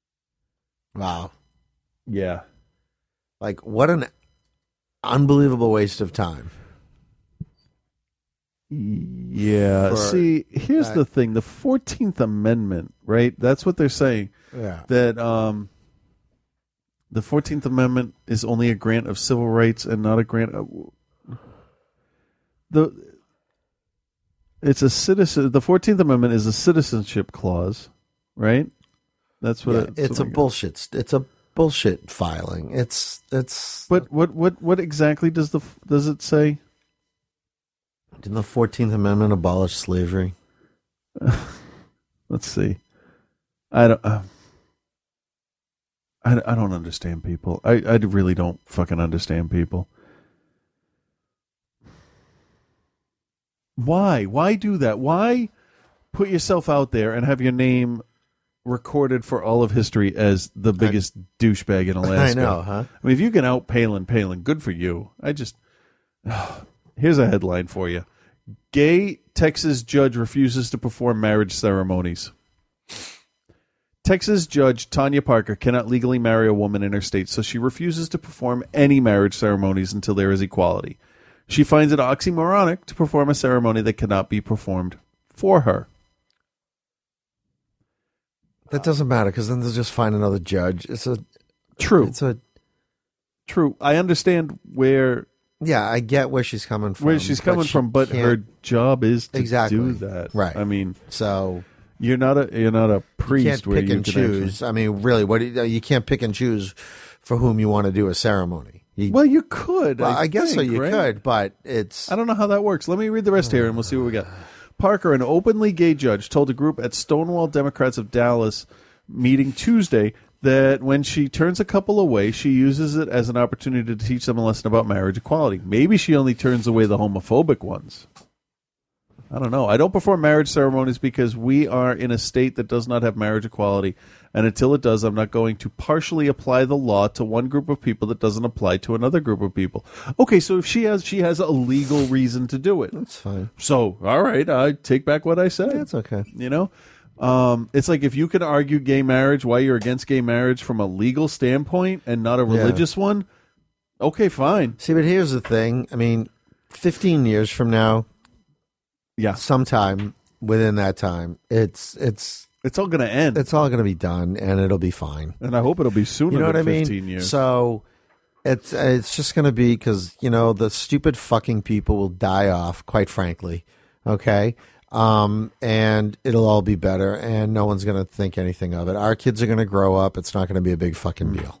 [SPEAKER 11] Wow.
[SPEAKER 10] Yeah.
[SPEAKER 11] Like what an unbelievable waste of time.
[SPEAKER 10] Yeah.
[SPEAKER 11] For
[SPEAKER 10] See, here's
[SPEAKER 11] that-
[SPEAKER 10] the thing: the Fourteenth Amendment, right? That's what they're saying.
[SPEAKER 11] Yeah.
[SPEAKER 10] That um, the Fourteenth Amendment is only a grant of civil rights and not a grant. Of, the it's a citizen. The Fourteenth Amendment is a citizenship clause, right? That's what
[SPEAKER 11] Yeah,
[SPEAKER 10] it-
[SPEAKER 11] it's
[SPEAKER 10] that's what
[SPEAKER 11] a
[SPEAKER 10] I got.
[SPEAKER 11] bullshit. st- It's a bullshit filing. It's it's.
[SPEAKER 10] But what what what exactly does the does it say?
[SPEAKER 11] Didn't the Fourteenth Amendment abolish slavery?
[SPEAKER 10] Let's see. I don't. Uh, I, I don't understand people. I, I really don't fucking understand people. Why? Why do that? Why put yourself out there and have your name recorded for all of history as the biggest douchebag in Alaska?
[SPEAKER 11] know, huh?
[SPEAKER 10] I mean, if you can out Palin, Palin, good for you. I just. Here's a headline for you Gay Texas judge refuses to perform marriage ceremonies. Texas judge Tanya Parker cannot legally marry a woman in her state, so she refuses to perform any marriage ceremonies until there is equality. She finds it oxymoronic to perform a ceremony that cannot be performed for her.
[SPEAKER 11] That doesn't matter because then they'll just find another judge. It's a
[SPEAKER 10] true.
[SPEAKER 11] It's a
[SPEAKER 10] true. I understand where.
[SPEAKER 11] Yeah, I get where she's coming from.
[SPEAKER 10] Where she's coming
[SPEAKER 11] she
[SPEAKER 10] from, but her
[SPEAKER 11] can't-
[SPEAKER 10] job is to
[SPEAKER 11] Exactly.
[SPEAKER 10] do that.
[SPEAKER 11] Right.
[SPEAKER 10] I mean,
[SPEAKER 11] so
[SPEAKER 10] you're not a you're not a priest
[SPEAKER 11] you can't
[SPEAKER 10] where
[SPEAKER 11] pick
[SPEAKER 10] you
[SPEAKER 11] and
[SPEAKER 10] can
[SPEAKER 11] choose. I mean, really, what do you, you can't pick and choose for whom you want to do a ceremony. You,
[SPEAKER 10] well, you could.
[SPEAKER 11] Well, I, guess so.
[SPEAKER 10] think,
[SPEAKER 11] You
[SPEAKER 10] right?
[SPEAKER 11] could, but it's
[SPEAKER 10] I don't know how that works. Let me read the rest here and we'll see what we got. Parker, an openly gay judge, told a group at Stonewall Democrats of Dallas meeting Tuesday that when she turns a couple away, she uses it as an opportunity to teach them a lesson about marriage equality. Maybe she only turns away the homophobic ones. I don't know. I don't perform marriage ceremonies because we are in a state that does not have marriage equality. And until it does, I'm not going to partially apply the law to one group of people that doesn't apply to another group of people. Okay, so if she has she has a legal reason to do it. That's
[SPEAKER 11] fine.
[SPEAKER 10] So, all right, I take back what I said. That's
[SPEAKER 11] okay.
[SPEAKER 10] You know? Um, it's like if you can argue gay marriage, why you're against gay marriage from a legal standpoint and not a
[SPEAKER 11] Yeah.
[SPEAKER 10] religious one, okay, fine.
[SPEAKER 11] See, but here's the thing. I mean, 15 years from now,
[SPEAKER 10] yeah,
[SPEAKER 11] sometime within that time, it's it's
[SPEAKER 10] it's all going to end.
[SPEAKER 11] It's all going to be done, and it'll be fine.
[SPEAKER 10] And I hope it'll be sooner
[SPEAKER 11] You know what I
[SPEAKER 10] than
[SPEAKER 11] mean?
[SPEAKER 10] 15 years.
[SPEAKER 11] So it's it's just going to be because you know the stupid fucking people will die off. Quite frankly, okay. Um, and it'll all be better, and no one's going to think anything of it. Our kids are going to grow up. It's not going to be a big fucking deal.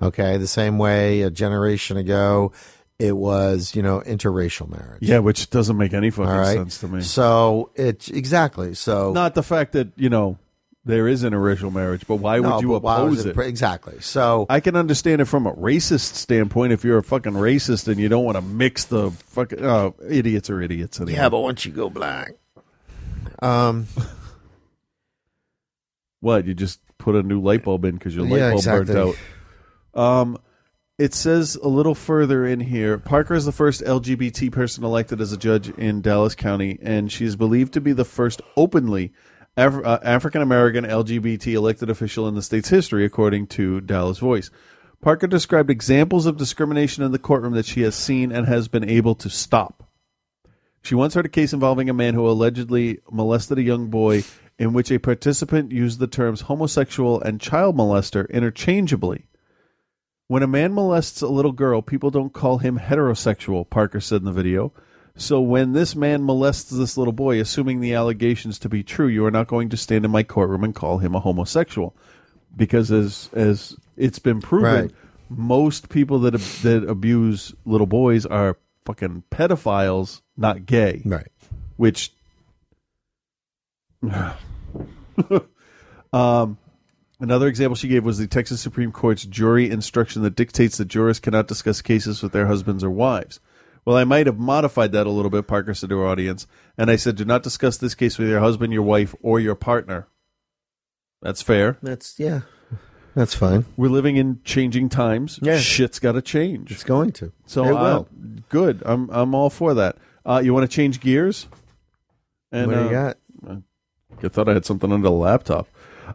[SPEAKER 11] Okay. The same way a generation ago, It was, you know, interracial marriage.
[SPEAKER 10] Yeah, which doesn't make any fucking
[SPEAKER 11] All right.
[SPEAKER 10] sense to me.
[SPEAKER 11] So it exactly. So
[SPEAKER 10] Not the fact that you know there is interracial marriage, but why
[SPEAKER 11] No,
[SPEAKER 10] would you
[SPEAKER 11] but why was
[SPEAKER 10] oppose
[SPEAKER 11] it
[SPEAKER 10] it?
[SPEAKER 11] pre- exactly. So
[SPEAKER 10] I can understand it from a racist standpoint. If you're a fucking racist and you don't want to mix the fucking uh, idiots are idiots. Anyway.
[SPEAKER 11] Yeah, but once you go black, um,
[SPEAKER 10] what you just put a new light bulb in because your light
[SPEAKER 11] Yeah,
[SPEAKER 10] bulb
[SPEAKER 11] exactly.
[SPEAKER 10] burnt out. Um, it says a little further in here. Parker is the first LGBT person elected as a judge in Dallas County, and she is believed to be the first openly Af- uh, African American LGBT elected official in the state's history, according to Dallas Voice. Parker described examples of discrimination in the courtroom that she has seen and has been able to stop. She once heard a case involving a man who allegedly molested a young boy in which a participant used the terms homosexual and child molester interchangeably. When a man molests a little girl, people don't call him heterosexual, Parker said in the video. So when this man molests this little boy, assuming the allegations to be true, you are not going to stand in my courtroom and call him a homosexual. Because as as it's been proven,
[SPEAKER 11] Right.
[SPEAKER 10] most people that ab- that abuse little boys are fucking pedophiles, not gay.
[SPEAKER 11] Right.
[SPEAKER 10] Which um, another example she gave was the Texas Supreme Court's jury instruction that dictates that jurors cannot discuss cases with their husbands or wives. Well, I might have modified that a little bit, Parker said to our audience, and I said, do not discuss this case with your husband, your wife, or your partner. That's fair.
[SPEAKER 11] That's yeah. that's fine.
[SPEAKER 10] We're living in changing times. Yeah. Shit's got to change. It's
[SPEAKER 11] going to.
[SPEAKER 10] So
[SPEAKER 11] It
[SPEAKER 10] uh,
[SPEAKER 11] will.
[SPEAKER 10] good. I'm I'm all for that. Uh, you want to change gears?
[SPEAKER 11] What do you
[SPEAKER 10] got? I thought I had something under the laptop.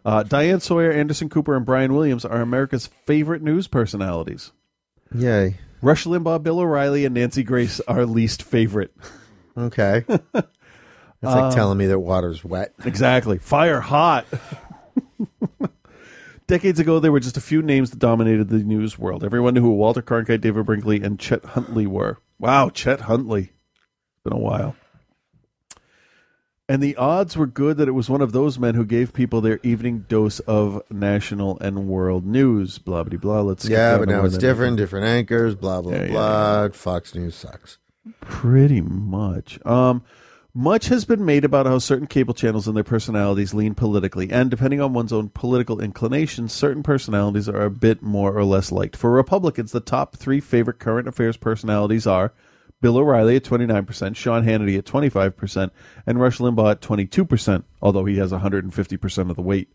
[SPEAKER 10] Uh, Diane Sawyer, Anderson Cooper, and Brian Williams are America's favorite news personalities.
[SPEAKER 11] Yay.
[SPEAKER 10] Rush Limbaugh, Bill O'Reilly, and Nancy Grace are least favorite. Um,
[SPEAKER 11] Okay. That's like telling me that water's wet.
[SPEAKER 10] Exactly. Fire hot. Decades ago, there were just a few names that dominated the news world. Everyone knew who Walter Cronkite, David Brinkley, and Chet Huntley were. Wow, Chet Huntley. It's been a while. And the odds were good that it was one of those men who gave people their evening dose of national and world news. Blah, blah, blah. Let's skip
[SPEAKER 11] Yeah,
[SPEAKER 10] down
[SPEAKER 11] but
[SPEAKER 10] to
[SPEAKER 11] now
[SPEAKER 10] where
[SPEAKER 11] it's
[SPEAKER 10] that-
[SPEAKER 11] different. Different anchors. Blah blah
[SPEAKER 10] Yeah, yeah,
[SPEAKER 11] blah. Fox News sucks.
[SPEAKER 10] Pretty much. Um, much has been made about how certain cable channels and their personalities lean politically, and depending on one's own political inclinations, certain personalities are a bit more or less liked. For Republicans, the top three favorite current affairs personalities are Bill O'Reilly at 29%, Sean Hannity at 25%, and Rush Limbaugh at 22%, although he has 150% of the weight.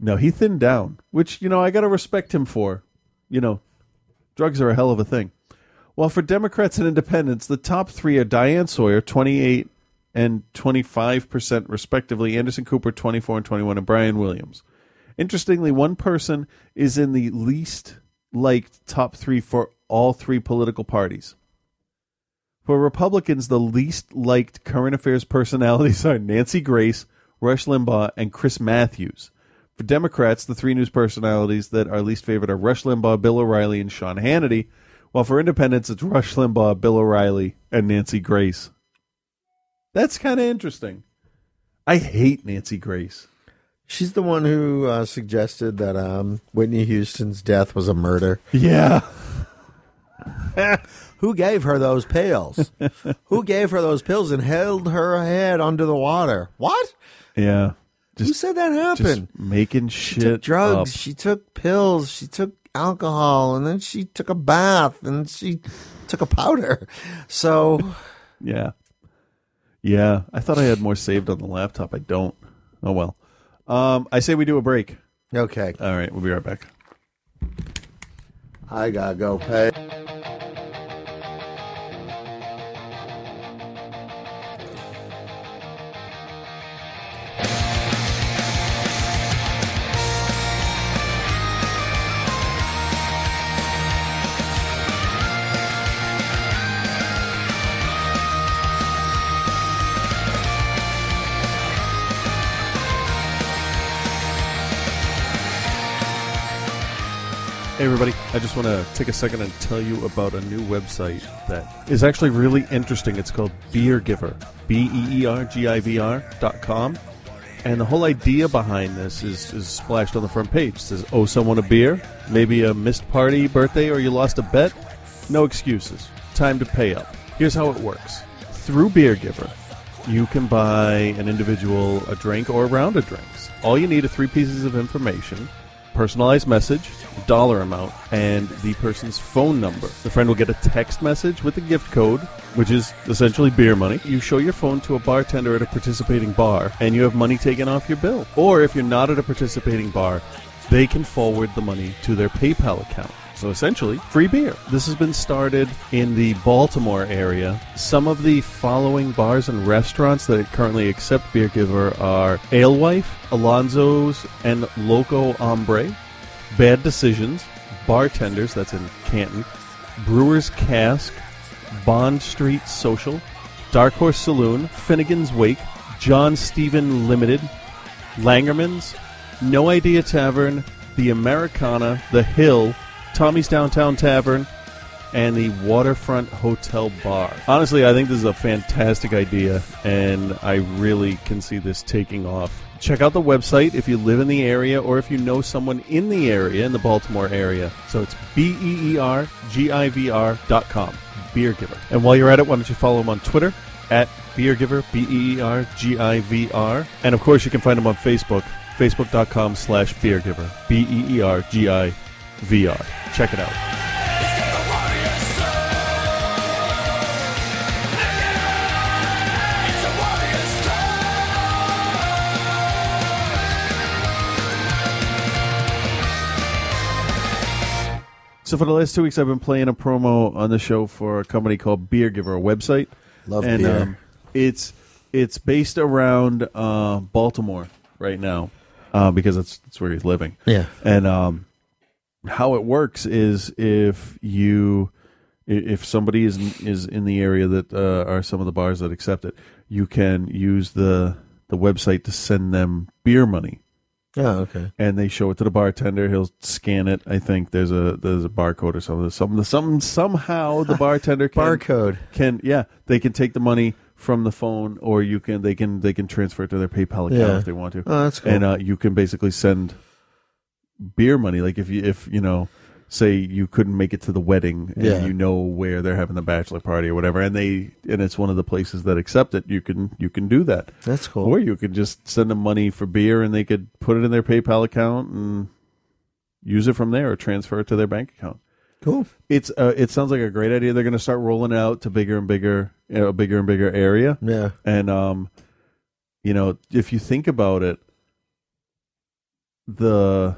[SPEAKER 10] No, he thinned down, which, you know, I got to respect him for. You know, drugs are a hell of a thing. While for Democrats and independents, the top three are Diane Sawyer, 28 and 25%, respectively, Anderson Cooper, 24 and 21, and Brian Williams. Interestingly, one person is in the least liked top three for all three political parties. For Republicans, the least liked current affairs personalities are Nancy Grace, Rush Limbaugh, and Chris Matthews. For Democrats, the three news personalities that are least favored are Rush Limbaugh, Bill O'Reilly, and Sean Hannity. While for independents, it's Rush Limbaugh, Bill O'Reilly, and Nancy Grace. That's kind of interesting. I hate Nancy Grace.
[SPEAKER 11] She's the one who uh, suggested that um, Whitney Houston's death was a murder.
[SPEAKER 10] Yeah.
[SPEAKER 11] who gave her those pills? who gave her those pills and held her head under the water? What?
[SPEAKER 10] Yeah.
[SPEAKER 11] Who said that happened?
[SPEAKER 10] Just making
[SPEAKER 11] She took
[SPEAKER 10] shit up.
[SPEAKER 11] drugs. She took pills. She took alcohol, and then she took a bath, and she took a powder. So
[SPEAKER 10] Yeah. Yeah. I thought I had more saved on the laptop. I don't. Oh, well. Um, I say we do a break.
[SPEAKER 11] Okay.
[SPEAKER 10] All right. We'll be right back.
[SPEAKER 11] I gotta go pay.
[SPEAKER 10] Hey, everybody. I just want to take a second and tell you about a new website that is actually really interesting. It's called Beer Giver, B E E R G I V R dot com. And the whole idea behind this is, is "Oh, splashed on the front page. It says, owe someone a beer, maybe a missed party, birthday, or you lost a bet. No excuses. Time to pay up. Here's how it works through Beer Giver, you can buy an individual a drink or a round of drinks. All you need are three pieces of information personalized message, dollar amount, and the person's phone number. The friend will get a text message with a gift code, which is essentially beer money. You show your phone to a bartender at a participating bar, and you have money taken off your bill. Or if you're not at a participating bar, they can forward the money to their PayPal account. So essentially, free beer. This has been started in the Baltimore area. Some of the following bars and restaurants that currently accept Beer Giver are Alewife, Alonzo's, and Loco Hombre, Bad Decisions, Bartenders, that's in Canton, Brewer's Cask, Bond Street Social, Dark Horse Saloon, Finnegan's Wake, John Stephen Limited, Langerman's, No Idea Tavern, The Americana, The Hill, Tommy's Downtown Tavern, and the Waterfront Hotel Bar. Honestly, I think this is a fantastic idea, and I really can see this taking off. Check out the website if you live in the area or if you know someone in the area, in the Baltimore area. So it's B E E R G I V R dot com, Beer Giver. And while you're at it, why don't you follow him on Twitter at Beer Giver, B E E R G I V R. And of course, you can find him on Facebook, facebook.com slash Beer Giver, B E E R G I V R. Check it out. So for the last two weeks, I've been playing a promo on the show for a company called Beer Giver, a website.
[SPEAKER 11] Love
[SPEAKER 10] and,
[SPEAKER 11] beer.
[SPEAKER 10] Um, it's it's based around uh, Baltimore right now uh, because that's that's where he's living.
[SPEAKER 11] Yeah.
[SPEAKER 10] and um, how it works is if you i- if somebody is is in the area that uh, are some of the bars that accept it, you can use the the website to send them beer money.
[SPEAKER 11] Oh, okay.
[SPEAKER 10] And they show it to the bartender. He'll scan it. I think there's a there's a barcode or something. Something something somehow the bartender can, barcode can yeah they can take the money from the phone or you can they can they can transfer it to their PayPal account
[SPEAKER 11] Yeah.
[SPEAKER 10] if they want to.
[SPEAKER 11] Oh, that's cool.
[SPEAKER 10] And uh, you can basically send beer money. Like if you if you know say you couldn't make it to the wedding and
[SPEAKER 11] Yeah.
[SPEAKER 10] you know where they're having the bachelor party or whatever and they and it's one of the places that accept it you can you can do that
[SPEAKER 11] That's cool.
[SPEAKER 10] or you could just send them money for beer and they could put it in their paypal account and use it from there or transfer it to their bank account
[SPEAKER 11] Cool.
[SPEAKER 10] it's uh, it sounds like a great idea they're going to start rolling it out to bigger and bigger you know, bigger and bigger area
[SPEAKER 11] Yeah.
[SPEAKER 10] and um you know if you think about it the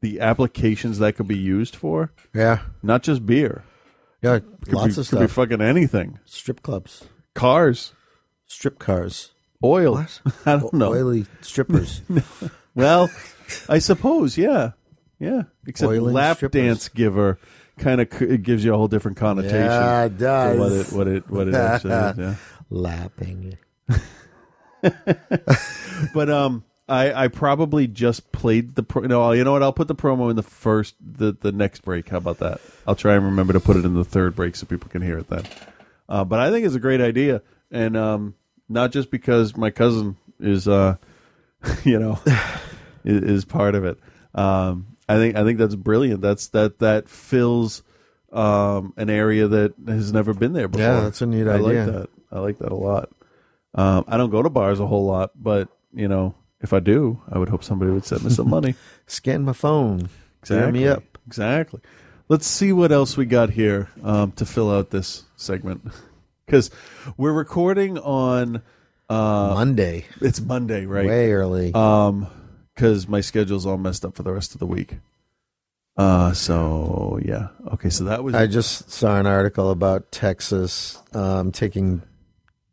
[SPEAKER 10] the applications that could be used for.
[SPEAKER 11] Yeah.
[SPEAKER 10] Not just beer.
[SPEAKER 11] Yeah,
[SPEAKER 10] Could
[SPEAKER 11] lots
[SPEAKER 10] be-
[SPEAKER 11] of
[SPEAKER 10] Could be
[SPEAKER 11] stuff.
[SPEAKER 10] fucking anything.
[SPEAKER 11] Strip clubs.
[SPEAKER 10] Cars.
[SPEAKER 11] Strip cars.
[SPEAKER 10] Oil.
[SPEAKER 11] What?
[SPEAKER 10] I don't know.
[SPEAKER 11] Oily strippers.
[SPEAKER 10] well, I suppose, yeah. Yeah. Except
[SPEAKER 11] Oiling
[SPEAKER 10] lap
[SPEAKER 11] strippers.
[SPEAKER 10] dance giver kind of c- it gives you a whole different connotation.
[SPEAKER 11] Yeah, it
[SPEAKER 10] to
[SPEAKER 11] does.
[SPEAKER 10] What it, what it, what it actually is, yeah.
[SPEAKER 11] Lapping.
[SPEAKER 10] but um, I I probably just played the pro- no. You know what? I'll put the promo in the first the the next break. How about that? I'll try and remember to put it in the third break so people can hear it then. Uh, but I think it's a great idea, and um, not just because my cousin is uh, you know, is, is part of it. Um, I think I think that's brilliant. That's that that fills um an area that has never been there before.
[SPEAKER 11] Yeah, that's a neat
[SPEAKER 10] I
[SPEAKER 11] idea.
[SPEAKER 10] Like that. I like that a lot. Um, I don't go to bars a whole lot, but you know, if I do, I would hope somebody would send me some money.
[SPEAKER 11] Scan my phone.
[SPEAKER 10] Exactly.
[SPEAKER 11] Sign me up.
[SPEAKER 10] Exactly. Let's see what else we got here um, to fill out this segment because we're recording on uh,
[SPEAKER 11] Monday.
[SPEAKER 10] It's Monday, right?
[SPEAKER 11] Way early.
[SPEAKER 10] Um, because my schedule's all messed up for the rest of the week. Uh, so yeah. Okay, so that was
[SPEAKER 11] I just saw an article about Texas um, taking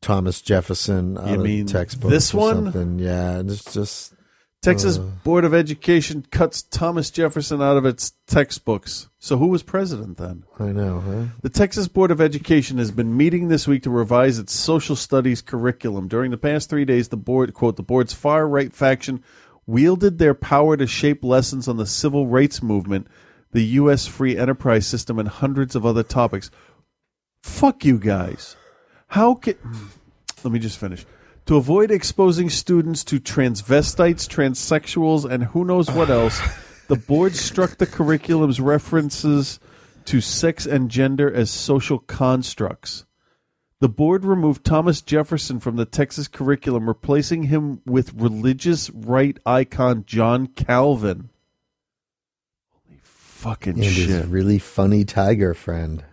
[SPEAKER 11] Thomas Jefferson out
[SPEAKER 10] You
[SPEAKER 11] of
[SPEAKER 10] mean
[SPEAKER 11] textbooks.
[SPEAKER 10] this
[SPEAKER 11] or
[SPEAKER 10] one?
[SPEAKER 11] something. yeah. and It's just
[SPEAKER 10] Texas
[SPEAKER 11] uh,
[SPEAKER 10] Board of Education cuts Thomas Jefferson out of its textbooks. So who was president then?
[SPEAKER 11] I know, huh?
[SPEAKER 10] The Texas Board of Education has been meeting this week to revise its social studies curriculum. During the past three days, the board, quote, the board's far right faction wielded their power to shape lessons on the civil rights movement, the U.S. free enterprise system, and hundreds of other topics. Fuck you guys. How can. Let me just finish. To avoid exposing students to transvestites, transsexuals, and who knows what else, the board struck the curriculum's references to sex and gender as social constructs. The board removed Thomas Jefferson from the Texas curriculum, replacing him with religious right icon John Calvin. Fucking
[SPEAKER 11] and
[SPEAKER 10] shit.
[SPEAKER 11] His really funny tiger friend.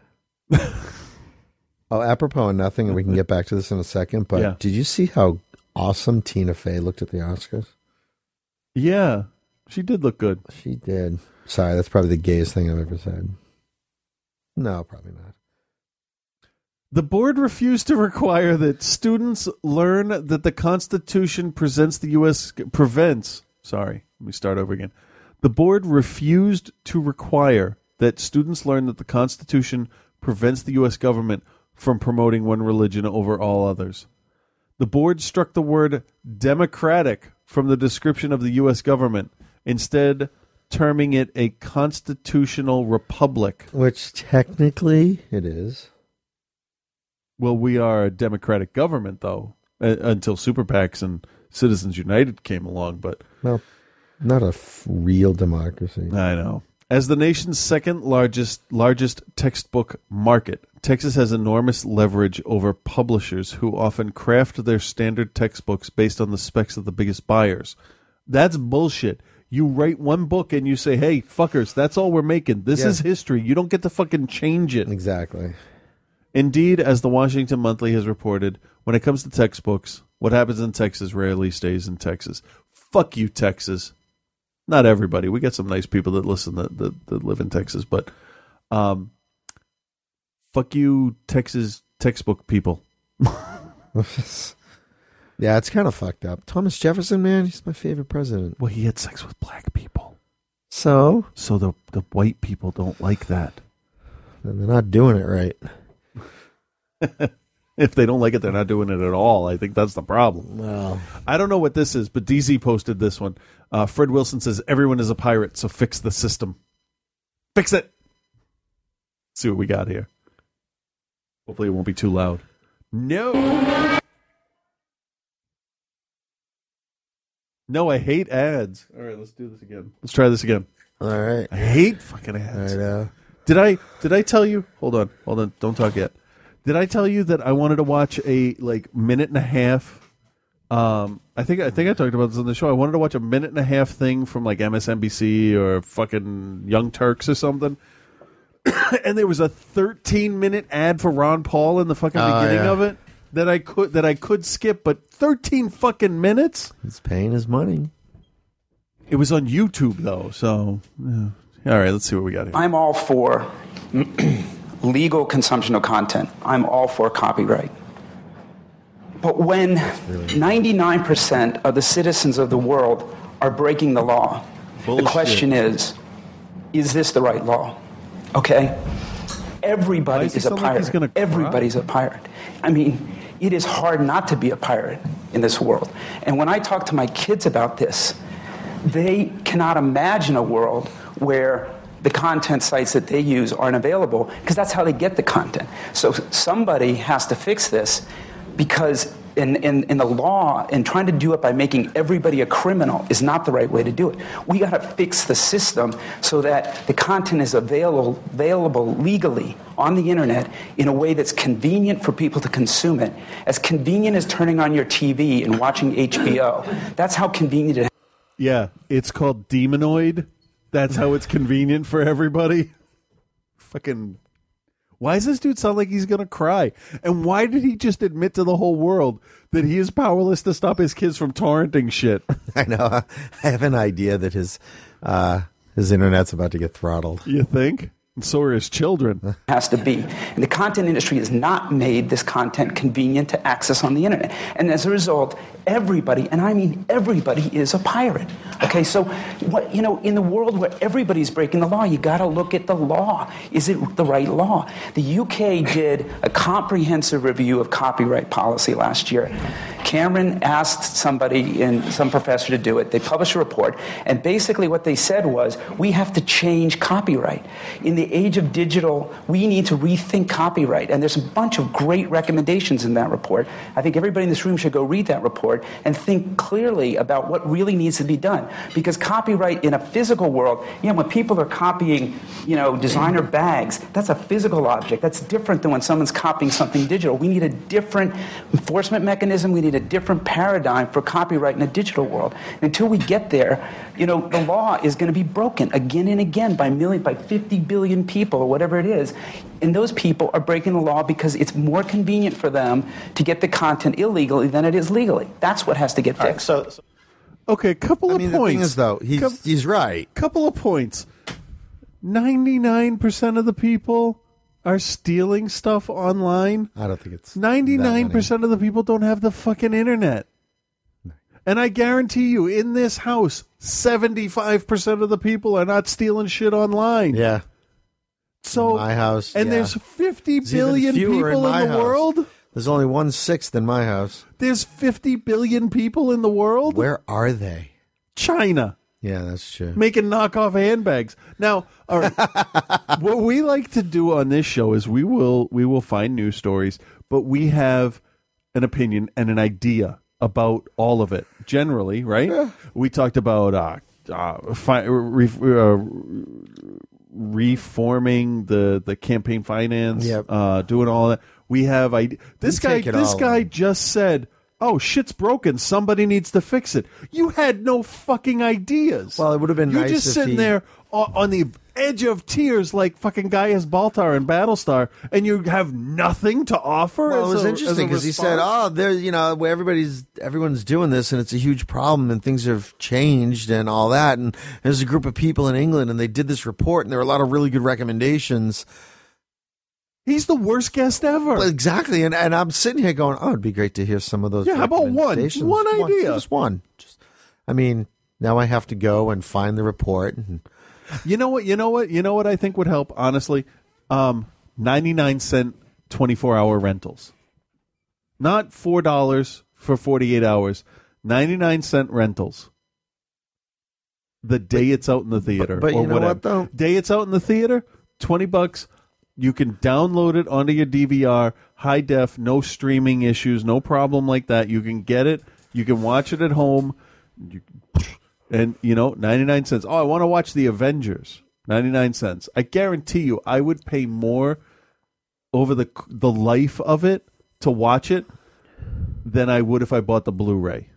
[SPEAKER 11] oh, apropos of nothing, and we can get back to this in a second. But
[SPEAKER 10] Yeah.
[SPEAKER 11] did you see how awesome Tina Fey looked at the Oscars?
[SPEAKER 10] Yeah, she did look good.
[SPEAKER 11] She did. Sorry, that's probably the gayest thing I've ever said. No, probably not.
[SPEAKER 10] The board refused to require that students learn that the Constitution presents the U.S. prevents. Sorry, let me start over again. The board refused to require that students learn that the Constitution prevents the U.S. government from promoting one religion over all others. The board struck the word democratic from the description of the U.S. government, instead, terming it a constitutional republic.
[SPEAKER 11] Which technically it is.
[SPEAKER 10] Well, we are a democratic government, though, uh, until super PACs and Citizens United came along. But
[SPEAKER 11] Well, not a f- real democracy.
[SPEAKER 10] I know. as the nation's second largest largest textbook market, Texas has enormous leverage over publishers who often craft their standard textbooks based on the specs of the biggest buyers. That's bullshit. You write one book and you say, "Hey, fuckers, that's all we're making. This
[SPEAKER 11] Yeah.
[SPEAKER 10] is history. You don't get to fucking change it."
[SPEAKER 11] Exactly.
[SPEAKER 10] Indeed, as the Washington Monthly has reported, when it comes to textbooks, what happens in Texas rarely stays in Texas. Fuck you, Texas. Not everybody. We got some nice people that listen that that, that live in Texas, but um, fuck you, Texas textbook people.
[SPEAKER 11] yeah, it's kind of fucked up. Thomas Jefferson, man, he's my favorite president.
[SPEAKER 10] Well, he had sex with black people.
[SPEAKER 11] So?
[SPEAKER 10] So the, the white people don't like that.
[SPEAKER 11] And they're not doing it right.
[SPEAKER 10] if they don't like it, they're not doing it at all. I think that's the problem.
[SPEAKER 11] Well,
[SPEAKER 10] I don't know what this is, but DZ posted this one. Uh, Fred Wilson says everyone is a pirate, so fix the system. Fix it. see what we got here. Hopefully, it won't be too loud. No. No, I hate ads. All right, let's do this again. Let's try this again.
[SPEAKER 11] All right.
[SPEAKER 10] I hate fucking ads. I know. Did I did I tell you? Hold on, hold on. Don't talk yet. Did I tell you that I wanted to watch a like minute and a half? Um, I think I think I talked about this on the show. I wanted to watch a minute and a half thing from like MSNBC or fucking Young Turks or something. and there was a 13 minute ad for Ron Paul in the fucking
[SPEAKER 11] Oh,
[SPEAKER 10] beginning
[SPEAKER 11] yeah.
[SPEAKER 10] of it that I could that I could skip, but 13 fucking minutes.
[SPEAKER 11] He's paying his money.
[SPEAKER 10] It was on YouTube though, so yeah. all right. Let's see what we got here.
[SPEAKER 21] I'm all for legal consumption of content. I'm all for copyright. But when 99% of the citizens of the world are breaking the law, the question is is this the right law? Okay? Everybody is a pirate. Everybody's a pirate. I mean, it is hard not to be a pirate in this world. And when I talk to my kids about this, they cannot imagine a world where the content sites that they use aren't available because that's how they get the content. So somebody has to fix this because in, in, in the law and trying to do it by making everybody a criminal is not the right way to do it. We got to fix the system so that the content is available, available legally on the internet in a way that's convenient for people to consume it. As convenient as turning on your TV and watching HBO. That's how convenient it
[SPEAKER 10] Yeah, it's called Demonoid. That's how it's convenient for everybody. Fucking. Why does this dude sound like he's going to cry? And why did he just admit to the whole world that he is powerless to stop his kids from torrenting shit?
[SPEAKER 11] I know. I have an idea that his uh, his internet's about to get throttled.
[SPEAKER 10] You think? And so are his children.
[SPEAKER 21] has to be. And the content industry has not made this content convenient to access on the internet. And as a result, everybody, and I mean everybody, is a pirate. Okay, so what, you know, in the world where everybody's breaking the law, you got to look at the law. Is it the right law? The UK did a comprehensive review of copyright policy last year, Cameron asked somebody in some professor to do it. They published a report, and basically what they said was, we have to change copyright. In the age of digital, we need to rethink copyright, and there's a bunch of great recommendations in that report. I think everybody in this room should go read that report and think clearly about what really needs to be done, because copyright in a physical world, you know, when people are copying, you know, designer bags, that's a physical object. That's different than when someone's copying something digital. We need a different enforcement mechanism. We need a different paradigm for copyright in a digital world. And until we get there, you know, the law is going to be broken again and again by million, by 50 billion people or whatever it is. And those people are breaking the law because it's more convenient for them to get the content illegally than it is legally. That's what has to get fixed. so
[SPEAKER 10] Okay, couple of
[SPEAKER 11] the
[SPEAKER 10] points.
[SPEAKER 11] thing is, though, he's he's right.
[SPEAKER 10] Couple of points. Ninety nine percent of the people are stealing stuff online.
[SPEAKER 11] I don't think it's
[SPEAKER 10] Ninety nine percent of the people don't have the fucking internet. And I guarantee you, in this house, seventy five percent of the people are not stealing shit online.
[SPEAKER 11] Yeah.
[SPEAKER 10] So
[SPEAKER 11] my house,
[SPEAKER 10] and
[SPEAKER 11] yeah.
[SPEAKER 10] there's fifty
[SPEAKER 11] There's even
[SPEAKER 10] billion
[SPEAKER 11] fewer
[SPEAKER 10] people in,
[SPEAKER 11] my
[SPEAKER 10] the
[SPEAKER 11] house.
[SPEAKER 10] world.
[SPEAKER 11] There's only one sixth in my house.
[SPEAKER 10] There's fifty billion people in the world.
[SPEAKER 11] Where are they?
[SPEAKER 10] China.
[SPEAKER 11] Yeah, that's true.
[SPEAKER 10] making knockoff handbags. Now, all right, what we like to do on this show is we will we will find news stories, but we have an opinion and an idea about all of it generally, right? We talked about uh, uh, fi- re- uh, reforming the the campaign finance,
[SPEAKER 11] Yep.
[SPEAKER 10] uh, doing all that. We have ide- this
[SPEAKER 11] We
[SPEAKER 10] guy.
[SPEAKER 11] take it
[SPEAKER 10] This
[SPEAKER 11] all
[SPEAKER 10] guy just said. Oh, shit's broken. Somebody needs to fix it. You had no fucking ideas.
[SPEAKER 11] Well, it would have been
[SPEAKER 10] You're
[SPEAKER 11] nice
[SPEAKER 10] just
[SPEAKER 11] if
[SPEAKER 10] sitting
[SPEAKER 11] he-
[SPEAKER 10] there on, on the edge of tears, like fucking Gaius Baltar in Battlestar, and you have nothing to offer.
[SPEAKER 11] Well,
[SPEAKER 10] as
[SPEAKER 11] it was
[SPEAKER 10] a-
[SPEAKER 11] interesting
[SPEAKER 10] as a
[SPEAKER 11] because he said,
[SPEAKER 10] response?
[SPEAKER 11] "Oh, there, you know, where everybody's everyone's doing this, and it's a huge problem, and things have changed, and all that." And there's a group of people in England, and they did this report, and there were a lot of really good recommendations.
[SPEAKER 10] He's the worst guest ever.
[SPEAKER 11] exactly, and and I'm sitting here going, "Oh, it'd be great to hear some of those."
[SPEAKER 10] Yeah, how about one?
[SPEAKER 11] recommendations."
[SPEAKER 10] One idea.
[SPEAKER 11] just one. Just, I mean, now I have to go and find the report. And, "Ah."
[SPEAKER 10] You know what? You know what? You know what? I think would help honestly. Um, ninety nine cent twenty four hour rentals, not four dollars for forty eight hours. Ninety nine cent rentals. The day it's out in the theater,
[SPEAKER 11] but you
[SPEAKER 10] or
[SPEAKER 11] know
[SPEAKER 10] whatever.
[SPEAKER 11] what, though?
[SPEAKER 10] Day it's out in the theater, twenty bucks. You can download it onto your DVR, high def, no streaming issues, no problem like that. You can get it. You can watch it at home. You and you know 99 cents oh i want to watch the avengers 99 cents i guarantee you i would pay more over the the life of it to watch it than i would if i bought the blu-ray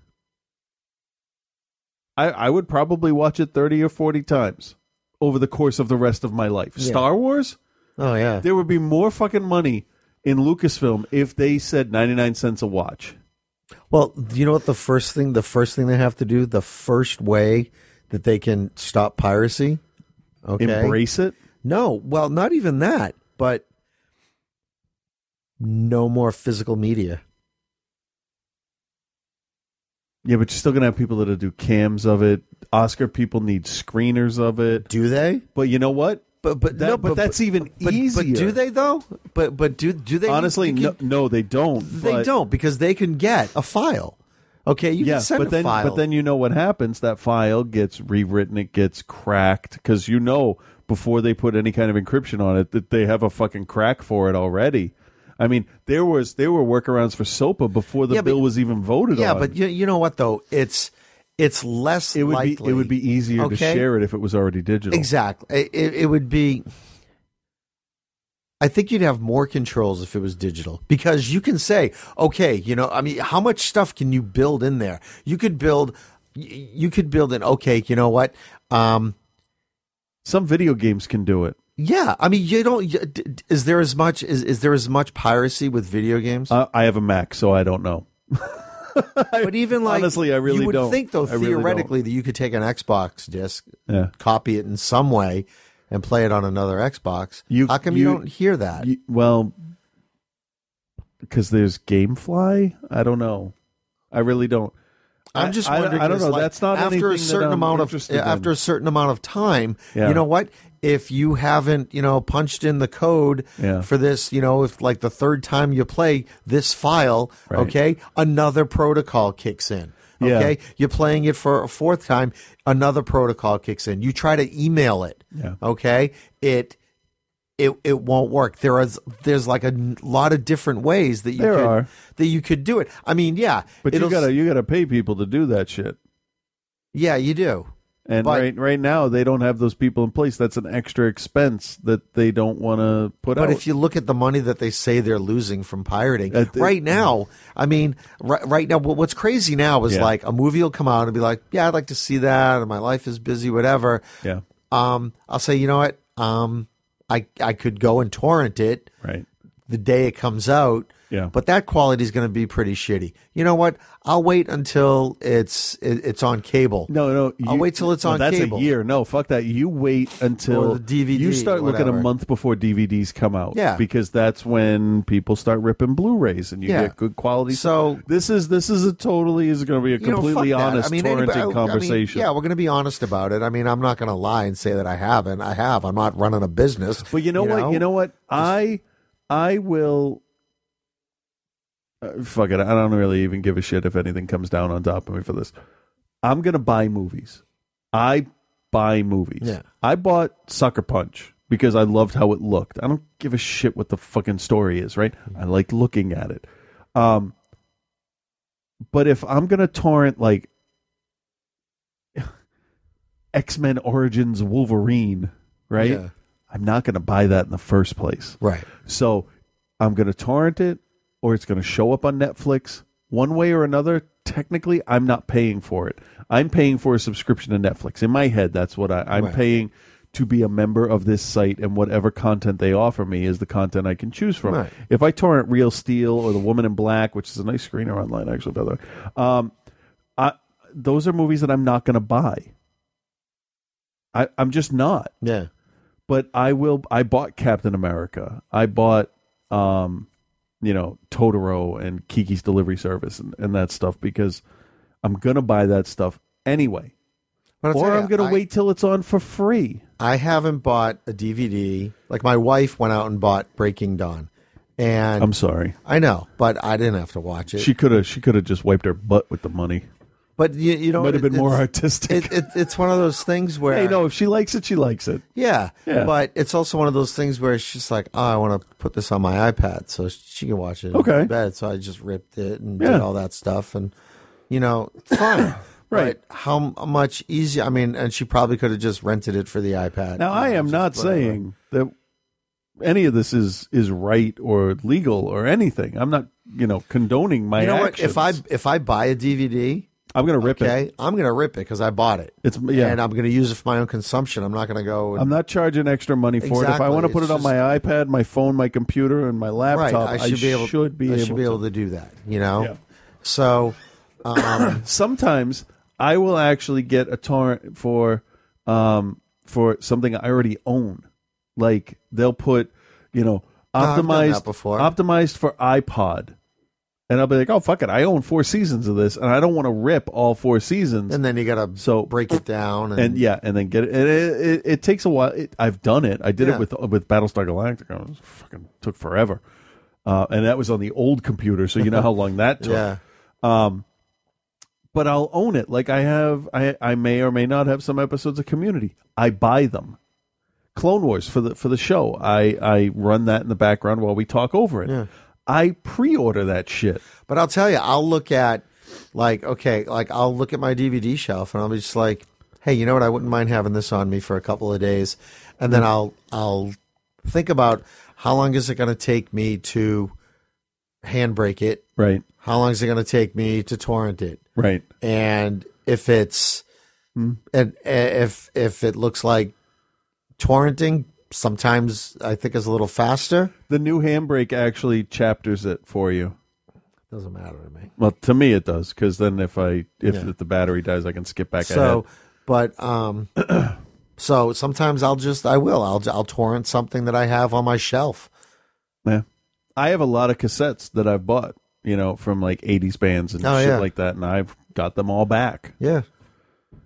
[SPEAKER 10] i i would probably watch it 30 or 40 times over the course of the rest of my life
[SPEAKER 11] Yeah.
[SPEAKER 10] star wars
[SPEAKER 11] oh yeah,
[SPEAKER 10] there would be more fucking money in lucasfilm if they said 99 cents a watch
[SPEAKER 11] Well, do you know what the first thing the first thing they have to do, the first way that they can stop piracy? Okay.
[SPEAKER 10] Embrace it?
[SPEAKER 11] No, well, not even that, but no more physical media.
[SPEAKER 10] Yeah, but you're still gonna have people that'll do cams of it. Oscar people need screeners of it.
[SPEAKER 11] Do they?
[SPEAKER 10] But you know what?
[SPEAKER 11] But but
[SPEAKER 10] That-
[SPEAKER 11] no,
[SPEAKER 10] but that's even
[SPEAKER 11] but,
[SPEAKER 10] easier.
[SPEAKER 11] But do they though? But but do do they
[SPEAKER 10] Honestly,
[SPEAKER 11] you can-
[SPEAKER 10] no, no, they don't.
[SPEAKER 11] they
[SPEAKER 10] but-
[SPEAKER 11] don't because they can get a file. Okay, you
[SPEAKER 10] yeah,
[SPEAKER 11] can send
[SPEAKER 10] but
[SPEAKER 11] a
[SPEAKER 10] then
[SPEAKER 11] file.
[SPEAKER 10] but then you know what happens. That file gets rewritten. It gets cracked because you know before they put any kind of encryption on it that they have a fucking crack for it already. I mean, there was there were workarounds for SOPA before the
[SPEAKER 11] Yeah, but-
[SPEAKER 10] bill was even voted
[SPEAKER 11] yeah,
[SPEAKER 10] on.
[SPEAKER 11] but you, you know what though? It's it's less
[SPEAKER 10] it would
[SPEAKER 11] likely.
[SPEAKER 10] be it would be easier to
[SPEAKER 11] Okay?
[SPEAKER 10] share it if it was already digital.
[SPEAKER 11] Exactly. It- It, it would be. I think you'd have more controls if it was digital because you can say, okay, you know, I mean, how much stuff can you build in there? You could build, y- you could build an okay. You know what? Um,
[SPEAKER 10] Some video games can do it.
[SPEAKER 11] Yeah, I mean, you don't. you- d- d- Is there as much? Is is there as much piracy with video games?
[SPEAKER 10] Uh, I have a Mac, so I don't know.
[SPEAKER 11] but even like
[SPEAKER 10] honestly, I really
[SPEAKER 11] you would
[SPEAKER 10] don't.
[SPEAKER 11] think though
[SPEAKER 10] I really don't.
[SPEAKER 11] theoretically that you could take an Xbox disc,
[SPEAKER 10] Yeah.
[SPEAKER 11] copy it in some way, and play it on another Xbox. how come you don't hear that?
[SPEAKER 10] you- well, because there's GameFly. I don't know. I really don't.
[SPEAKER 11] I'm just
[SPEAKER 10] I- I-
[SPEAKER 11] wondering.
[SPEAKER 10] I, don't
[SPEAKER 11] is,
[SPEAKER 10] know.
[SPEAKER 11] like,
[SPEAKER 10] That's not
[SPEAKER 11] after
[SPEAKER 10] anything
[SPEAKER 11] a
[SPEAKER 10] that
[SPEAKER 11] certain
[SPEAKER 10] I'm
[SPEAKER 11] amount
[SPEAKER 10] interested
[SPEAKER 11] of
[SPEAKER 10] in.
[SPEAKER 11] after a certain amount of time.
[SPEAKER 10] Yeah.
[SPEAKER 11] You know what? if you haven't, you know, punched in the code
[SPEAKER 10] Yeah.
[SPEAKER 11] for this, you know, if like the third time you play this file, okay, another protocol kicks in.
[SPEAKER 10] Yeah.
[SPEAKER 11] Okay, you're playing it for a fourth time, another protocol kicks in. You try to email it.
[SPEAKER 10] Yeah.
[SPEAKER 11] Okay, it it it won't work. There is there's like a n- lot of different ways that you
[SPEAKER 10] There
[SPEAKER 11] could,
[SPEAKER 10] are.
[SPEAKER 11] that you could do it. I mean, yeah,
[SPEAKER 10] But you
[SPEAKER 11] it'll-
[SPEAKER 10] gotta you gotta pay people to do that shit.
[SPEAKER 11] Yeah, you do.
[SPEAKER 10] And
[SPEAKER 11] But-
[SPEAKER 10] right right now they don't have those people in place. That's an extra expense that they don't want to put
[SPEAKER 11] But
[SPEAKER 10] out.
[SPEAKER 11] if you look at the money that they say they're losing from pirating
[SPEAKER 10] That they-
[SPEAKER 11] right now, I mean, right, right now, what- what's crazy now is
[SPEAKER 10] Yeah.
[SPEAKER 11] like a movie will come out and be like, "Yeah, I'd like to see that," and my life is busy, whatever.
[SPEAKER 10] Yeah.
[SPEAKER 11] Um, I'll say, you know what? Um, I I could go and torrent it.
[SPEAKER 10] Right.
[SPEAKER 11] The day it comes out.
[SPEAKER 10] Yeah.
[SPEAKER 11] But that quality is going to be pretty shitty. You know what? I'll wait until it's it, it's on cable.
[SPEAKER 10] No, no.
[SPEAKER 11] I'll
[SPEAKER 10] you-
[SPEAKER 11] wait till it's
[SPEAKER 10] no,
[SPEAKER 11] on
[SPEAKER 10] that's
[SPEAKER 11] cable.
[SPEAKER 10] a year. No, fuck that. You wait until
[SPEAKER 11] Or the DVD,
[SPEAKER 10] You start looking
[SPEAKER 11] whatever.
[SPEAKER 10] a month before DVDs come out.
[SPEAKER 11] Yeah.
[SPEAKER 10] because that's when people start ripping Blu-rays and you
[SPEAKER 11] Yeah.
[SPEAKER 10] get good quality.
[SPEAKER 11] So
[SPEAKER 10] this is this is a totally is going to be a
[SPEAKER 11] You know,
[SPEAKER 10] completely
[SPEAKER 11] fuck that.
[SPEAKER 10] honest
[SPEAKER 11] anybody-
[SPEAKER 10] torrenting conversation.
[SPEAKER 11] yeah, we're going to be honest about it. I mean, I'm not going to lie and say that I haven't. I have. I'm not running a business.
[SPEAKER 10] But you know what? You know what? I I will. Uh, fuck it. I don't really even give a shit if anything comes down on top of me for this. I'm gonna buy movies. I buy movies.
[SPEAKER 11] Yeah.
[SPEAKER 10] I bought Sucker Punch because I loved how it looked. I don't give a shit what the fucking story is. Right?
[SPEAKER 11] Mm-hmm.
[SPEAKER 10] I like looking at it. Um. But if I'm gonna torrent like X Men Origins Wolverine, right?
[SPEAKER 11] Yeah.
[SPEAKER 10] I'm not going to buy that in the first place.
[SPEAKER 11] Right.
[SPEAKER 10] So I'm going to torrent it or it's going to show up on Netflix. One way or another, technically, I'm not paying for it. I'm paying for a subscription to Netflix. In my head, that's what I, I'm
[SPEAKER 11] Right.
[SPEAKER 10] paying to be a member of this site, and whatever content they offer me is the content I can choose from.
[SPEAKER 11] Right.
[SPEAKER 10] If I torrent Real Steel or The Woman in Black, which is a nice screener online, actually, by the way, um, I, those are movies that I'm not going to buy. I, I'm just not.
[SPEAKER 11] Yeah.
[SPEAKER 10] But I will. I bought Captain America. I bought, um, you know, Totoro and Kiki's Delivery Service and, and that stuff because I'm gonna buy that stuff anyway.
[SPEAKER 11] But I'll
[SPEAKER 10] or
[SPEAKER 11] tell you,
[SPEAKER 10] I'm gonna
[SPEAKER 11] I-
[SPEAKER 10] wait till it's on for free.
[SPEAKER 11] I haven't bought a DVD. Like my wife went out and bought Breaking Dawn, and
[SPEAKER 10] I'm sorry.
[SPEAKER 11] I know, but I didn't have to watch it.
[SPEAKER 10] She could have. She could have just wiped her butt with the money.
[SPEAKER 11] but you, you know,
[SPEAKER 10] Might have
[SPEAKER 11] it-
[SPEAKER 10] been more
[SPEAKER 11] it's-
[SPEAKER 10] artistic.
[SPEAKER 11] It, it, it's one of those things where
[SPEAKER 10] Hey, no, if she likes it, she likes it.
[SPEAKER 11] Yeah,
[SPEAKER 10] Yeah.
[SPEAKER 11] But it's also one of those things where she's like, "Oh, I want to put this on my iPad so she can watch it." in
[SPEAKER 10] Okay.
[SPEAKER 11] Bed. So I just ripped it and
[SPEAKER 10] Yeah.
[SPEAKER 11] did all that stuff, and you know, fine.
[SPEAKER 10] Right.
[SPEAKER 11] But how m- much easier? I mean, and she probably could have just rented it for the iPad.
[SPEAKER 10] Now I am not saying that any of this is is right or legal or anything. I'm not, you know, condoning my
[SPEAKER 11] you know
[SPEAKER 10] actions.
[SPEAKER 11] what? If I if I buy a DVD,
[SPEAKER 10] I'm gonna rip
[SPEAKER 11] okay,
[SPEAKER 10] it.
[SPEAKER 11] I'm gonna rip it because I bought it.
[SPEAKER 10] It's yeah.
[SPEAKER 11] and I'm gonna use it for my own consumption. I'm not gonna go. And,
[SPEAKER 10] I'm not charging extra money for it. If I
[SPEAKER 11] Exactly.
[SPEAKER 10] want to put
[SPEAKER 11] It's
[SPEAKER 10] it on my iPad, my phone, my computer, and my
[SPEAKER 11] right.
[SPEAKER 10] laptop,
[SPEAKER 11] I should be able.
[SPEAKER 10] should be
[SPEAKER 11] I
[SPEAKER 10] able
[SPEAKER 11] should be
[SPEAKER 10] to.
[SPEAKER 11] able to do that. You know.
[SPEAKER 10] Yeah.
[SPEAKER 11] So. Um,
[SPEAKER 10] Sometimes I will actually get a torrent for um for something I already own. Like they'll put, you know,
[SPEAKER 11] No, Oh, I've done
[SPEAKER 10] optimized
[SPEAKER 11] that before.
[SPEAKER 10] optimized for iPod. And I'll be like, oh fuck it, I own four seasons of this, and I don't want to rip all four seasons.
[SPEAKER 11] and then you gotta
[SPEAKER 10] so
[SPEAKER 11] break it down and,
[SPEAKER 10] and, yeah, and then get it. And it, it, it takes a while. It, I've done it. I did
[SPEAKER 11] Yeah.
[SPEAKER 10] it with with Battlestar Galactica. It was fucking took forever, uh, and that was on the old computer, so you know how long that took.
[SPEAKER 11] Yeah.
[SPEAKER 10] Um, but I'll own it. Like I have, I I may or may not have some episodes of Community. I buy them. Clone Wars for the for the show. I I run that in the background while we talk over it.
[SPEAKER 11] Yeah.
[SPEAKER 10] I pre-order that shit.
[SPEAKER 11] but i'll tell you i'll look at like okay like i'll look at my dvd shelf and i'll be just like hey you know what i wouldn't mind having this on me for a couple of days and then i'll i'll think about how long is it going to take me to hand break it
[SPEAKER 10] Right.
[SPEAKER 11] how long is it going to take me to torrent it
[SPEAKER 10] Right. Hmm.
[SPEAKER 11] and if it's and eh, if if it looks like torrenting sometimes i think is a little faster
[SPEAKER 10] The new handbrake actually chapters it for you.
[SPEAKER 11] doesn't matter to me
[SPEAKER 10] Well, to me it does because then if I if,
[SPEAKER 11] Yeah.
[SPEAKER 10] if the battery dies, I can skip back
[SPEAKER 11] so
[SPEAKER 10] ahead.
[SPEAKER 11] but um so sometimes i'll just i will i'll i'll torrent something that i have on my shelf
[SPEAKER 10] Yeah, I have a lot of cassettes that I've bought, you know, from like '80s bands and
[SPEAKER 11] Oh,
[SPEAKER 10] shit
[SPEAKER 11] yeah.
[SPEAKER 10] like that, and I've got them all back
[SPEAKER 11] yeah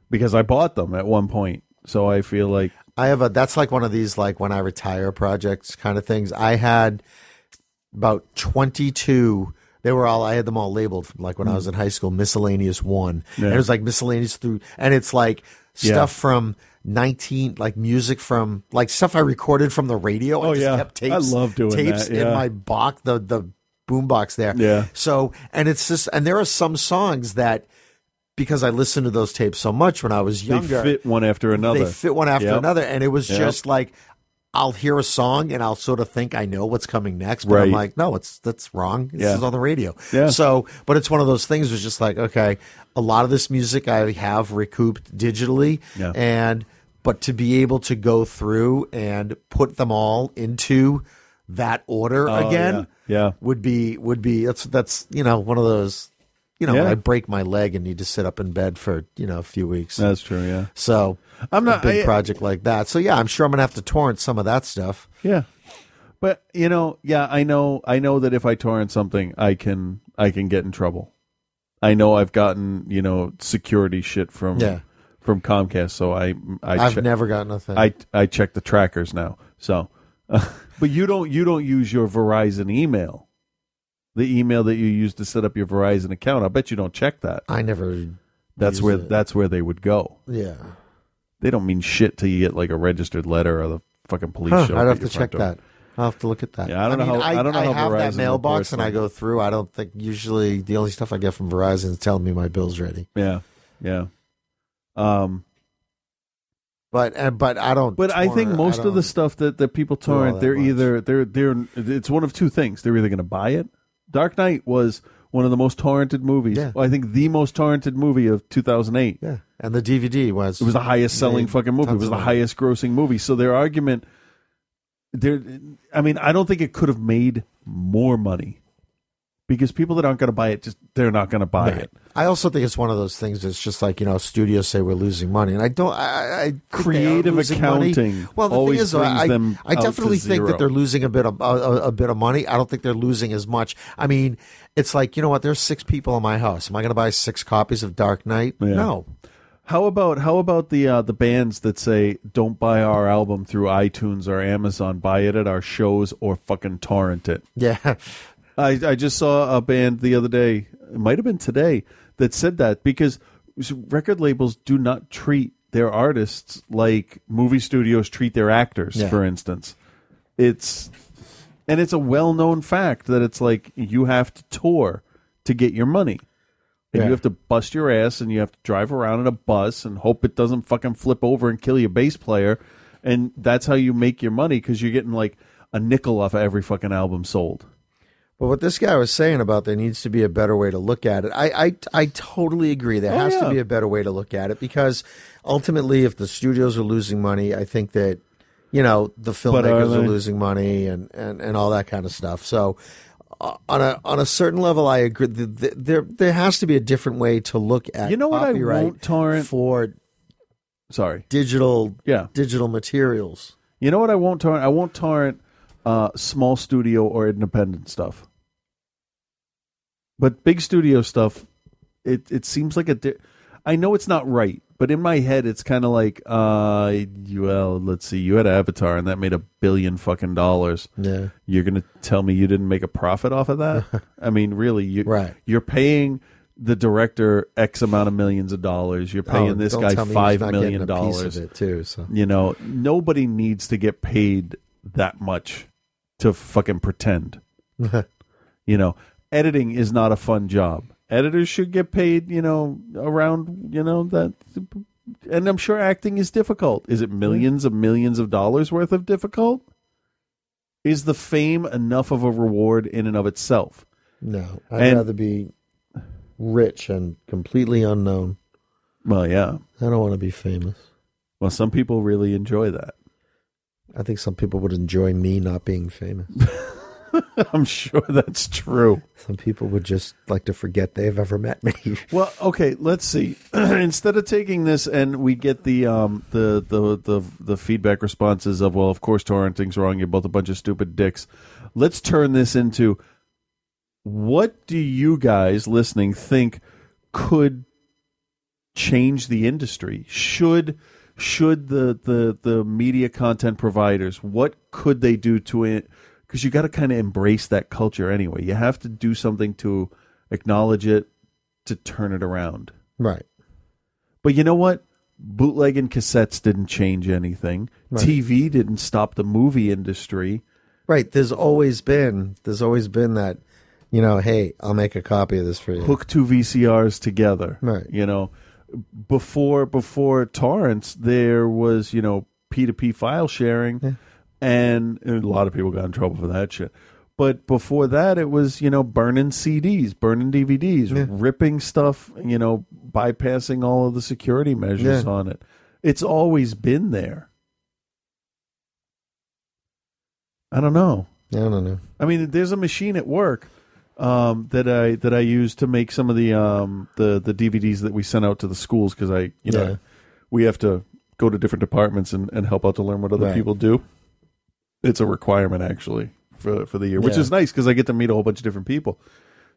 [SPEAKER 10] because I bought them at one point. So I feel like
[SPEAKER 11] I have a that's like one of these like when I retire projects kind of things. I had about 22 they were all I had them all labeled from like when I was in high school miscellaneous 1. And
[SPEAKER 10] Hmm. Yeah.
[SPEAKER 11] it was like miscellaneous through and it's like
[SPEAKER 10] Yeah.
[SPEAKER 11] stuff from 19 like music from like stuff I recorded from the radio. I
[SPEAKER 10] Oh,
[SPEAKER 11] just
[SPEAKER 10] yeah.
[SPEAKER 11] kept tapes
[SPEAKER 10] I love doing
[SPEAKER 11] tapes
[SPEAKER 10] that,
[SPEAKER 11] in
[SPEAKER 10] yeah.
[SPEAKER 11] my box the the boombox there.
[SPEAKER 10] Yeah.
[SPEAKER 11] So and it's just and there are some songs that because I listened to those tapes so much when I was
[SPEAKER 10] They
[SPEAKER 11] younger
[SPEAKER 10] fit one after another.
[SPEAKER 11] they fit one after
[SPEAKER 10] Yep.
[SPEAKER 11] another, and it was
[SPEAKER 10] Yep.
[SPEAKER 11] just like I'll hear a song and I'll sort of think I know what's coming next, but I'm
[SPEAKER 10] Right.
[SPEAKER 11] like, no, it's that's wrong. This
[SPEAKER 10] Yeah.
[SPEAKER 11] is on the radio.
[SPEAKER 10] Yeah.
[SPEAKER 11] So, but it's one of those things. Was just like, okay, a lot of this music I have recouped digitally,
[SPEAKER 10] Yeah.
[SPEAKER 11] and but to be able to go through and put them all into that order
[SPEAKER 10] Oh,
[SPEAKER 11] again,
[SPEAKER 10] yeah. Yeah.
[SPEAKER 11] would be would be that's that's you know one of those. You know, when
[SPEAKER 10] Yeah.
[SPEAKER 11] I break my leg and need to sit up in bed for you know a few weeks.
[SPEAKER 10] That's true, yeah.
[SPEAKER 11] So
[SPEAKER 10] I'm not-
[SPEAKER 11] a big
[SPEAKER 10] I-
[SPEAKER 11] project like that. So yeah, I'm sure I'm gonna have to torrent some of that stuff.
[SPEAKER 10] Yeah. But you know, yeah, I know I know that if I torrent something, I can I can get in trouble. I know I've gotten, you know, security shit from
[SPEAKER 11] Yeah.
[SPEAKER 10] from Comcast, so I I
[SPEAKER 11] I've never gotten a thing.
[SPEAKER 10] I I check the trackers now. So but you don't you don't use your Verizon email. The email that you use to set up your Verizon account. I bet you don't check that.
[SPEAKER 11] I never
[SPEAKER 10] That's
[SPEAKER 11] use
[SPEAKER 10] where
[SPEAKER 11] it.
[SPEAKER 10] that's where they would go.
[SPEAKER 11] Yeah.
[SPEAKER 10] They don't mean shit till you get like a registered letter or the fucking police
[SPEAKER 11] Huh,
[SPEAKER 10] show.
[SPEAKER 11] I'd
[SPEAKER 10] up
[SPEAKER 11] have
[SPEAKER 10] at your
[SPEAKER 11] to
[SPEAKER 10] front
[SPEAKER 11] check
[SPEAKER 10] door.
[SPEAKER 11] that. I'll have to look at that.
[SPEAKER 10] Yeah, I don't know how-
[SPEAKER 11] mean,
[SPEAKER 10] I don't know how
[SPEAKER 11] have that
[SPEAKER 10] Verizon
[SPEAKER 11] mailbox
[SPEAKER 10] reports
[SPEAKER 11] and I
[SPEAKER 10] them.
[SPEAKER 11] go through. I don't think usually the only stuff I get from Verizon is telling me my bill's ready.
[SPEAKER 10] Yeah, yeah. Um,
[SPEAKER 11] but and but I don't.
[SPEAKER 10] But I think
[SPEAKER 11] torrent-
[SPEAKER 10] most of the
[SPEAKER 11] don't-
[SPEAKER 10] stuff that, that people
[SPEAKER 11] do all
[SPEAKER 10] torrent,
[SPEAKER 11] that
[SPEAKER 10] they're
[SPEAKER 11] much.
[SPEAKER 10] either they're they're it's one of two things. They're either going to buy it. Dark Knight was one of the most torrented movies.
[SPEAKER 11] Yeah.
[SPEAKER 10] Well, I think the most torrented movie of 2008.
[SPEAKER 11] Yeah, and the DVD was
[SPEAKER 10] it was the highest selling
[SPEAKER 11] made
[SPEAKER 10] fucking movie. It
[SPEAKER 11] tons
[SPEAKER 10] was
[SPEAKER 11] of
[SPEAKER 10] the
[SPEAKER 11] money.
[SPEAKER 10] highest grossing movie. So their argument, there, I mean, I don't think it could have made more money because people that aren't going to buy it just they're not going to buy
[SPEAKER 11] Right.
[SPEAKER 10] it.
[SPEAKER 11] I also think it's one of those things that's just like you know studios say we're losing money, and I don't. I, I think they are
[SPEAKER 10] Creative
[SPEAKER 11] losing money.
[SPEAKER 10] accounting
[SPEAKER 11] Well, the
[SPEAKER 10] always
[SPEAKER 11] thing is, though,
[SPEAKER 10] brings
[SPEAKER 11] I,
[SPEAKER 10] them
[SPEAKER 11] I
[SPEAKER 10] out to
[SPEAKER 11] definitely think that
[SPEAKER 10] zero.
[SPEAKER 11] they're losing a bit of a, a, a bit of money. I don't think they're losing as much. I mean, it's like you know what? There's six people in my house. Am I going to buy six copies of Dark Knight?
[SPEAKER 10] Yeah.
[SPEAKER 11] No.
[SPEAKER 10] How about how about the uh, the bands that say don't buy our album through iTunes or Amazon, buy it at our shows or fucking torrent it.
[SPEAKER 11] Yeah.
[SPEAKER 10] I I just saw a band the other day, it might have been today, that said that because record labels do not treat their artists like movie studios treat their actors,
[SPEAKER 11] Yeah.
[SPEAKER 10] for instance. It's and it's a well-known fact that it's like you have to tour to get your money. And
[SPEAKER 11] Yeah.
[SPEAKER 10] you have to bust your ass and you have to drive around in a bus and hope it doesn't fucking flip over and kill your bass player. And that's how you make your money because you're getting like a nickel off of every fucking album sold.
[SPEAKER 11] But what this guy was saying about there needs to be a better way to look at it, I I, I totally agree. There
[SPEAKER 10] Oh,
[SPEAKER 11] has to
[SPEAKER 10] yeah.
[SPEAKER 11] be a better way to look at it because ultimately, if the studios are losing money, I think that you know the
[SPEAKER 10] But are
[SPEAKER 11] filmmakers are
[SPEAKER 10] they?
[SPEAKER 11] losing money and, and, and all that kind of stuff. So uh, on a on a certain level, I agree. Th- th- There there has to be a different way to look at
[SPEAKER 10] You know what I
[SPEAKER 11] copyright
[SPEAKER 10] won't torrent?
[SPEAKER 11] for
[SPEAKER 10] sorry
[SPEAKER 11] digital
[SPEAKER 10] yeah
[SPEAKER 11] digital materials.
[SPEAKER 10] You know what I won't torrent? I won't torrent uh, small studio or independent stuff. But big studio stuff, it it seems like a. Di- I know it's not right, but in my head, it's kind of like, uh, you- well, let's see, you had Avatar, and that made a billion fucking dollars.
[SPEAKER 11] Yeah.
[SPEAKER 10] you're gonna tell me you didn't make a profit off of that? I mean, really, you right. you're paying the director X amount of millions of dollars. You're paying
[SPEAKER 11] Oh,
[SPEAKER 10] this
[SPEAKER 11] don't
[SPEAKER 10] guy
[SPEAKER 11] tell me he's
[SPEAKER 10] five
[SPEAKER 11] not
[SPEAKER 10] million
[SPEAKER 11] getting a piece
[SPEAKER 10] dollars
[SPEAKER 11] of it, too, so.
[SPEAKER 10] you know nobody needs to get paid that much to fucking pretend you know editing is not a fun job editors should get paid you know around you know that and i'm sure acting is difficult is it millions of millions of dollars worth of difficult is the fame enough of a reward in and of itself
[SPEAKER 11] No, I'd
[SPEAKER 10] And-
[SPEAKER 11] rather be rich and completely unknown.
[SPEAKER 10] Well, yeah.
[SPEAKER 11] I don't want to be famous.
[SPEAKER 10] Well, some people really enjoy that.
[SPEAKER 11] I think some people would enjoy me not being famous.
[SPEAKER 10] I'm sure that's true.
[SPEAKER 11] Some people would just like to forget they've ever met me.
[SPEAKER 10] Well, okay, let's see. Instead of taking this and we get the um the, the the the feedback responses of well, of course torrenting's wrong, you're both a bunch of stupid dicks. Let's turn this into what do you guys listening think could change the industry? Should should the the the media content providers what could they do to it? Because you got to kind of embrace that culture anyway. You have to do something to acknowledge it to turn it around.
[SPEAKER 11] Right.
[SPEAKER 10] But you know what? Bootleg and cassettes didn't change anything.
[SPEAKER 11] Right.
[SPEAKER 10] TV didn't stop the movie industry.
[SPEAKER 11] Right. There's always been there's always been that, you know, hey, I'll make a copy of this for you.
[SPEAKER 10] hook two VCRs together. Right. You know, before before torrents, there was you know P two P file sharing, and, and a lot of people got in trouble for that shit. But before that, it was you know burning CDs, burning DVDs, ripping stuff, you know, bypassing all of the security measures
[SPEAKER 11] Yeah.
[SPEAKER 10] on it. It's always been there. I don't know.
[SPEAKER 11] I don't know.
[SPEAKER 10] I mean, there's a machine at work um, that I that I use to make some of the um, the the DVDs that we sent out to the schools because I you know
[SPEAKER 11] Yeah.
[SPEAKER 10] we have to go to different departments and, and help out to learn what other
[SPEAKER 11] Right.
[SPEAKER 10] people do. It's a requirement actually for for the year, which
[SPEAKER 11] Yeah.
[SPEAKER 10] is nice because I get to meet a whole bunch of different people.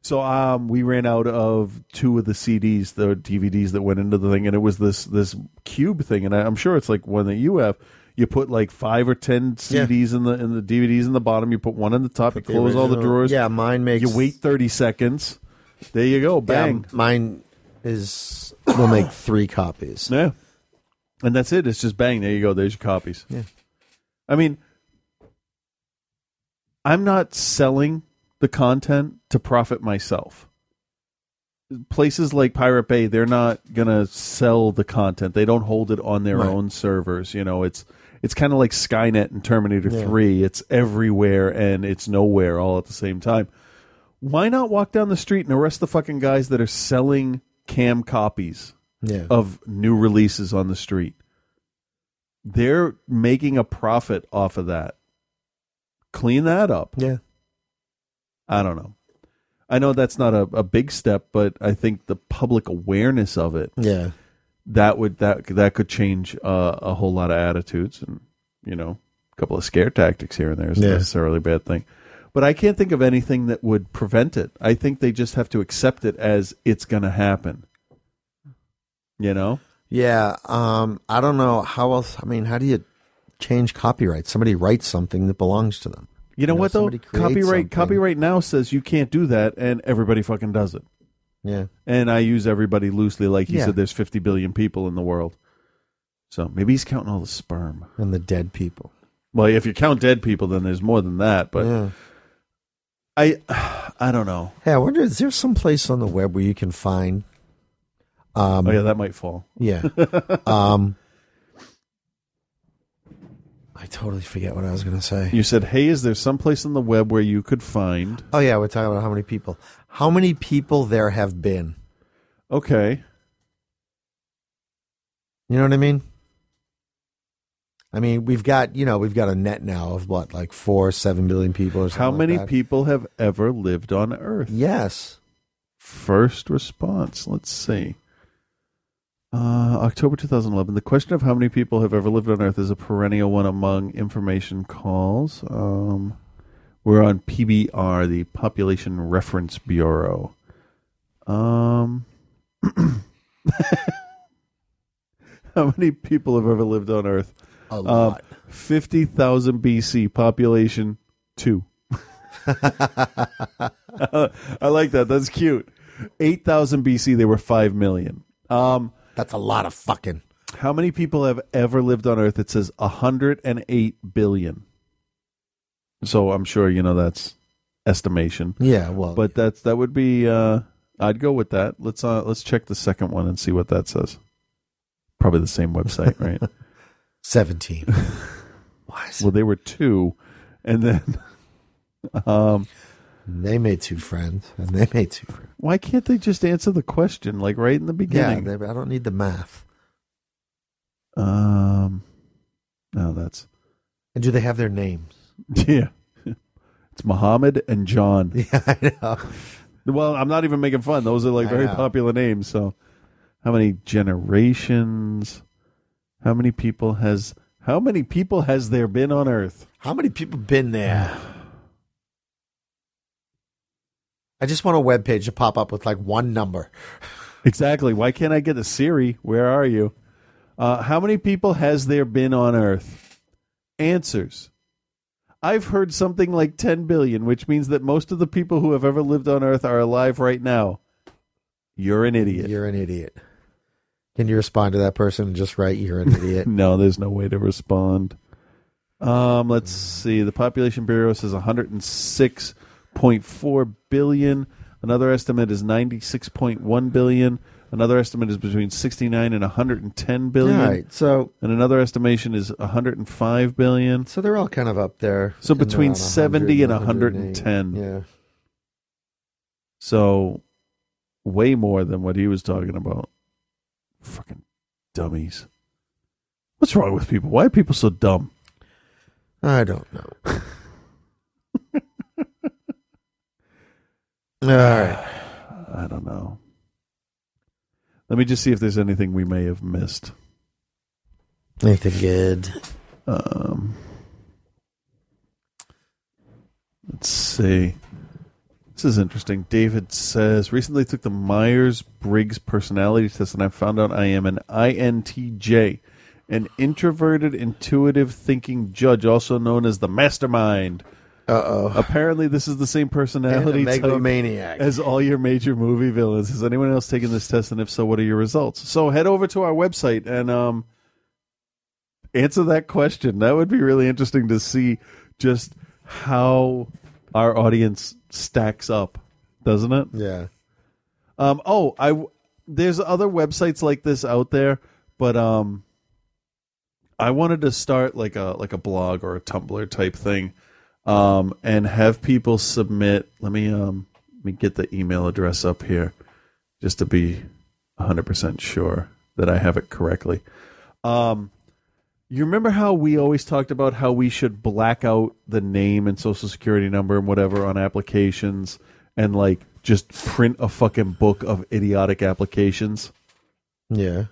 [SPEAKER 10] So um, we ran out of two of the CDs, the DVDs that went into the thing, and it was this this cube thing, and I, I'm sure it's like one that you have. You put like five or ten
[SPEAKER 11] Yeah.
[SPEAKER 10] CDs in the in the DVDs in the bottom. You put one in the top. you close all the
[SPEAKER 11] original-
[SPEAKER 10] drawers.
[SPEAKER 11] Yeah, mine makes-
[SPEAKER 10] You wait thirty seconds. There you go. Bang.
[SPEAKER 11] mine is will make three copies.
[SPEAKER 10] Yeah, and that's it. It's just bang. There you go. There's your copies.
[SPEAKER 11] Yeah.
[SPEAKER 10] I mean, I'm not selling the content to profit myself. Places like Pirate Bay, they're not gonna sell the content. They don't hold it on their
[SPEAKER 11] Right.
[SPEAKER 10] own servers. You know, it's it's kind of like Skynet and Terminator
[SPEAKER 11] Yeah.
[SPEAKER 10] Three. It's everywhere and it's nowhere all at the same time. Why not walk down the street and arrest the fucking guys that are selling cam copies
[SPEAKER 11] Yeah.
[SPEAKER 10] of new releases on the street? They're making a profit off of that clean that up.
[SPEAKER 11] Yeah.
[SPEAKER 10] I don't know. I know that's not a, a big step, but I think the public awareness of it.
[SPEAKER 11] Yeah.
[SPEAKER 10] That would that that could change uh, a whole lot of attitudes and you know a couple of scare tactics here and there isn't
[SPEAKER 11] Yeah.
[SPEAKER 10] necessarily a bad thing. But I can't think of anything that would prevent it. I think they just have to accept it as it's going to happen. You know?
[SPEAKER 11] Yeah, um, I don't know how else. I mean, how do you change copyright? Somebody writes something that belongs to them.
[SPEAKER 10] You know, what though?
[SPEAKER 11] somebody creates
[SPEAKER 10] Copyright
[SPEAKER 11] something.
[SPEAKER 10] copyright now says you can't do that, and everybody fucking does it.
[SPEAKER 11] Yeah.
[SPEAKER 10] and I use everybody loosely. Like he
[SPEAKER 11] Yeah.
[SPEAKER 10] said, there's 50 billion people in the world, so maybe he's counting all the sperm
[SPEAKER 11] and the dead people.
[SPEAKER 10] Well, if you count dead people, then there's more than that. But
[SPEAKER 11] Yeah.
[SPEAKER 10] I, I don't know.
[SPEAKER 11] Hey, I wonder is there some place on the web where you can find? Um,
[SPEAKER 10] Oh yeah, that might fall.
[SPEAKER 11] Yeah. um, I totally forget what I was going to say.
[SPEAKER 10] you said, "Hey, is there someplace on the web where you could find?"
[SPEAKER 11] Oh yeah, we're talking about how many people. How many people there have been?
[SPEAKER 10] Okay.
[SPEAKER 11] You know what I mean? I mean, we've got you know we've got a net now of what like four seven billion people or something.
[SPEAKER 10] How
[SPEAKER 11] like
[SPEAKER 10] many
[SPEAKER 11] that.
[SPEAKER 10] people have ever lived on Earth?
[SPEAKER 11] Yes.
[SPEAKER 10] First response. Let's see. Uh, October 2011. The question of how many people have ever lived on Earth is a perennial one among information calls. Um, we're on PBR, the Population Reference Bureau. Um, how many people have ever lived on Earth? Uh,
[SPEAKER 11] A lot.
[SPEAKER 10] 50,000 BC, population two. I like that. That's cute. 8,000 BC, they were 5 million. Um,
[SPEAKER 11] That's a lot of fucking.
[SPEAKER 10] How many people have ever lived on Earth? It says 108 billion. So I'm sure, you know, that's estimation.
[SPEAKER 11] Yeah, well,
[SPEAKER 10] but that's that would be uh I'd go with that. Let's uh let's check the second one and see what that says. Probably the same website, right?
[SPEAKER 11] 17.
[SPEAKER 10] well, they were two and then um
[SPEAKER 11] they made two friends and they made two friends.
[SPEAKER 10] Why can't they just answer the question like right in the
[SPEAKER 11] Yeah,
[SPEAKER 10] beginning?
[SPEAKER 11] they, I don't need the math.
[SPEAKER 10] Um, no, that's
[SPEAKER 11] And do they have their names?
[SPEAKER 10] yeah. It's Muhammad and John.
[SPEAKER 11] Yeah, I know.
[SPEAKER 10] Well, I'm not even making fun. Those are like
[SPEAKER 11] I
[SPEAKER 10] very
[SPEAKER 11] know.
[SPEAKER 10] popular names. So, how many generations? How many people has how many people has there been on Earth?
[SPEAKER 11] How many people been there? I just want a web page to pop up with like one number.
[SPEAKER 10] Exactly. Why can't I get a Siri? Where are you? Uh, how many people has there been on Earth? Answers. I've heard something like 10 billion, which means that most of the people who have ever lived on Earth are alive right now. You're an idiot.
[SPEAKER 11] You're an idiot. Can you respond to that person and just write you're an idiot?
[SPEAKER 10] no, there's no way to respond. Um, let's
[SPEAKER 11] Mm.
[SPEAKER 10] see. The population bureau says 106.4 billion. Another estimate is 96.1 billion. Another estimate is between 69 and 110 billion.
[SPEAKER 11] All right, so
[SPEAKER 10] and another estimation is 105 billion.
[SPEAKER 11] So they're all kind of up there. uh,
[SPEAKER 10] So
[SPEAKER 11] in around
[SPEAKER 10] between 70 and
[SPEAKER 11] 100,
[SPEAKER 10] 110.
[SPEAKER 11] Yeah.
[SPEAKER 10] So way more than what he was talking about. Fucking dummies. What's wrong with people? Why are people so dumb?
[SPEAKER 11] I don't know. All right.
[SPEAKER 10] I don't know. Let me just see if there's anything we may have missed.
[SPEAKER 11] Anything good?
[SPEAKER 10] Um, let's see. This is interesting. David says recently took the Myers Briggs personality test, and I found out I am an INTJ, an introverted, intuitive thinking judge, also known as the mastermind.
[SPEAKER 11] Uh oh.
[SPEAKER 10] Apparently, this is the same personality
[SPEAKER 11] And a
[SPEAKER 10] type
[SPEAKER 11] megalomaniac.
[SPEAKER 10] as all your major movie villains. Has anyone else taken this test? And if so, what are your results? So head over to our website and um, answer that question. That would be really interesting to see just how our audience stacks up, doesn't it?
[SPEAKER 11] Yeah.
[SPEAKER 10] Um, oh, I w- there's other websites like this out there, but um, I wanted to start like a like a blog or a Tumblr type thing, um, and have people submit. Let me um, let me get the email address up here, just to be hundred percent sure that I have it correctly. Um, you remember how we always talked about how we should black out the name and social security number and whatever on applications and like just print a fucking book of idiotic applications?
[SPEAKER 11] Yeah.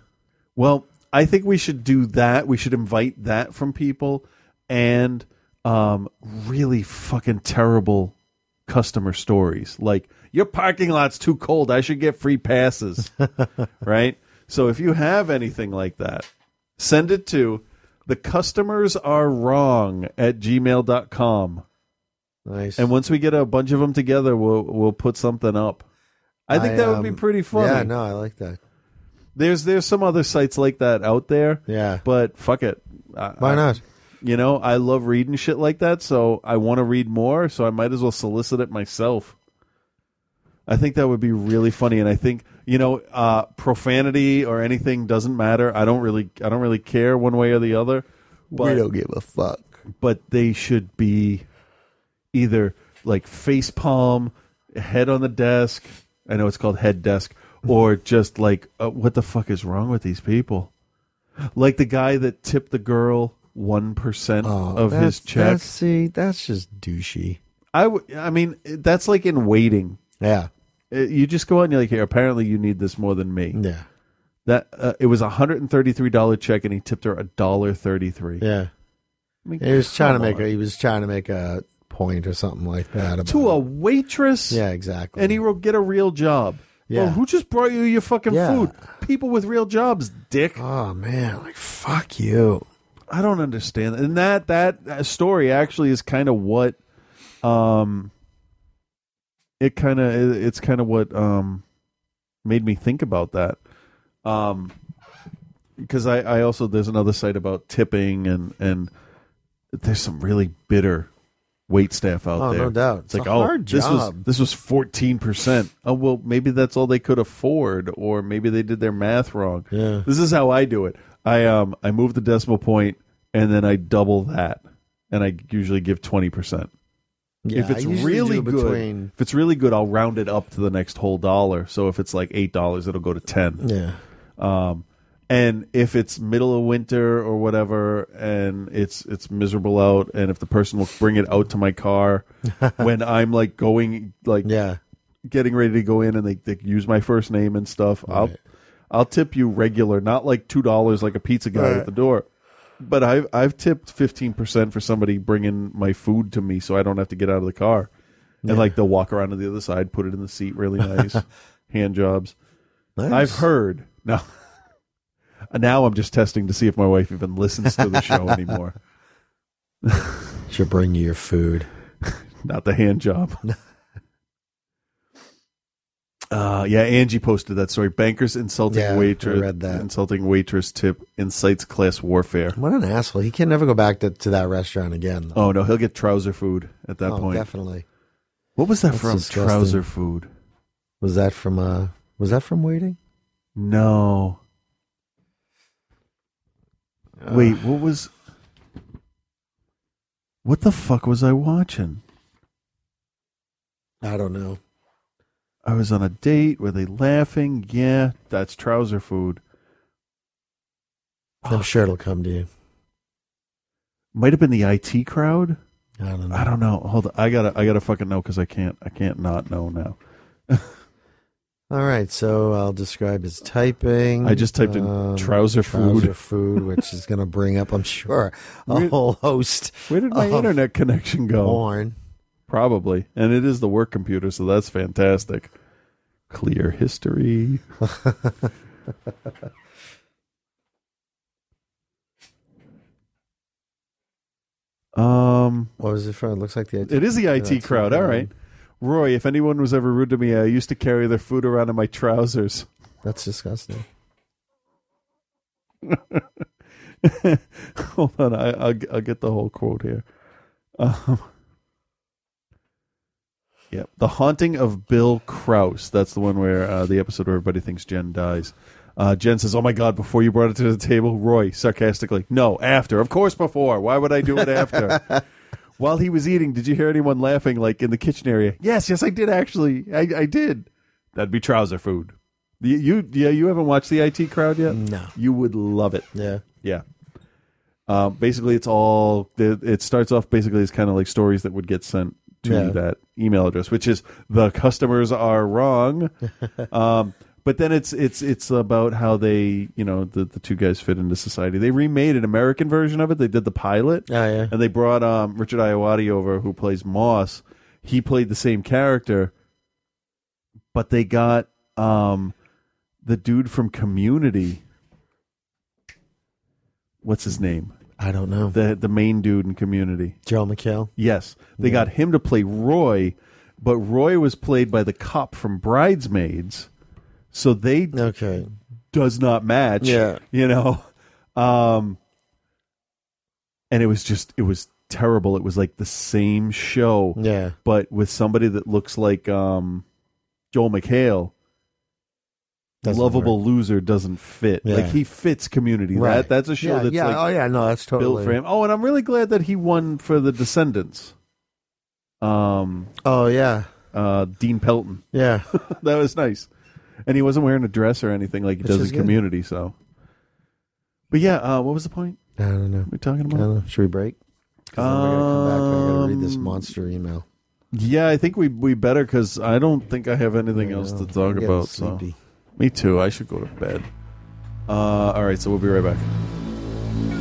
[SPEAKER 10] Well, I think we should do that. We should invite that from people and um, really fucking terrible customer stories. Like, your parking lot's too cold. I should get free passes. right? So if you have anything like that, send it to the customers are wrong at gmail.com.
[SPEAKER 11] Nice.
[SPEAKER 10] And once we get a bunch of them together, we'll we'll put something up. I think that would be
[SPEAKER 11] um,
[SPEAKER 10] pretty funny.
[SPEAKER 11] Yeah, no, I like that.
[SPEAKER 10] There's there's some other sites like that out there.
[SPEAKER 11] Yeah.
[SPEAKER 10] But fuck it. I,
[SPEAKER 11] Why
[SPEAKER 10] I-
[SPEAKER 11] not?
[SPEAKER 10] you know, I love reading shit like that, so I want to read more, so I might as well solicit it myself. I think that would be really funny, and I think you know, uh, profanity or anything doesn't matter. I don't really, I don't really care one way or the other. But,
[SPEAKER 11] we don't give a fuck.
[SPEAKER 10] But they should be either like face palm, head on the desk. I know it's called head desk, or just like, uh, what the fuck is wrong with these people? Like the guy that tipped the girl one percent of
[SPEAKER 11] Oh, That's-
[SPEAKER 10] his check.
[SPEAKER 11] that's- see, that's just douchey.
[SPEAKER 10] I, w- I mean, that's like in waiting. Uh,
[SPEAKER 11] Yeah.
[SPEAKER 10] You just go out and you're like, here, apparently you need this more than me.
[SPEAKER 11] Yeah.
[SPEAKER 10] That uh, it was a hundred and thirty three dollar check, and he tipped her a dollar thirty three.
[SPEAKER 11] Yeah.
[SPEAKER 10] I mean,
[SPEAKER 11] he was trying to
[SPEAKER 10] come
[SPEAKER 11] make
[SPEAKER 10] on.
[SPEAKER 11] a he was trying to make a point or something like that. About
[SPEAKER 10] to a waitress.
[SPEAKER 11] Yeah, exactly.
[SPEAKER 10] and he will get a real job.
[SPEAKER 11] Yeah.
[SPEAKER 10] Well, who just brought you your fucking
[SPEAKER 11] Yeah.
[SPEAKER 10] food? People with real jobs, dick.
[SPEAKER 11] Oh man, like fuck you.
[SPEAKER 10] I don't understand. And that that that story actually is kind of what um it kind of it's kind of what um made me think about that. Um because I I also there's another site about tipping and and there's some really bitter wait staff out
[SPEAKER 11] Oh,
[SPEAKER 10] there.
[SPEAKER 11] no doubt.
[SPEAKER 10] It's,
[SPEAKER 11] It's
[SPEAKER 10] like
[SPEAKER 11] a
[SPEAKER 10] oh
[SPEAKER 11] hard
[SPEAKER 10] this was
[SPEAKER 11] job.
[SPEAKER 10] this was 14%. Oh well, maybe that's all they could afford or maybe they did their math wrong.
[SPEAKER 11] Yeah.
[SPEAKER 10] This is how I do it. I um I move the decimal point and then I double that and I usually give 20%.
[SPEAKER 11] Yeah,
[SPEAKER 10] if it's
[SPEAKER 11] I usually
[SPEAKER 10] really
[SPEAKER 11] do
[SPEAKER 10] good,
[SPEAKER 11] between-
[SPEAKER 10] if it's really good, I'll round it up to the next whole dollar. So if it's like eight dollars, it'll go to ten.
[SPEAKER 11] Yeah.
[SPEAKER 10] Um, and if it's middle of winter or whatever, and it's it's miserable out, and if the person will bring it out to my car when I'm like going like
[SPEAKER 11] yeah,
[SPEAKER 10] getting ready to go in, and they, they use my first name and stuff, I'll I'll tip you regular, not like two dollars like a pizza guy
[SPEAKER 11] Right.
[SPEAKER 10] at the door. But I've I've tipped fifteen percent for somebody bringing my food to me, so I don't have to get out of the car.
[SPEAKER 11] Yeah.
[SPEAKER 10] And like they'll walk around to the other side, put it in the seat, really nice. Hand jobs.
[SPEAKER 11] Nice.
[SPEAKER 10] I've heard no, Now I'm just testing to see if my wife even listens to the show anymore.
[SPEAKER 11] She'll bring you your food,
[SPEAKER 10] not the hand job. Uh, yeah, Angie posted that story. Bankers insulting
[SPEAKER 11] Yeah, I
[SPEAKER 10] waitress,
[SPEAKER 11] read that.
[SPEAKER 10] insulting waitress tip incites class warfare.
[SPEAKER 11] What an asshole! He can never go back to, to that restaurant again. though.
[SPEAKER 10] Oh no, he'll get trouser food at that
[SPEAKER 11] Oh,
[SPEAKER 10] point.
[SPEAKER 11] definitely.
[SPEAKER 10] What was that
[SPEAKER 11] That's
[SPEAKER 10] from?
[SPEAKER 11] disgusting.
[SPEAKER 10] Trouser food.
[SPEAKER 11] Was that from? Uh, was that from waiting?
[SPEAKER 10] No. Wait, what was? What the fuck was I watching?
[SPEAKER 11] I don't know.
[SPEAKER 10] I was on a date. Were they laughing? Yeah, that's trouser food.
[SPEAKER 11] I'm sure it'll come to you.
[SPEAKER 10] Might have been the IT crowd.
[SPEAKER 11] I don't know.
[SPEAKER 10] I don't know. Hold on. I gotta. I gotta fucking know because I can't. I can't not know now.
[SPEAKER 11] All right, so I'll describe his typing.
[SPEAKER 10] I just typed in trouser food.
[SPEAKER 11] Um, trouser food, which is going to bring up, I'm sure, a
[SPEAKER 10] Where-
[SPEAKER 11] whole host.
[SPEAKER 10] Where did my
[SPEAKER 11] of-
[SPEAKER 10] internet connection go?
[SPEAKER 11] porn.
[SPEAKER 10] Probably. And it is the work computer, so that's fantastic. Clear history. um
[SPEAKER 11] What was it from? It looks like the IT.
[SPEAKER 10] it is the IT crowd. All right. Roy, if anyone was ever rude to me, I used to carry their food around in my trousers.
[SPEAKER 11] That's disgusting.
[SPEAKER 10] Hold on, I, I'll, g- I'll get the whole quote here. Um, yeah, the haunting of Bill Krause. That's the one where uh, the episode where everybody thinks Jen dies. Uh, Jen says, "Oh my God!" Before you brought it to the table, Roy sarcastically, "No, after. Of course, before. Why would I do it after?" While he was eating, did you hear anyone laughing, like in the kitchen area? Yes, yes, I did actually. I, I did. That'd be trouser food. You, you, yeah, you haven't watched the IT crowd yet. No, you would love it.
[SPEAKER 11] Yeah,
[SPEAKER 10] yeah. Um, basically, it's all it it starts off basically as kind of like stories that would get sent to
[SPEAKER 11] Yeah.
[SPEAKER 10] that email address, which is the customers are wrong. um, but then it's it's it's about how they you know the the two guys fit into society. They remade an American version of it. They did the pilot.
[SPEAKER 11] yeah.
[SPEAKER 10] And they brought um, Richard Iowati over, who plays Moss. He played the same character, but they got um, the dude from Community. What's his name?
[SPEAKER 11] I don't know.
[SPEAKER 10] The the main dude in Community.
[SPEAKER 11] Joe McHale.
[SPEAKER 10] Yes, they
[SPEAKER 11] Yeah.
[SPEAKER 10] got him to play Roy, but Roy was played by the cop from Bridesmaids, so they
[SPEAKER 11] okay
[SPEAKER 10] does not match.
[SPEAKER 11] Yeah.
[SPEAKER 10] you know, um, and it was just it was terrible. It was like the same show,
[SPEAKER 11] Yeah.
[SPEAKER 10] but with somebody that looks like um, Joel McHale.
[SPEAKER 11] Doesn't
[SPEAKER 10] lovable loser doesn't fit.
[SPEAKER 11] Yeah.
[SPEAKER 10] Like he fits community.
[SPEAKER 11] Right.
[SPEAKER 10] That that's a show
[SPEAKER 11] Yeah,
[SPEAKER 10] that's
[SPEAKER 11] yeah.
[SPEAKER 10] like
[SPEAKER 11] Oh, yeah. No, that's
[SPEAKER 10] built
[SPEAKER 11] totally-
[SPEAKER 10] for him. Oh, and I'm really glad that he won for the Descendants. Um.
[SPEAKER 11] Oh yeah.
[SPEAKER 10] Uh, Dean Pelton.
[SPEAKER 11] Yeah.
[SPEAKER 10] that was nice, and he wasn't wearing a dress or anything like he
[SPEAKER 11] Which
[SPEAKER 10] does
[SPEAKER 11] is
[SPEAKER 10] in
[SPEAKER 11] good.
[SPEAKER 10] Community. So. But yeah, uh, what was the point?
[SPEAKER 11] I don't know.
[SPEAKER 10] We're talking about.
[SPEAKER 11] I don't know. Should we break? 'Cause then we're gonna come back. and We're gonna read this
[SPEAKER 10] Um,
[SPEAKER 11] monster email.
[SPEAKER 10] Yeah, I think we we better because I don't think I have anything else to talk
[SPEAKER 11] getting
[SPEAKER 10] about. So.
[SPEAKER 11] sleepy.
[SPEAKER 10] Me too. I should go to bed. Uh, all right, so we'll be right back.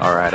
[SPEAKER 1] All right,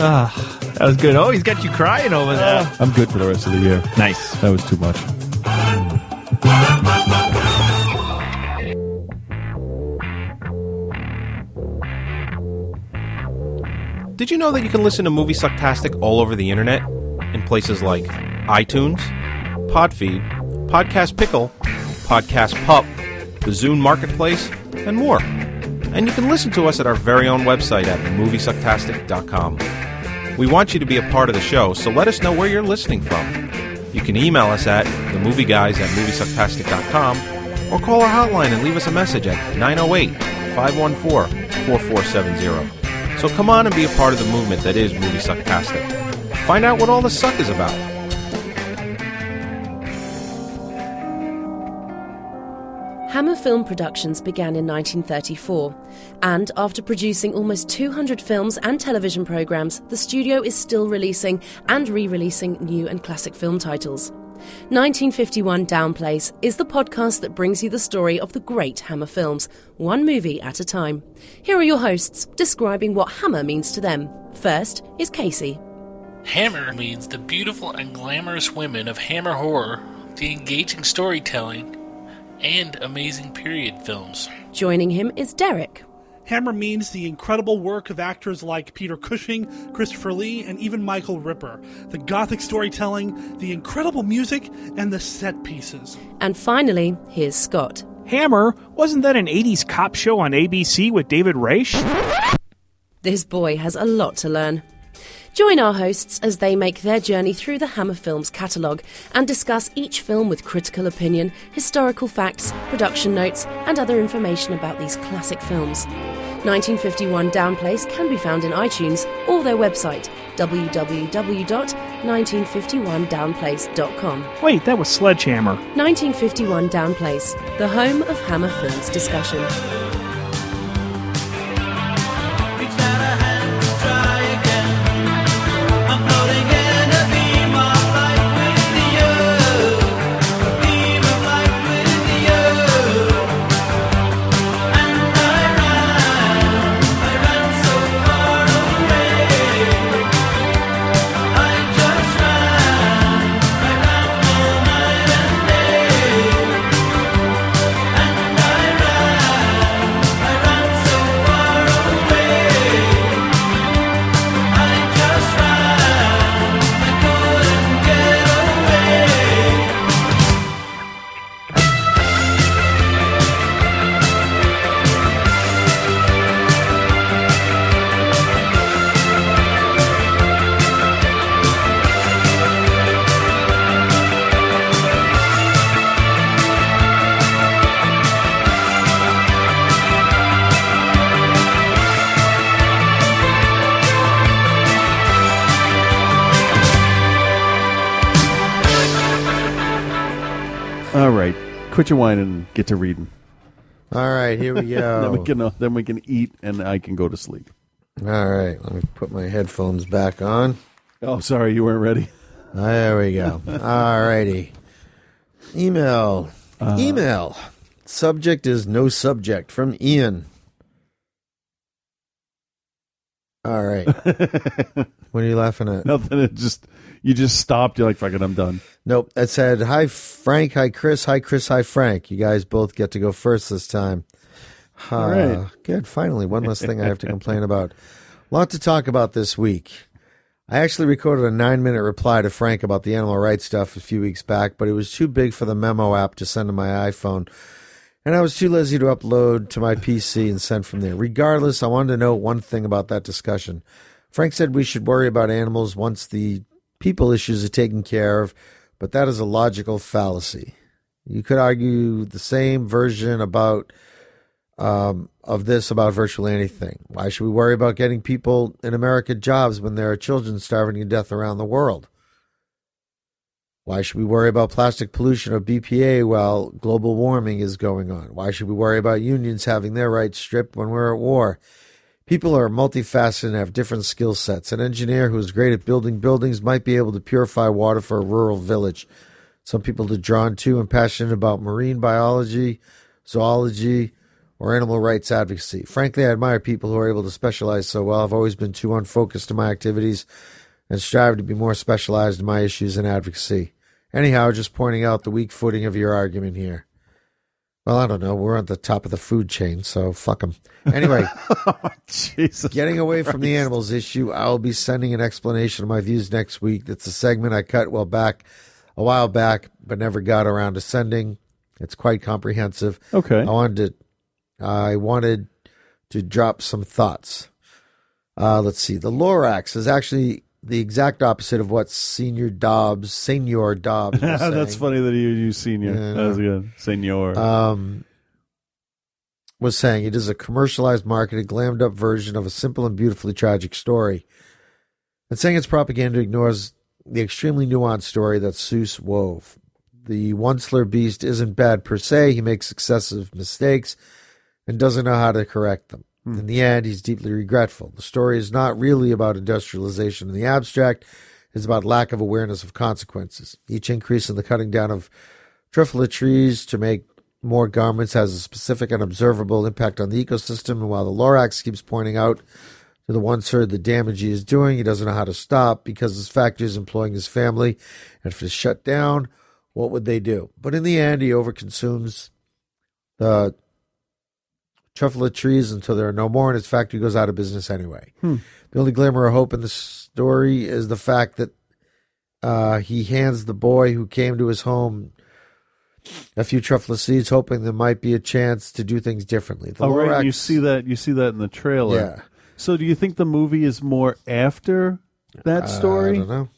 [SPEAKER 3] Ah, that was good. Oh, he's got you crying over there.
[SPEAKER 11] Oh,
[SPEAKER 10] I'm good for the rest of the year.
[SPEAKER 3] Nice.
[SPEAKER 10] That was too much. Mm.
[SPEAKER 22] Did you know that you can listen to Movie Sucktastic all over the internet? In places like iTunes, Podfeed, Podcast Pickle, Podcast Pup, the Zune Marketplace, and more. And you can listen to us at our very own website at moviesucktastic.com. We want you to be a part of the show, so let us know where you're listening from. You can email us at themovieguys at moviesucktastic.com or call our hotline and leave us a message at 908 514 4470. So come on and be a part of the movement that is Movie Sucktastic. Find out what all the suck is about.
[SPEAKER 23] Hammer Film Productions began in 1934, and after producing almost 200 films and television programs, the studio is still releasing and re releasing new and classic film titles. 1951 Downplace is the podcast that brings you the story of the great Hammer films, one movie at a time. Here are your hosts describing what Hammer means to them. First is Casey.
[SPEAKER 24] Hammer means the beautiful and glamorous women of Hammer horror, the engaging storytelling, and amazing period films.
[SPEAKER 23] Joining him is Derek.
[SPEAKER 25] Hammer means the incredible work of actors like Peter Cushing, Christopher Lee, and even Michael Ripper, the gothic storytelling, the incredible music, and the set pieces.
[SPEAKER 23] And finally, here's Scott.
[SPEAKER 26] Hammer, wasn't that an 80s cop show on ABC with David Raish?
[SPEAKER 23] This boy has a lot to learn. Join our hosts as they make their journey through the Hammer Films catalogue and discuss each film with critical opinion, historical facts, production notes, and other information about these classic films. 1951 Downplace can be found in iTunes or their website www.1951downplace.com.
[SPEAKER 26] Wait, that was Sledgehammer.
[SPEAKER 23] 1951 Downplace, the home of Hammer Films discussion.
[SPEAKER 10] All right, quit your whining and get to reading.
[SPEAKER 11] All right, here we go.
[SPEAKER 10] then, we can, uh, then we can eat and I can go to sleep.
[SPEAKER 11] All right, let me put my headphones back on.
[SPEAKER 10] Oh, sorry, you weren't ready.
[SPEAKER 11] There we go. All righty. Email.
[SPEAKER 10] Uh,
[SPEAKER 11] Email. Subject is no subject from Ian. All right. what are you laughing at?
[SPEAKER 10] Nothing. It just you just stopped. You're like, "Fuck it, I'm done."
[SPEAKER 11] Nope. That said, hi Frank, hi Chris, hi Chris, hi Frank. You guys both get to go first this time. Uh,
[SPEAKER 10] All right.
[SPEAKER 11] Good. Finally, one less thing I have to complain about. lot to talk about this week. I actually recorded a nine minute reply to Frank about the animal rights stuff a few weeks back, but it was too big for the memo app to send to my iPhone. And I was too lazy to upload to my PC and send from there. Regardless, I wanted to know one thing about that discussion. Frank said we should worry about animals once the people issues are taken care of, but that is a logical fallacy. You could argue the same version about um, of this about virtually anything. Why should we worry about getting people in America jobs when there are children starving to death around the world? Why should we worry about plastic pollution or BPA while global warming is going on? Why should we worry about unions having their rights stripped when we're at war? People are multifaceted and have different skill sets. An engineer who is great at building buildings might be able to purify water for a rural village. Some people are drawn to and passionate about marine biology, zoology, or animal rights advocacy. Frankly, I admire people who are able to specialize so well. I've always been too unfocused in my activities and strive to be more specialized in my issues and advocacy. Anyhow, just pointing out the weak footing of your argument here. Well, I don't know. We're at the top of the food chain, so fuck them. Anyway,
[SPEAKER 10] Oh,
[SPEAKER 11] getting away from the
[SPEAKER 2] Christ.
[SPEAKER 11] animals issue, I'll be sending an explanation of my views next week. That's a segment I cut well back a while back, but never got around to sending. It's quite comprehensive.
[SPEAKER 10] Okay.
[SPEAKER 11] I wanted to, I wanted to drop some thoughts. Uh, let's see. The Lorax is actually the exact opposite of what Senior Dobbs, Senior Dobbs. was
[SPEAKER 10] That's
[SPEAKER 11] saying.
[SPEAKER 10] funny that you use senior.
[SPEAKER 11] Yeah, I
[SPEAKER 10] that was
[SPEAKER 11] know.
[SPEAKER 10] good. Senor.
[SPEAKER 11] Um, was saying it is a commercialized, marketed, glammed up version of a simple and beautifully tragic story. And saying it's propaganda ignores the extremely nuanced story that Seuss wove. The Onceler beast isn't bad per se, he makes excessive mistakes and doesn't know how to correct them. In the end, he's deeply regretful. The story is not really about industrialization in the abstract, it's about lack of awareness of consequences. Each increase in the cutting down of Truffula trees to make more garments has a specific and observable impact on the ecosystem. And while the Lorax keeps pointing out to the one sir the damage he is doing, he doesn't know how to stop because his factory is employing his family. And if it's shut down, what would they do? But in the end, he overconsumes the truffula trees until there are no more, and his factory goes out of business anyway.
[SPEAKER 2] Hmm.
[SPEAKER 11] The only glimmer of hope in the story is the fact that uh, he hands the boy who came to his home a few truffle seeds, hoping there might be a chance to do things differently. The
[SPEAKER 10] oh, right.
[SPEAKER 11] Lorax-
[SPEAKER 10] and You see that. You see that in the trailer.
[SPEAKER 11] Yeah.
[SPEAKER 10] So, do you think the movie is more after that story?
[SPEAKER 11] I don't know.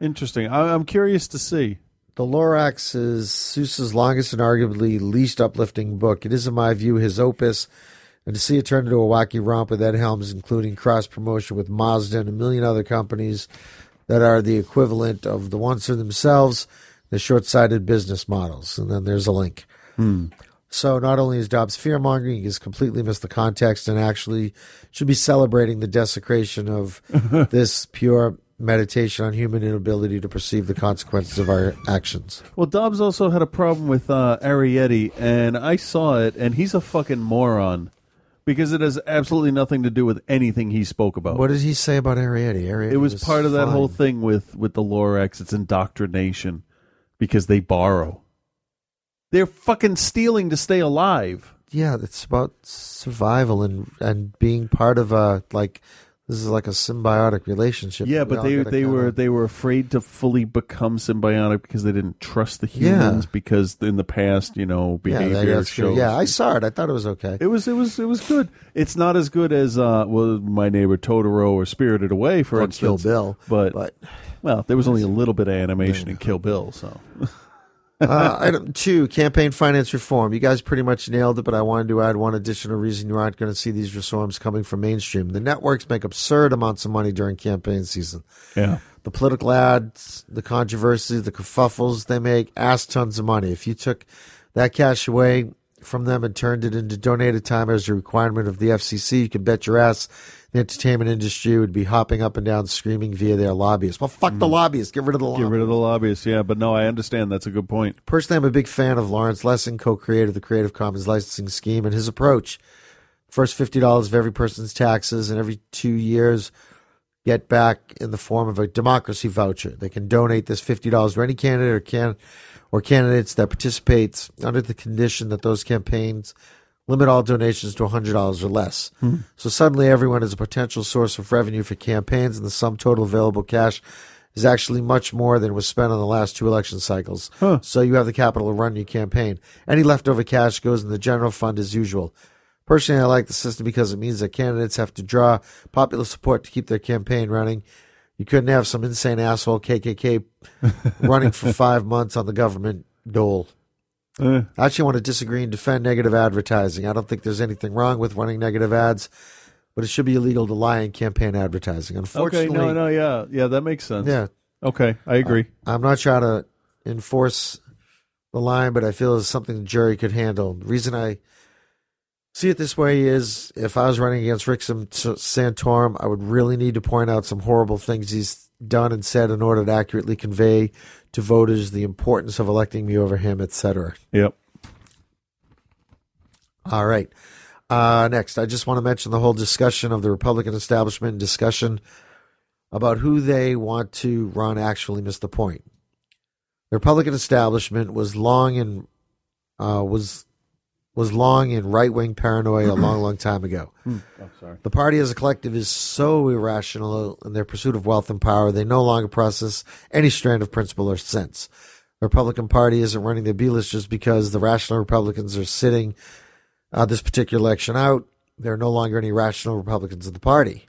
[SPEAKER 10] Interesting. I, I'm curious to see.
[SPEAKER 11] The Lorax is Seuss's longest and arguably least uplifting book. It is, in my view, his opus. And to see it turn into a wacky romp with Ed Helms, including cross promotion with Mazda and a million other companies that are the equivalent of the ones for themselves, the short sighted business models. And then there's a link.
[SPEAKER 2] Hmm.
[SPEAKER 11] So not only is Dobbs fear mongering, he's completely missed the context and actually should be celebrating the desecration of this pure meditation on human inability to perceive the consequences of our actions.
[SPEAKER 10] Well, Dobbs also had a problem with uh, Arietti, and I saw it, and he's a fucking moron because it has absolutely nothing to do with anything he spoke about.
[SPEAKER 11] What did he say about Arietti? Arietti
[SPEAKER 10] it was, part of that
[SPEAKER 11] fine.
[SPEAKER 10] whole thing with with the Lorax. It's indoctrination because they borrow. They're fucking stealing to stay alive.
[SPEAKER 11] Yeah, it's about survival and and being part of a like this is like a symbiotic relationship.
[SPEAKER 10] Yeah,
[SPEAKER 11] that we
[SPEAKER 10] but
[SPEAKER 11] all
[SPEAKER 10] they
[SPEAKER 11] gotta
[SPEAKER 10] they
[SPEAKER 11] kinda-
[SPEAKER 10] were they were afraid to fully become symbiotic because they didn't trust the
[SPEAKER 11] Yeah.
[SPEAKER 10] humans because in the past, you know,
[SPEAKER 11] Yeah, that-
[SPEAKER 10] behavior
[SPEAKER 11] that's true.
[SPEAKER 10] shows.
[SPEAKER 11] Yeah, I saw it. I thought it was okay.
[SPEAKER 10] It was it was it was good. It's not as good as uh well my neighbor Totoro or Spirited Away for
[SPEAKER 11] Or Kill
[SPEAKER 10] instance.
[SPEAKER 11] Bill,
[SPEAKER 10] But, well, there was only a little bit of animation in Kill Bill, so
[SPEAKER 11] uh, item two, campaign finance reform. You guys pretty much nailed it, but I wanted to add one additional reason you aren't going to see these reforms coming from mainstream. The networks make absurd amounts of money during campaign season.
[SPEAKER 10] Yeah.
[SPEAKER 11] The political ads, the controversies, the kerfuffles they make, ass tons of money. If you took that cash away from them and turned it into donated time as a requirement of the FCC, you could bet your ass the entertainment industry would be hopping up and down screaming via their lobbyists. Well, fuck the lobbyists. Get rid of the
[SPEAKER 10] Get rid of the lobbyists, yeah. But no, I understand that's a good point.
[SPEAKER 11] Personally, I'm a big fan of Lawrence Lessing, co creator of the Creative Commons licensing scheme, and his approach. First $50 of every person's taxes, and every two years, get back in the form of a democracy voucher. They can donate this $50 to any candidate or, can, or candidates that participates under the condition that those campaigns limit all donations to $100 or less.
[SPEAKER 2] Hmm.
[SPEAKER 11] So suddenly, everyone is a potential source of revenue for campaigns, and the sum total available cash is actually much more than was spent on the last two election cycles. So you have the capital to run your campaign. Any leftover cash goes in the general fund as usual. Personally, I like the system because it means that candidates have to draw popular support to keep their campaign running. You couldn't have some insane asshole KKK running for five months on the government dole.
[SPEAKER 10] Eh.
[SPEAKER 11] I actually want to disagree and defend negative advertising. I don't think there's anything wrong with running negative ads, but it should be illegal to lie in campaign
[SPEAKER 10] Okay,
[SPEAKER 11] advertising. Unfortunately,
[SPEAKER 10] no, no, yeah, yeah, that makes sense.
[SPEAKER 11] Yeah.
[SPEAKER 10] Okay, I agree.
[SPEAKER 11] I'm not trying to enforce the line, but I feel it's something the jury could handle. The reason I see it this way is if I was running against Rick Sam- S- Santorum, I would really need to point out some horrible things he's done and said in order to accurately convey to voters the importance of electing me over him, etc.
[SPEAKER 10] Yep.
[SPEAKER 11] All right. Uh, next, I just want to mention the whole discussion of the Republican establishment and discussion about who they want to run actually missed the point. The Republican establishment was long and uh, was was long in right wing paranoia a long, long time ago.
[SPEAKER 10] Hmm. Oh, sorry.
[SPEAKER 11] The party as a collective is so irrational in their pursuit of wealth and power, they no longer process any strand of principle or sense. The Republican Party isn't running their B list just because the rational Republicans are sitting uh, this particular election out. There are no longer any rational Republicans in the party.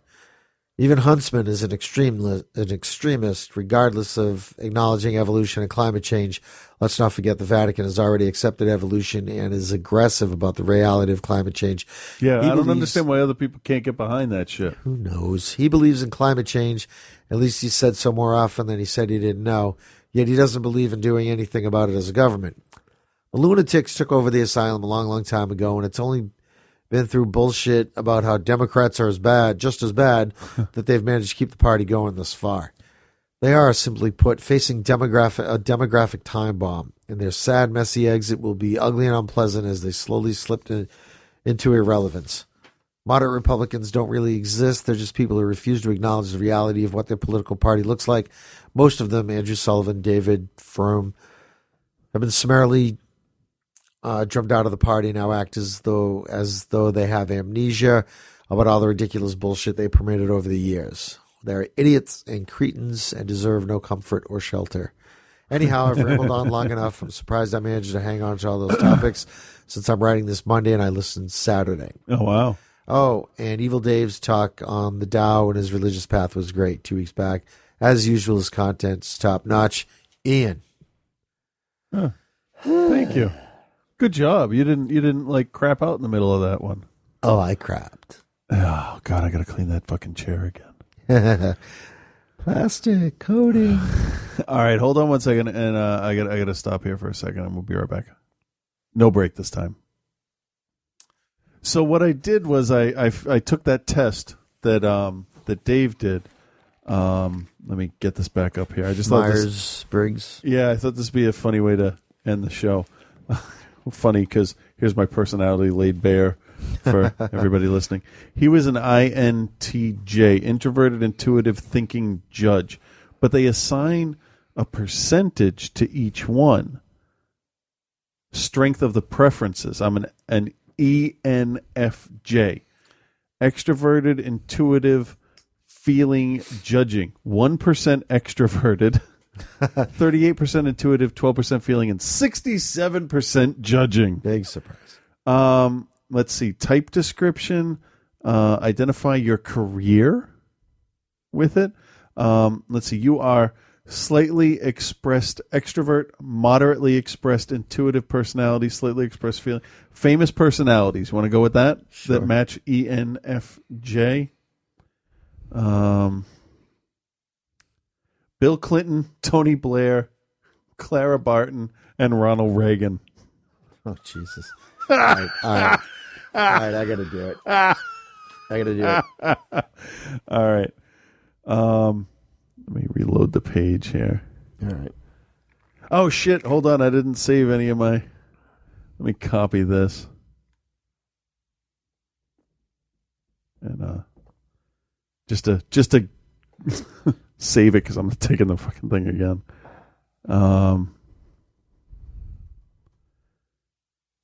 [SPEAKER 11] Even Huntsman is an, extreme, an extremist, regardless of acknowledging evolution and climate change. Let's not forget the Vatican has already accepted evolution and is aggressive about the reality of climate change.
[SPEAKER 10] Yeah,
[SPEAKER 11] He
[SPEAKER 10] I don't
[SPEAKER 11] believes-
[SPEAKER 10] understand why other people can't get behind that shit.
[SPEAKER 11] Who knows? He believes in climate change. At least he said so more often than he said he didn't know. Yet he doesn't believe in doing anything about it as a government. The lunatics took over the asylum a long, long time ago, and it's only been through bullshit about how Democrats are as bad, just as bad, that they've managed to keep the party going this far. They are, simply put, facing demographic, a demographic time bomb, and their sad, messy exit will be ugly and unpleasant as they slowly slip in- into irrelevance. Moderate Republicans don't really exist. They're just people who refuse to acknowledge the reality of what their political party looks like. Most of them, Andrew Sullivan, David Firm, have been summarily uh, drummed out of the party. Now act as though as though they have amnesia about all the ridiculous bullshit they permitted over the years. They're idiots and cretins and deserve no comfort or shelter. Anyhow, I've rambled on long enough. I'm surprised I managed to hang on to all those topics since I'm writing this Monday and I listened Saturday.
[SPEAKER 10] Oh, wow.
[SPEAKER 11] Oh, and Evil Dave's talk on the Tao and his religious path was great two weeks back. As usual, his content's top notch. Ian.
[SPEAKER 10] Thank you. Good job. You didn't you didn't like crap out in the middle of that one.
[SPEAKER 11] Oh, I crapped.
[SPEAKER 10] Oh god, I gotta clean that fucking chair again.
[SPEAKER 11] Plastic coating.
[SPEAKER 10] All right, hold on one second, and uh, I got I got to stop here for a second, and we'll be right back. No break this time. So what I did was I I, I took that test that um that Dave did. Um, let me get this back up here. I just thought
[SPEAKER 11] Myers Briggs.
[SPEAKER 10] Yeah, I thought this would be a funny way to end the show. funny because here's my personality laid bare for everybody listening. He was an INTJ, introverted intuitive thinking judge, but they assign a percentage to each one. Strength of the preferences. I'm an an E ENFJ, extroverted intuitive feeling judging. 1% extroverted, 38% intuitive, 12% feeling and 67% judging.
[SPEAKER 11] Big surprise.
[SPEAKER 10] Um, let's see. Type description. Uh, identify your career with it. Um, let's see. You are slightly expressed extrovert, moderately expressed intuitive personality, slightly expressed feeling. Famous personalities. You want to go with that? That match E ENFJ. Um, Bill Clinton, Tony Blair, Clara Barton, and Ronald Reagan.
[SPEAKER 11] Oh Jesus! all right, all right, all right. I gotta do it. I gotta do it.
[SPEAKER 10] All right. Um, let me reload the page here.
[SPEAKER 11] All right.
[SPEAKER 10] Oh shit! Hold on, I didn't save any of my. Let me copy this. And uh, just to just to save it because I'm taking the fucking thing again. Um,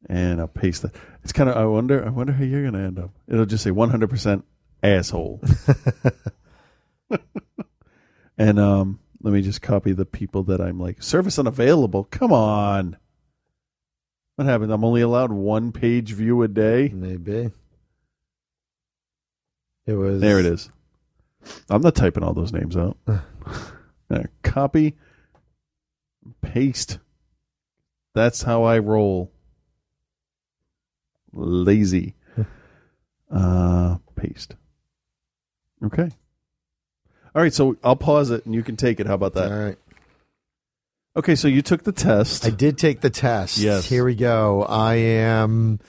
[SPEAKER 10] and I'll paste that. It's kind of. I wonder. I wonder how you're gonna end up. It'll just say 100 percent asshole. and um, let me just copy the people that I'm like service unavailable. Come on. What happened? I'm only allowed one page view a day.
[SPEAKER 11] Maybe. It was
[SPEAKER 10] There it is. I'm not typing all those names out. There, copy, paste. That's how I roll. Lazy. uh, paste. Okay. All right, so I'll pause it and you can take it. How about that? All
[SPEAKER 11] right.
[SPEAKER 10] Okay, so you took the test.
[SPEAKER 11] I did take the test. Yes. Here we go. I am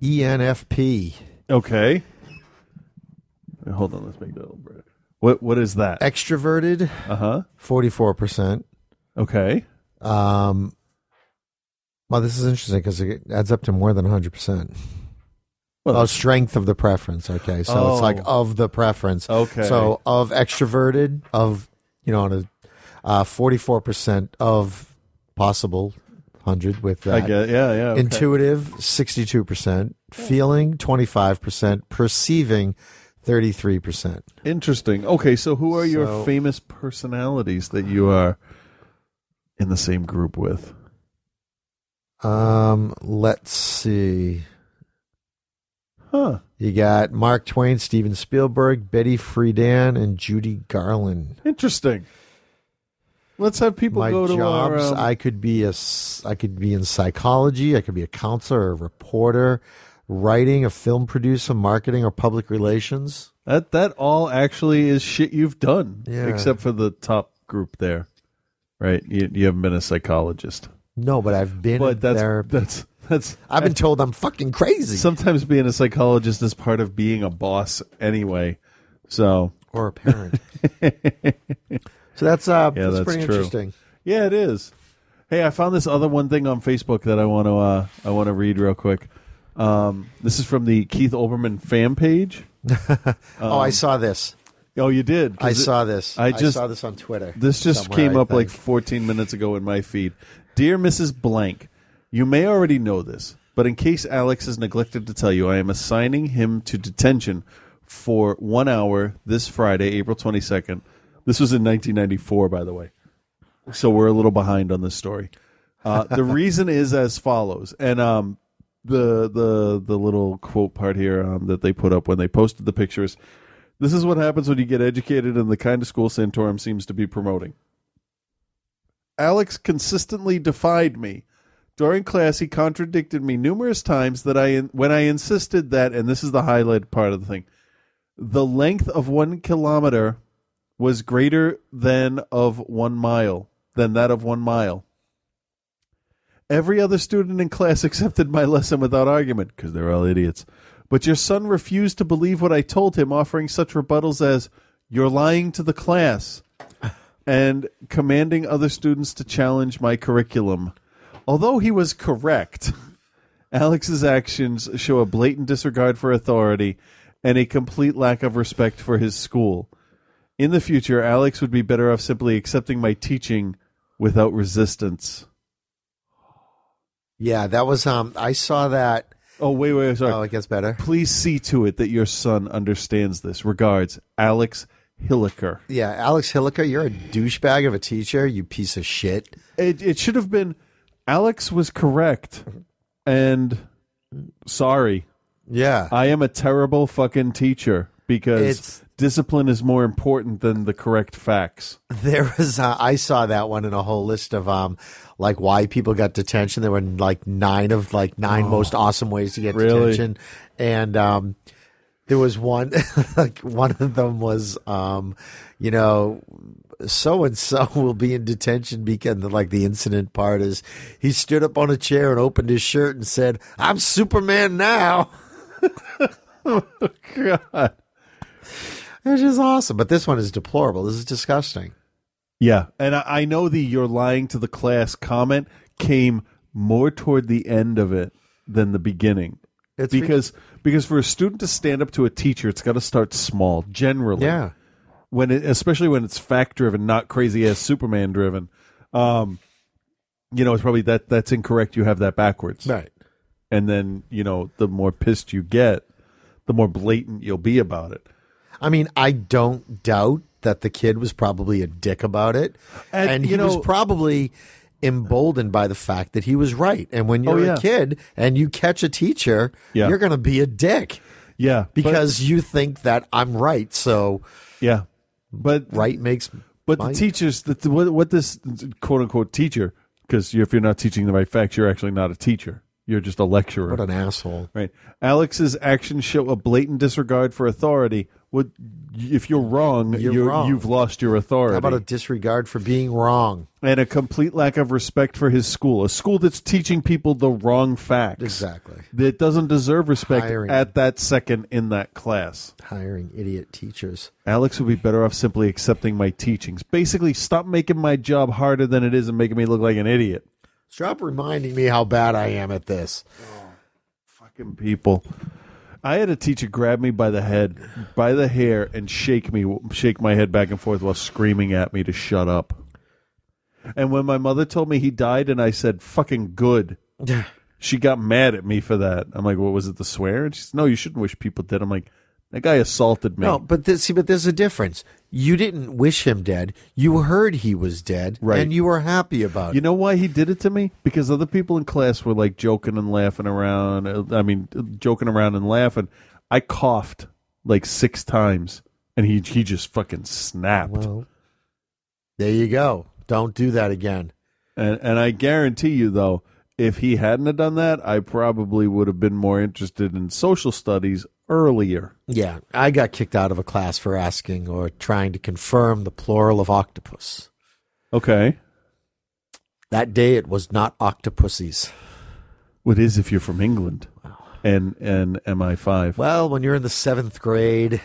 [SPEAKER 11] E ENFP.
[SPEAKER 10] Okay. Hold on, let's make that a little bit. What what is that?
[SPEAKER 11] Extroverted.
[SPEAKER 10] Uh huh.
[SPEAKER 11] Forty four percent.
[SPEAKER 10] Okay.
[SPEAKER 11] Um. Well, this is interesting because it adds up to more than hundred percent.
[SPEAKER 10] Well,
[SPEAKER 11] oh, strength of the preference. Okay, so
[SPEAKER 10] Oh.
[SPEAKER 11] it's like of the preference.
[SPEAKER 10] Okay.
[SPEAKER 11] So of extroverted, of you know, on a uh, forty-four percent of possible hundred with that.
[SPEAKER 10] I get- yeah, yeah, okay.
[SPEAKER 11] Intuitive, sixty-two percent. Feeling, twenty-five percent. Perceiving, thirty-three percent.
[SPEAKER 10] Interesting. Okay, so who are
[SPEAKER 11] So-
[SPEAKER 10] your famous personalities that you are in the same group with?
[SPEAKER 11] Um, let's see.
[SPEAKER 10] Huh.
[SPEAKER 11] You got Mark Twain, Steven Spielberg, Betty Friedan, and Judy Garland.
[SPEAKER 10] Interesting. Let's have people
[SPEAKER 11] My
[SPEAKER 10] go to our.
[SPEAKER 11] jobs:
[SPEAKER 10] um,
[SPEAKER 11] I could be a, s- I could be in psychology. I could be a counselor, a reporter, writing, a film producer, marketing, or public relations.
[SPEAKER 10] that that all actually is shit you've done,
[SPEAKER 11] Yeah.
[SPEAKER 10] except for the top group there, right? You, you haven't been a psychologist.
[SPEAKER 11] No, but I've been
[SPEAKER 10] But
[SPEAKER 11] in
[SPEAKER 10] that's-
[SPEAKER 11] therapy.
[SPEAKER 10] That's that's.
[SPEAKER 11] I've been told I'm fucking crazy.
[SPEAKER 10] Sometimes being a psychologist is part of being a boss anyway. So
[SPEAKER 11] or a parent. so that's uh,
[SPEAKER 10] Yeah,
[SPEAKER 11] that's,
[SPEAKER 10] that's
[SPEAKER 11] pretty
[SPEAKER 10] true.
[SPEAKER 11] interesting.
[SPEAKER 10] Yeah, it is. Hey, I found this other one thing on Facebook that I want to uh, I want to read real quick. Um, this is from the Keith Olbermann fan page. Um,
[SPEAKER 11] oh, I saw this.
[SPEAKER 10] Oh, you did.
[SPEAKER 11] I
[SPEAKER 10] 'Cause it-
[SPEAKER 11] saw this.
[SPEAKER 10] I
[SPEAKER 11] I,
[SPEAKER 10] just
[SPEAKER 11] saw this on Twitter.
[SPEAKER 10] This just
[SPEAKER 11] somewhere,
[SPEAKER 10] came
[SPEAKER 11] I
[SPEAKER 10] up like
[SPEAKER 11] think.
[SPEAKER 10] 14 minutes ago in my feed. Dear Mrs. Blank, you may already know this, but in case Alex has neglected to tell you, I am assigning him to detention for one hour this Friday, April 22nd. This was in 1994, by the way. So we're a little behind on this story. Uh, the reason is as follows, and um, the the the little quote part here um, that they put up when they posted the pictures. This is what happens when you get educated in the kind of school Santorum seems to be promoting. Alex consistently defied me. During class, he contradicted me numerous times that I when I insisted that, and this is the highlight part of the thing, the length of one kilometer was greater than of one mile than that of one mile. Every other student in class accepted my lesson without argument because they're all idiots. But your son refused to believe what I told him, offering such rebuttals as "You're lying to the class." and commanding other students to challenge my curriculum. Although he was correct, Alex's actions show a blatant disregard for authority and a complete lack of respect for his school. In the future, Alex would be better off simply accepting my teaching without resistance.
[SPEAKER 11] Yeah, that was um. I saw that.
[SPEAKER 10] Oh wait, wait, sorry.
[SPEAKER 11] Oh, it gets better.
[SPEAKER 10] Please see to it that your son understands this. Regards, Alex Hilliker.
[SPEAKER 11] Yeah, Alex Hilliker, you're a douchebag of a teacher. You piece of shit.
[SPEAKER 10] It it should have been Alex was correct and sorry.
[SPEAKER 11] Yeah.
[SPEAKER 10] I am a terrible fucking teacher because
[SPEAKER 11] It's-
[SPEAKER 10] discipline is more important than the correct facts.
[SPEAKER 11] There was uh, I saw that one in a whole list of um like why people got detention. There were like nine of like nine most awesome ways to get
[SPEAKER 10] Oh. really?
[SPEAKER 11] detention, and um there was one like one of them was um you know so and so will be in detention because like the incident part is he stood up on a chair and opened his shirt and said I'm Superman now.
[SPEAKER 10] Oh, God.
[SPEAKER 11] Which is awesome, but this one is deplorable. This is disgusting.
[SPEAKER 10] Yeah. And I, I know the you're lying to the class comment came more toward the end of it than the beginning.
[SPEAKER 11] It's re-
[SPEAKER 10] because because for a student to stand up to a teacher, it's got to start small. Generally,
[SPEAKER 11] Yeah.
[SPEAKER 10] When it, especially when it's fact driven, not crazy ass Superman driven. Um, you know, it's probably that that's incorrect. You have that backwards,
[SPEAKER 11] right?
[SPEAKER 10] And then you know, the more pissed you get, the more blatant you'll be about it.
[SPEAKER 11] I mean, I don't doubt that the kid was probably a dick about it,
[SPEAKER 10] And,
[SPEAKER 11] and,
[SPEAKER 10] you
[SPEAKER 11] he was
[SPEAKER 10] know-
[SPEAKER 11] probably emboldened by the fact that he was right. And when
[SPEAKER 10] Oh,
[SPEAKER 11] you're
[SPEAKER 10] yeah.
[SPEAKER 11] a kid and you catch a teacher,
[SPEAKER 10] Yeah.
[SPEAKER 11] you're going to be a dick.
[SPEAKER 10] Yeah, but-
[SPEAKER 11] because you think that I'm right. So
[SPEAKER 10] yeah, but
[SPEAKER 11] right makes
[SPEAKER 10] But
[SPEAKER 11] my-
[SPEAKER 10] the teachers, the, the- what, what this quote unquote teacher, because if you're not teaching the right facts, you're actually not a teacher. You're just a lecturer.
[SPEAKER 11] What an asshole!
[SPEAKER 10] Right. Alex's actions show a blatant disregard for authority. What if you're wrong?
[SPEAKER 11] You're
[SPEAKER 10] you
[SPEAKER 11] wrong.
[SPEAKER 10] You've lost your authority.
[SPEAKER 11] How about a disregard for being wrong?
[SPEAKER 10] and a complete lack of respect for his school, a school that's teaching people the wrong facts.
[SPEAKER 11] Exactly.
[SPEAKER 10] That doesn't deserve respect
[SPEAKER 11] Hiring.
[SPEAKER 10] at that second in that class.
[SPEAKER 11] Hiring idiot teachers.
[SPEAKER 10] Alex would be better off simply accepting my teachings. Basically, stop making my job harder than it is and making me look like an idiot.
[SPEAKER 11] Stop reminding me how bad I am at this.
[SPEAKER 10] Fucking people. I had a teacher grab me by the head, by the hair, and shake me, shake my head back and forth while screaming at me to shut up. And when my mother told me he died, and I said, "Fucking good," she got mad at me for that. I'm like, "What was it? The swear?" And she says, "No, you shouldn't wish people dead." I'm like, "That guy assaulted me."
[SPEAKER 11] No, but this, see, but there's a difference. You didn't wish him dead. You heard he was dead,
[SPEAKER 10] Right.
[SPEAKER 11] and you were happy about
[SPEAKER 10] You
[SPEAKER 11] it.
[SPEAKER 10] know why he did it to me? Because other people in class were like joking and laughing around. uh, I mean, joking around and laughing. I coughed like six times, and he he just fucking snapped.
[SPEAKER 11] there you go. Don't do that again.
[SPEAKER 10] And and I guarantee you though, if he hadn't have done that, I probably would have been more interested in social studies earlier.
[SPEAKER 11] Yeah, I got kicked out of a class for asking or trying to confirm the plural of octopus.
[SPEAKER 10] Okay.
[SPEAKER 11] That day it was not octopuses.
[SPEAKER 10] What is if you're from England? And and MI five.
[SPEAKER 11] Well, when you're in the seventh grade,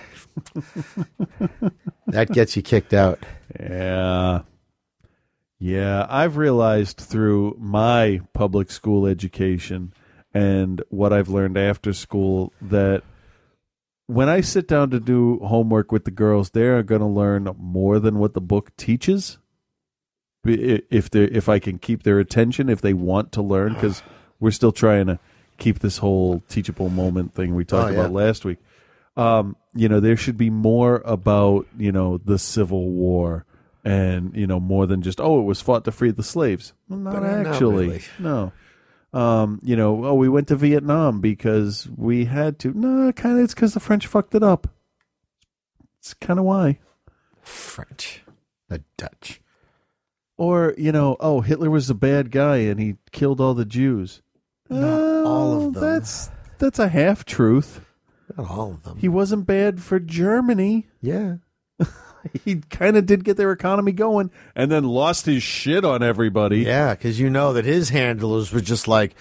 [SPEAKER 11] that gets you kicked out.
[SPEAKER 10] Yeah. Yeah, I've realized through my public school education and what I've learned after school that when I sit down to do homework with the girls, they are going to learn more than what the book teaches. I- i- If they if I can keep their attention, if they want to learn, because we're still trying to keep this whole teachable moment thing we talked
[SPEAKER 11] Oh, yeah.
[SPEAKER 10] about last week. Um, you know, there should be more about you know the Civil War, and you know more than just oh, it was fought to free the slaves. Well, not
[SPEAKER 11] But not
[SPEAKER 10] actually,
[SPEAKER 11] really.
[SPEAKER 10] no. Um, you know, oh, we went to Vietnam because we had to. No, kind of, it's because the French fucked it up. It's kind of why.
[SPEAKER 11] French, the Dutch.
[SPEAKER 10] Or you know, oh, Hitler was a bad guy and he killed all the Jews. Not all of them. That's that's a half truth.
[SPEAKER 11] Not all of them.
[SPEAKER 10] He wasn't bad for Germany.
[SPEAKER 11] Yeah.
[SPEAKER 10] he kind of did get their economy going and then lost his shit on everybody.
[SPEAKER 11] Yeah, because you know that his handlers were just like,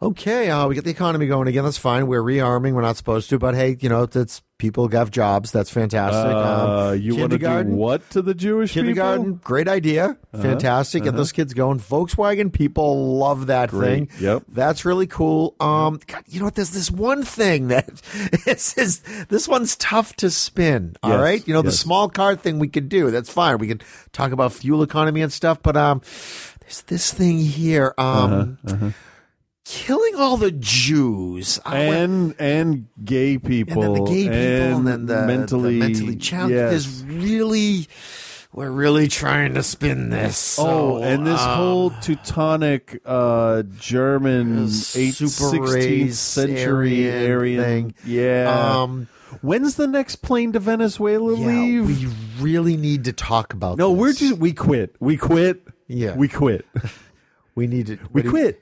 [SPEAKER 11] okay, uh, we get the economy going again. That's fine. We're rearming. We're not supposed to, but hey, you know, it's people have jobs. That's fantastic. Um,
[SPEAKER 10] Uh, you wanna do
[SPEAKER 11] kindergarten-
[SPEAKER 10] what to the Jewish people?
[SPEAKER 11] kindergarten? Great idea.
[SPEAKER 10] Uh-huh,
[SPEAKER 11] Fantastic. Get
[SPEAKER 10] uh-huh.
[SPEAKER 11] those kids going. Volkswagen people love that
[SPEAKER 10] Great.
[SPEAKER 11] thing.
[SPEAKER 10] Yep.
[SPEAKER 11] That's really cool. Um, God, you know what? There's this one thing that this is this one's tough to spin. All right,
[SPEAKER 10] Yes,
[SPEAKER 11] you know the
[SPEAKER 10] yes.
[SPEAKER 11] small car thing we could do. That's fine. We could talk about fuel economy and stuff. But um, there's this thing here.
[SPEAKER 10] Uh-huh.
[SPEAKER 11] Um, killing all the Jews I went-
[SPEAKER 10] And and gay people
[SPEAKER 11] and then the gay people, and, then the
[SPEAKER 10] mentally
[SPEAKER 11] the mentally challenged.
[SPEAKER 10] yes.
[SPEAKER 11] There's really, we're really trying to spin this. So,
[SPEAKER 10] oh, and this
[SPEAKER 11] um,
[SPEAKER 10] whole Teutonic uh, German eighth,
[SPEAKER 11] super
[SPEAKER 10] 16th
[SPEAKER 11] race,
[SPEAKER 10] century
[SPEAKER 11] Aryan
[SPEAKER 10] Aryan,
[SPEAKER 11] thing.
[SPEAKER 10] Yeah.
[SPEAKER 11] Um,
[SPEAKER 10] When's the next plane to Venezuela leave?
[SPEAKER 11] we really need to talk about.
[SPEAKER 10] no, we're just we quit. We quit.
[SPEAKER 11] Yeah.
[SPEAKER 10] we quit.
[SPEAKER 11] We need to.
[SPEAKER 10] We
[SPEAKER 11] what do you-
[SPEAKER 10] quit.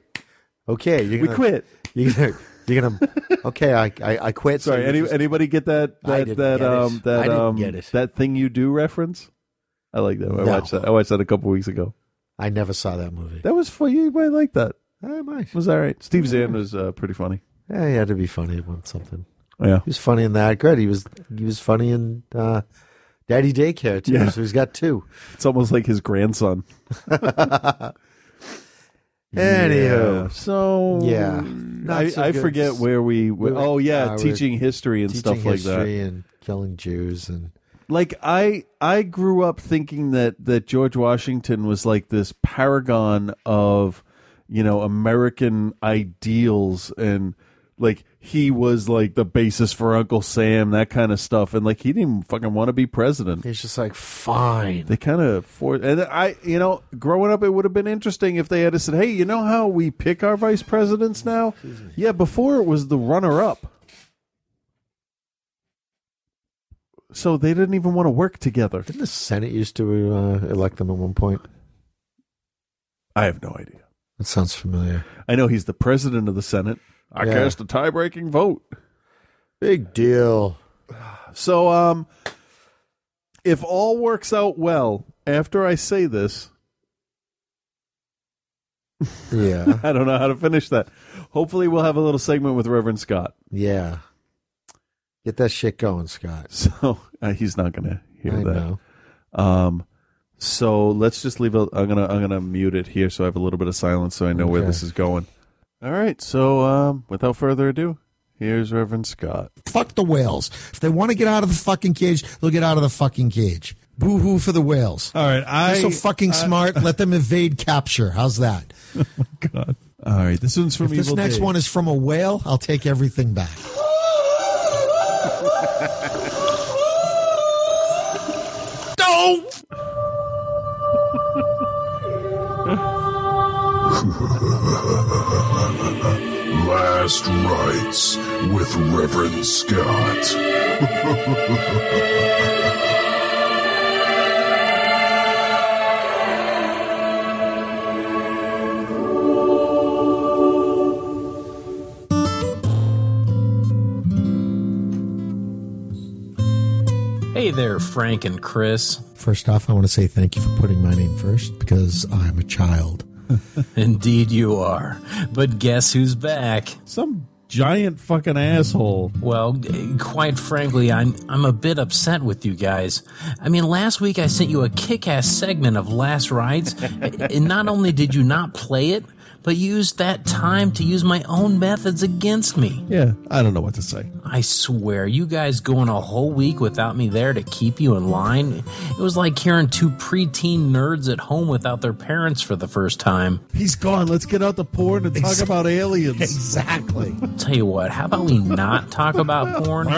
[SPEAKER 11] Okay, you're
[SPEAKER 10] We
[SPEAKER 11] gonna,
[SPEAKER 10] quit.
[SPEAKER 11] You're gonna. You're gonna okay, I, I I quit. so
[SPEAKER 10] Sorry,
[SPEAKER 11] you
[SPEAKER 10] any,
[SPEAKER 11] just-
[SPEAKER 10] anybody get that
[SPEAKER 11] I
[SPEAKER 10] that
[SPEAKER 11] didn't
[SPEAKER 10] that
[SPEAKER 11] get it.
[SPEAKER 10] um that
[SPEAKER 11] I didn't
[SPEAKER 10] um
[SPEAKER 11] get it.
[SPEAKER 10] that thing you do reference? I like that. I
[SPEAKER 11] No.
[SPEAKER 10] watched that. I watched that a couple weeks ago.
[SPEAKER 11] I never saw that movie. Ah,
[SPEAKER 10] That was funny. You might like that.
[SPEAKER 11] I might.
[SPEAKER 10] It was all right. Steve Zahn was uh, pretty funny.
[SPEAKER 11] Yeah, he had to be funny about something.
[SPEAKER 10] Yeah.
[SPEAKER 11] he was funny in that. Good. He was he was funny in uh, Daddy Daycare too.
[SPEAKER 10] Yeah.
[SPEAKER 11] So he's got two.
[SPEAKER 10] It's almost like his grandson.
[SPEAKER 11] Anywho,
[SPEAKER 10] Yeah. so
[SPEAKER 11] yeah,
[SPEAKER 10] I, I forget where we.
[SPEAKER 11] We were-
[SPEAKER 10] oh yeah,
[SPEAKER 11] uh, we were
[SPEAKER 10] teaching history and
[SPEAKER 11] teaching
[SPEAKER 10] stuff like that.
[SPEAKER 11] history and killing Jews and
[SPEAKER 10] like i i grew up thinking that that george washington was like this paragon of you know american ideals and like he was like the basis for uncle sam that kind of stuff and like he didn't even fucking want to be president
[SPEAKER 11] he's just like fine
[SPEAKER 10] they kind of for and i you know growing up it would have been interesting if they had said hey you know how we pick our vice presidents now yeah before it was the runner up So they didn't even want to work together.
[SPEAKER 11] Didn't the Senate used to uh, elect them at one point?
[SPEAKER 10] I have no idea.
[SPEAKER 11] That sounds familiar.
[SPEAKER 10] I know he's the president of the Senate. I
[SPEAKER 11] Yeah.
[SPEAKER 10] cast a tie breaking vote.
[SPEAKER 11] Big deal.
[SPEAKER 10] So, um, if all works out well, after I say this,
[SPEAKER 11] yeah,
[SPEAKER 10] I don't know how to finish that. Hopefully, we'll have a little segment with Reverend Scott.
[SPEAKER 11] Yeah, get that shit going, Scott.
[SPEAKER 10] So uh, he's not going to hear
[SPEAKER 11] I
[SPEAKER 10] that.
[SPEAKER 11] know.
[SPEAKER 10] Um, so let's just leave. A, I'm gonna I'm gonna mute it here, so I have a little bit of silence, so I know where
[SPEAKER 11] Okay.
[SPEAKER 10] this is going. All right. So, um, without further ado, here's Reverend Scott.
[SPEAKER 11] Fuck the whales. If they want to get out of the fucking cage, they'll get out of the fucking cage. Boo hoo for the whales. All
[SPEAKER 2] right, I- uh,
[SPEAKER 11] They're so fucking
[SPEAKER 2] I-
[SPEAKER 11] smart. let them evade capture. How's that?
[SPEAKER 10] Oh God. All right. This one's from
[SPEAKER 11] if this
[SPEAKER 10] Evil
[SPEAKER 11] next
[SPEAKER 10] Dave.
[SPEAKER 11] one is from a whale, I'll take everything back.
[SPEAKER 12] No!
[SPEAKER 4] Last Rites with Reverend Scott.
[SPEAKER 5] Hey there, Frank and Chris.
[SPEAKER 11] First off, I want to say thank you for putting my name first because I'm a child.
[SPEAKER 5] Indeed, you are. But guess who's back?
[SPEAKER 10] Some giant fucking asshole.
[SPEAKER 5] Well, eh, quite frankly, I'm I'm a bit upset with you guys. I mean, last week I sent you a kick-ass segment of Last Rides, and not only did you not play it, but you used that time to use my own methods against me.
[SPEAKER 10] Yeah, I don't know what to say.
[SPEAKER 5] I swear, you guys going a whole week without me there to keep you in line. It was like hearing two preteen nerds at home without their parents for the first time.
[SPEAKER 10] He's gone. Let's get out the porn and talk about aliens.
[SPEAKER 11] Exactly.
[SPEAKER 5] Tell you what, how about we not talk about porn?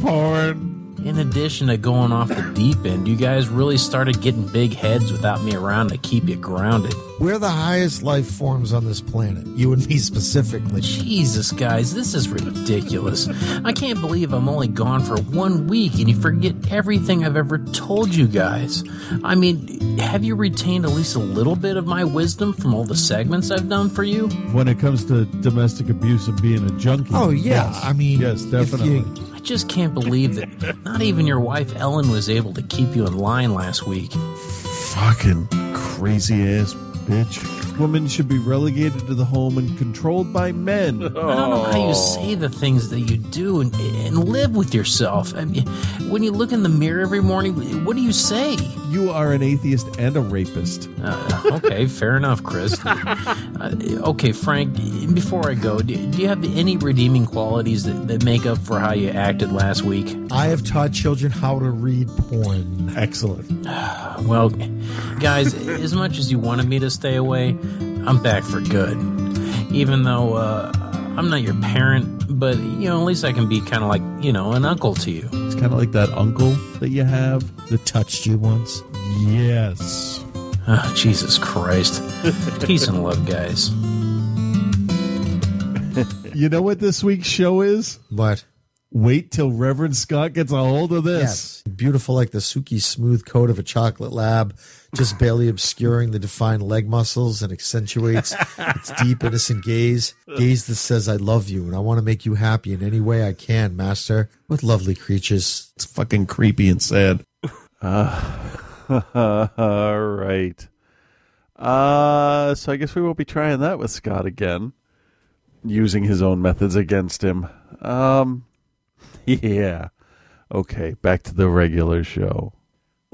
[SPEAKER 5] porn. In addition to going off the deep end, you guys really started getting big heads without me around to keep you grounded.
[SPEAKER 11] We're the highest life forms on this planet, you and me specifically.
[SPEAKER 5] Jesus, guys, this is ridiculous. I can't believe I'm only gone for one week and you forget everything I've ever told you guys. I mean, have you retained at least a little bit of my wisdom from all the segments I've done for you?
[SPEAKER 2] When it comes to domestic abuse and being a junkie.
[SPEAKER 5] Oh, yeah, I
[SPEAKER 11] mean,
[SPEAKER 2] yes, definitely.
[SPEAKER 5] I just can't believe that not even your wife Ellen was able to keep you in line last week.
[SPEAKER 10] Fucking crazy ass bitch. Women should be relegated to the home and controlled by men.
[SPEAKER 5] I don't know how you say the things that you do and, and live with yourself. I mean, when you look in the mirror every morning, what do you say?
[SPEAKER 10] You are an atheist and a rapist.
[SPEAKER 5] Uh, okay, fair enough, Chris. Uh, okay, Frank, before I go, do, do you have any redeeming qualities that, that make up for how you acted last week?
[SPEAKER 11] I have taught children how to read porn.
[SPEAKER 10] Excellent.
[SPEAKER 5] Well, guys, as much as you wanted me to stay away, I'm back for good. Even though uh, I'm not your parent, but you know, at least I can be kind of like you know an uncle to you.
[SPEAKER 10] It's kind of like that uncle that you have
[SPEAKER 11] that touched you once.
[SPEAKER 10] Yes.
[SPEAKER 5] Oh, Jesus Christ! Peace and love, guys.
[SPEAKER 10] You know what this week's show is?
[SPEAKER 11] What?
[SPEAKER 10] Wait till Reverend Scott gets a hold of this.
[SPEAKER 11] Beautiful like the Suki smooth coat of a chocolate lab, just barely obscuring the defined leg muscles and accentuates its deep, innocent gaze. Gaze that says, I love you and I want to make you happy in any way I can, master. What lovely creatures.
[SPEAKER 10] It's fucking creepy and sad. Uh, all right. Uh, so I guess we won't be trying that with Scott again, using his own methods against him. Um, yeah. Okay, back to the regular show.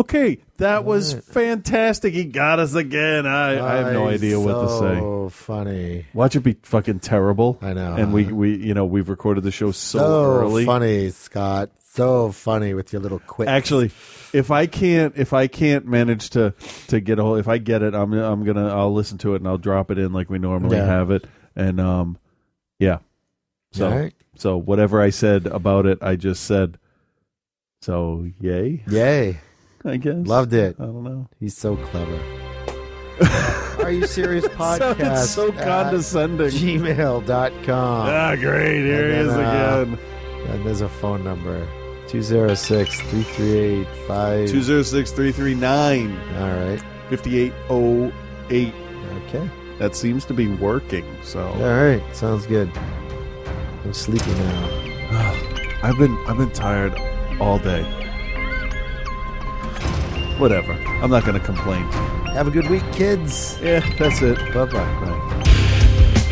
[SPEAKER 10] Okay, that was fantastic. He got us again. I, I have no idea what to say.
[SPEAKER 11] So funny.
[SPEAKER 10] Watch it be fucking terrible. I
[SPEAKER 11] know. Uh-huh.
[SPEAKER 10] And we, we you know, we've recorded the show so,
[SPEAKER 11] So,
[SPEAKER 10] early.
[SPEAKER 11] funny, Scott. So funny with your little quick.
[SPEAKER 10] Actually, if I can't if I can't manage to to get a hold if I get it, I'm I'm gonna I'll listen to it and I'll drop it in like we normally
[SPEAKER 11] Yeah.
[SPEAKER 10] have it. And um yeah. So
[SPEAKER 11] All right.
[SPEAKER 10] so whatever I said about it, I just said. So yay.
[SPEAKER 11] Yay.
[SPEAKER 10] I guess.
[SPEAKER 11] Loved it. I
[SPEAKER 10] don't know.
[SPEAKER 11] He's so clever. Are you serious?
[SPEAKER 10] sounded
[SPEAKER 11] Podcast.
[SPEAKER 10] so
[SPEAKER 11] at
[SPEAKER 10] condescending.
[SPEAKER 11] Gmail.com.
[SPEAKER 10] Ah, great. Here he is
[SPEAKER 11] uh, again. And there's a phone number 206 338 5.
[SPEAKER 10] 206 339.
[SPEAKER 11] All right.
[SPEAKER 10] 5808.
[SPEAKER 11] Okay.
[SPEAKER 10] That seems to be working, so.
[SPEAKER 11] All right. Sounds good. I'm sleepy now.
[SPEAKER 10] I've been I've been tired all day. Whatever. I'm not going to complain.
[SPEAKER 11] Have a good week, kids.
[SPEAKER 10] Yeah, that's it.
[SPEAKER 11] Bye-bye. Bye.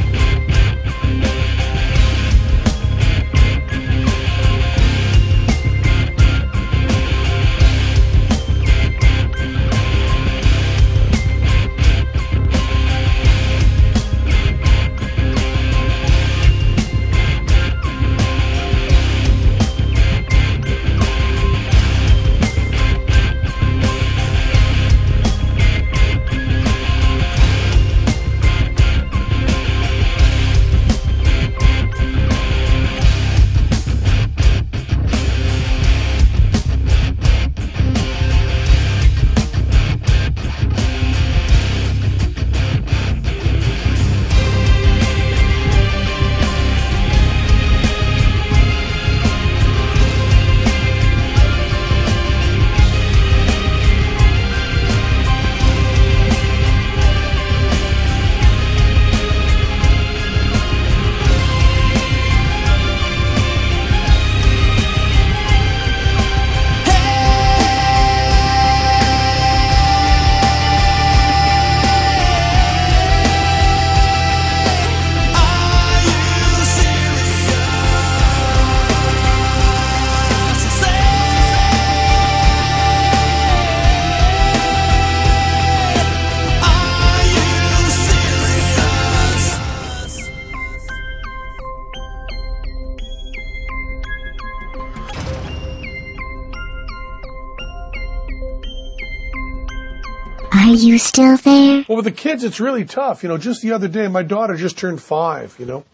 [SPEAKER 6] Are you still there?
[SPEAKER 7] Well, with the kids, it's really tough. You know, just the other day, my daughter just turned five, you know.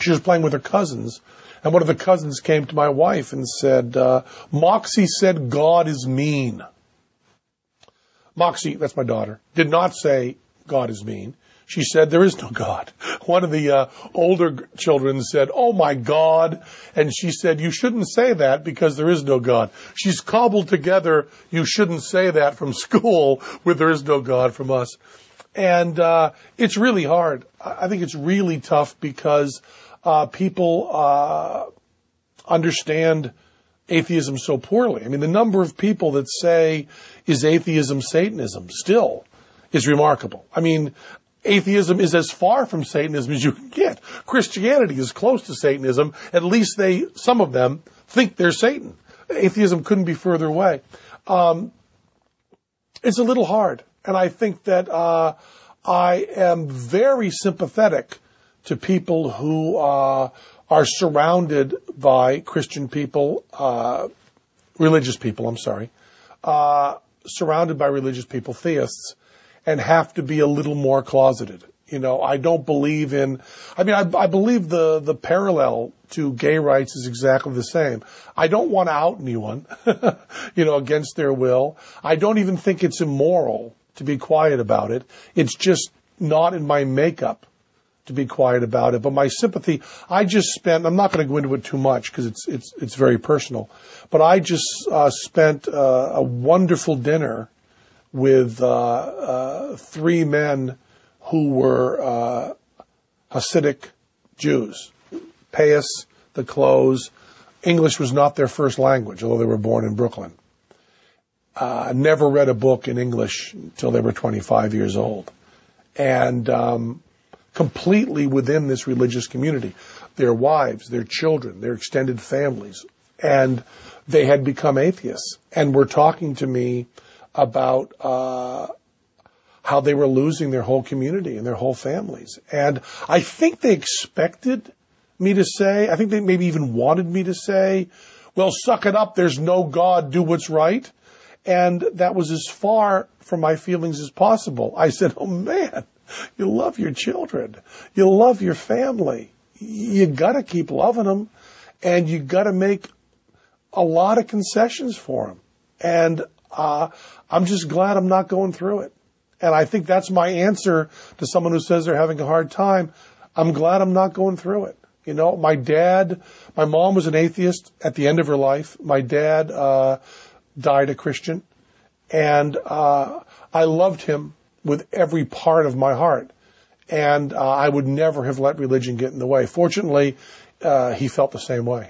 [SPEAKER 7] She was playing with her cousins, and one of the cousins came to my wife and said, uh, Moxie said God is mean. Moxie, that's my daughter, did not say God is mean. She said, there is no God. One of the uh, older g- children said, oh my God. And she said, you shouldn't say that because there is no God. She's cobbled together, you shouldn't say that from school with there is no God from us. And uh, it's really hard. I I think it's really tough because uh, people uh, understand atheism so poorly. I mean, the number of people that say, is atheism Satanism still is remarkable. I mean, atheism is as far from Satanism as you can get. Christianity is close to Satanism. At least they, some of them, think they're Satan. Atheism couldn't be further away. Um, it's a little hard. And I think that uh, I am very sympathetic to people who uh, are surrounded by Christian people, uh, religious people, I'm sorry, uh, surrounded by religious people, theists, and have to be a little more closeted. You know, I don't believe in, I mean, I, I believe the, the parallel to gay rights is exactly the same. I don't want to out anyone, you know, against their will. I don't even think it's immoral to be quiet about it. It's just not in my makeup to be quiet about it. But my sympathy, I just spent. I'm not going to go into it too much because it's it's it's very personal. But I just uh, spent uh, a wonderful dinner with uh, uh, three men who were uh, Hasidic Jews. Payas, the clothes. English was not their first language, although they were born in Brooklyn. Uh, never read a book in English until they were 25 years old. And um, completely within this religious community. Their wives, their children, their extended families. And they had become atheists and were talking to me about uh, how they were losing their whole community and their whole families. And I think they expected me to say, I think they maybe even wanted me to say, well, suck it up, there's no God, do what's right. And that was as far from my feelings as possible. I said, oh man, you love your children. You love your family. You gotta keep loving them and you gotta make a lot of concessions for them. And, uh, I'm just glad I'm not going through it. And I think that's my answer to someone who says they're having a hard time. I'm glad I'm not going through it. You know, my dad, my mom was an atheist at the end of her life. My dad uh, died a Christian, and uh, I loved him with every part of my heart. And uh, I would never have let religion get in the way. Fortunately, uh, he felt the same way.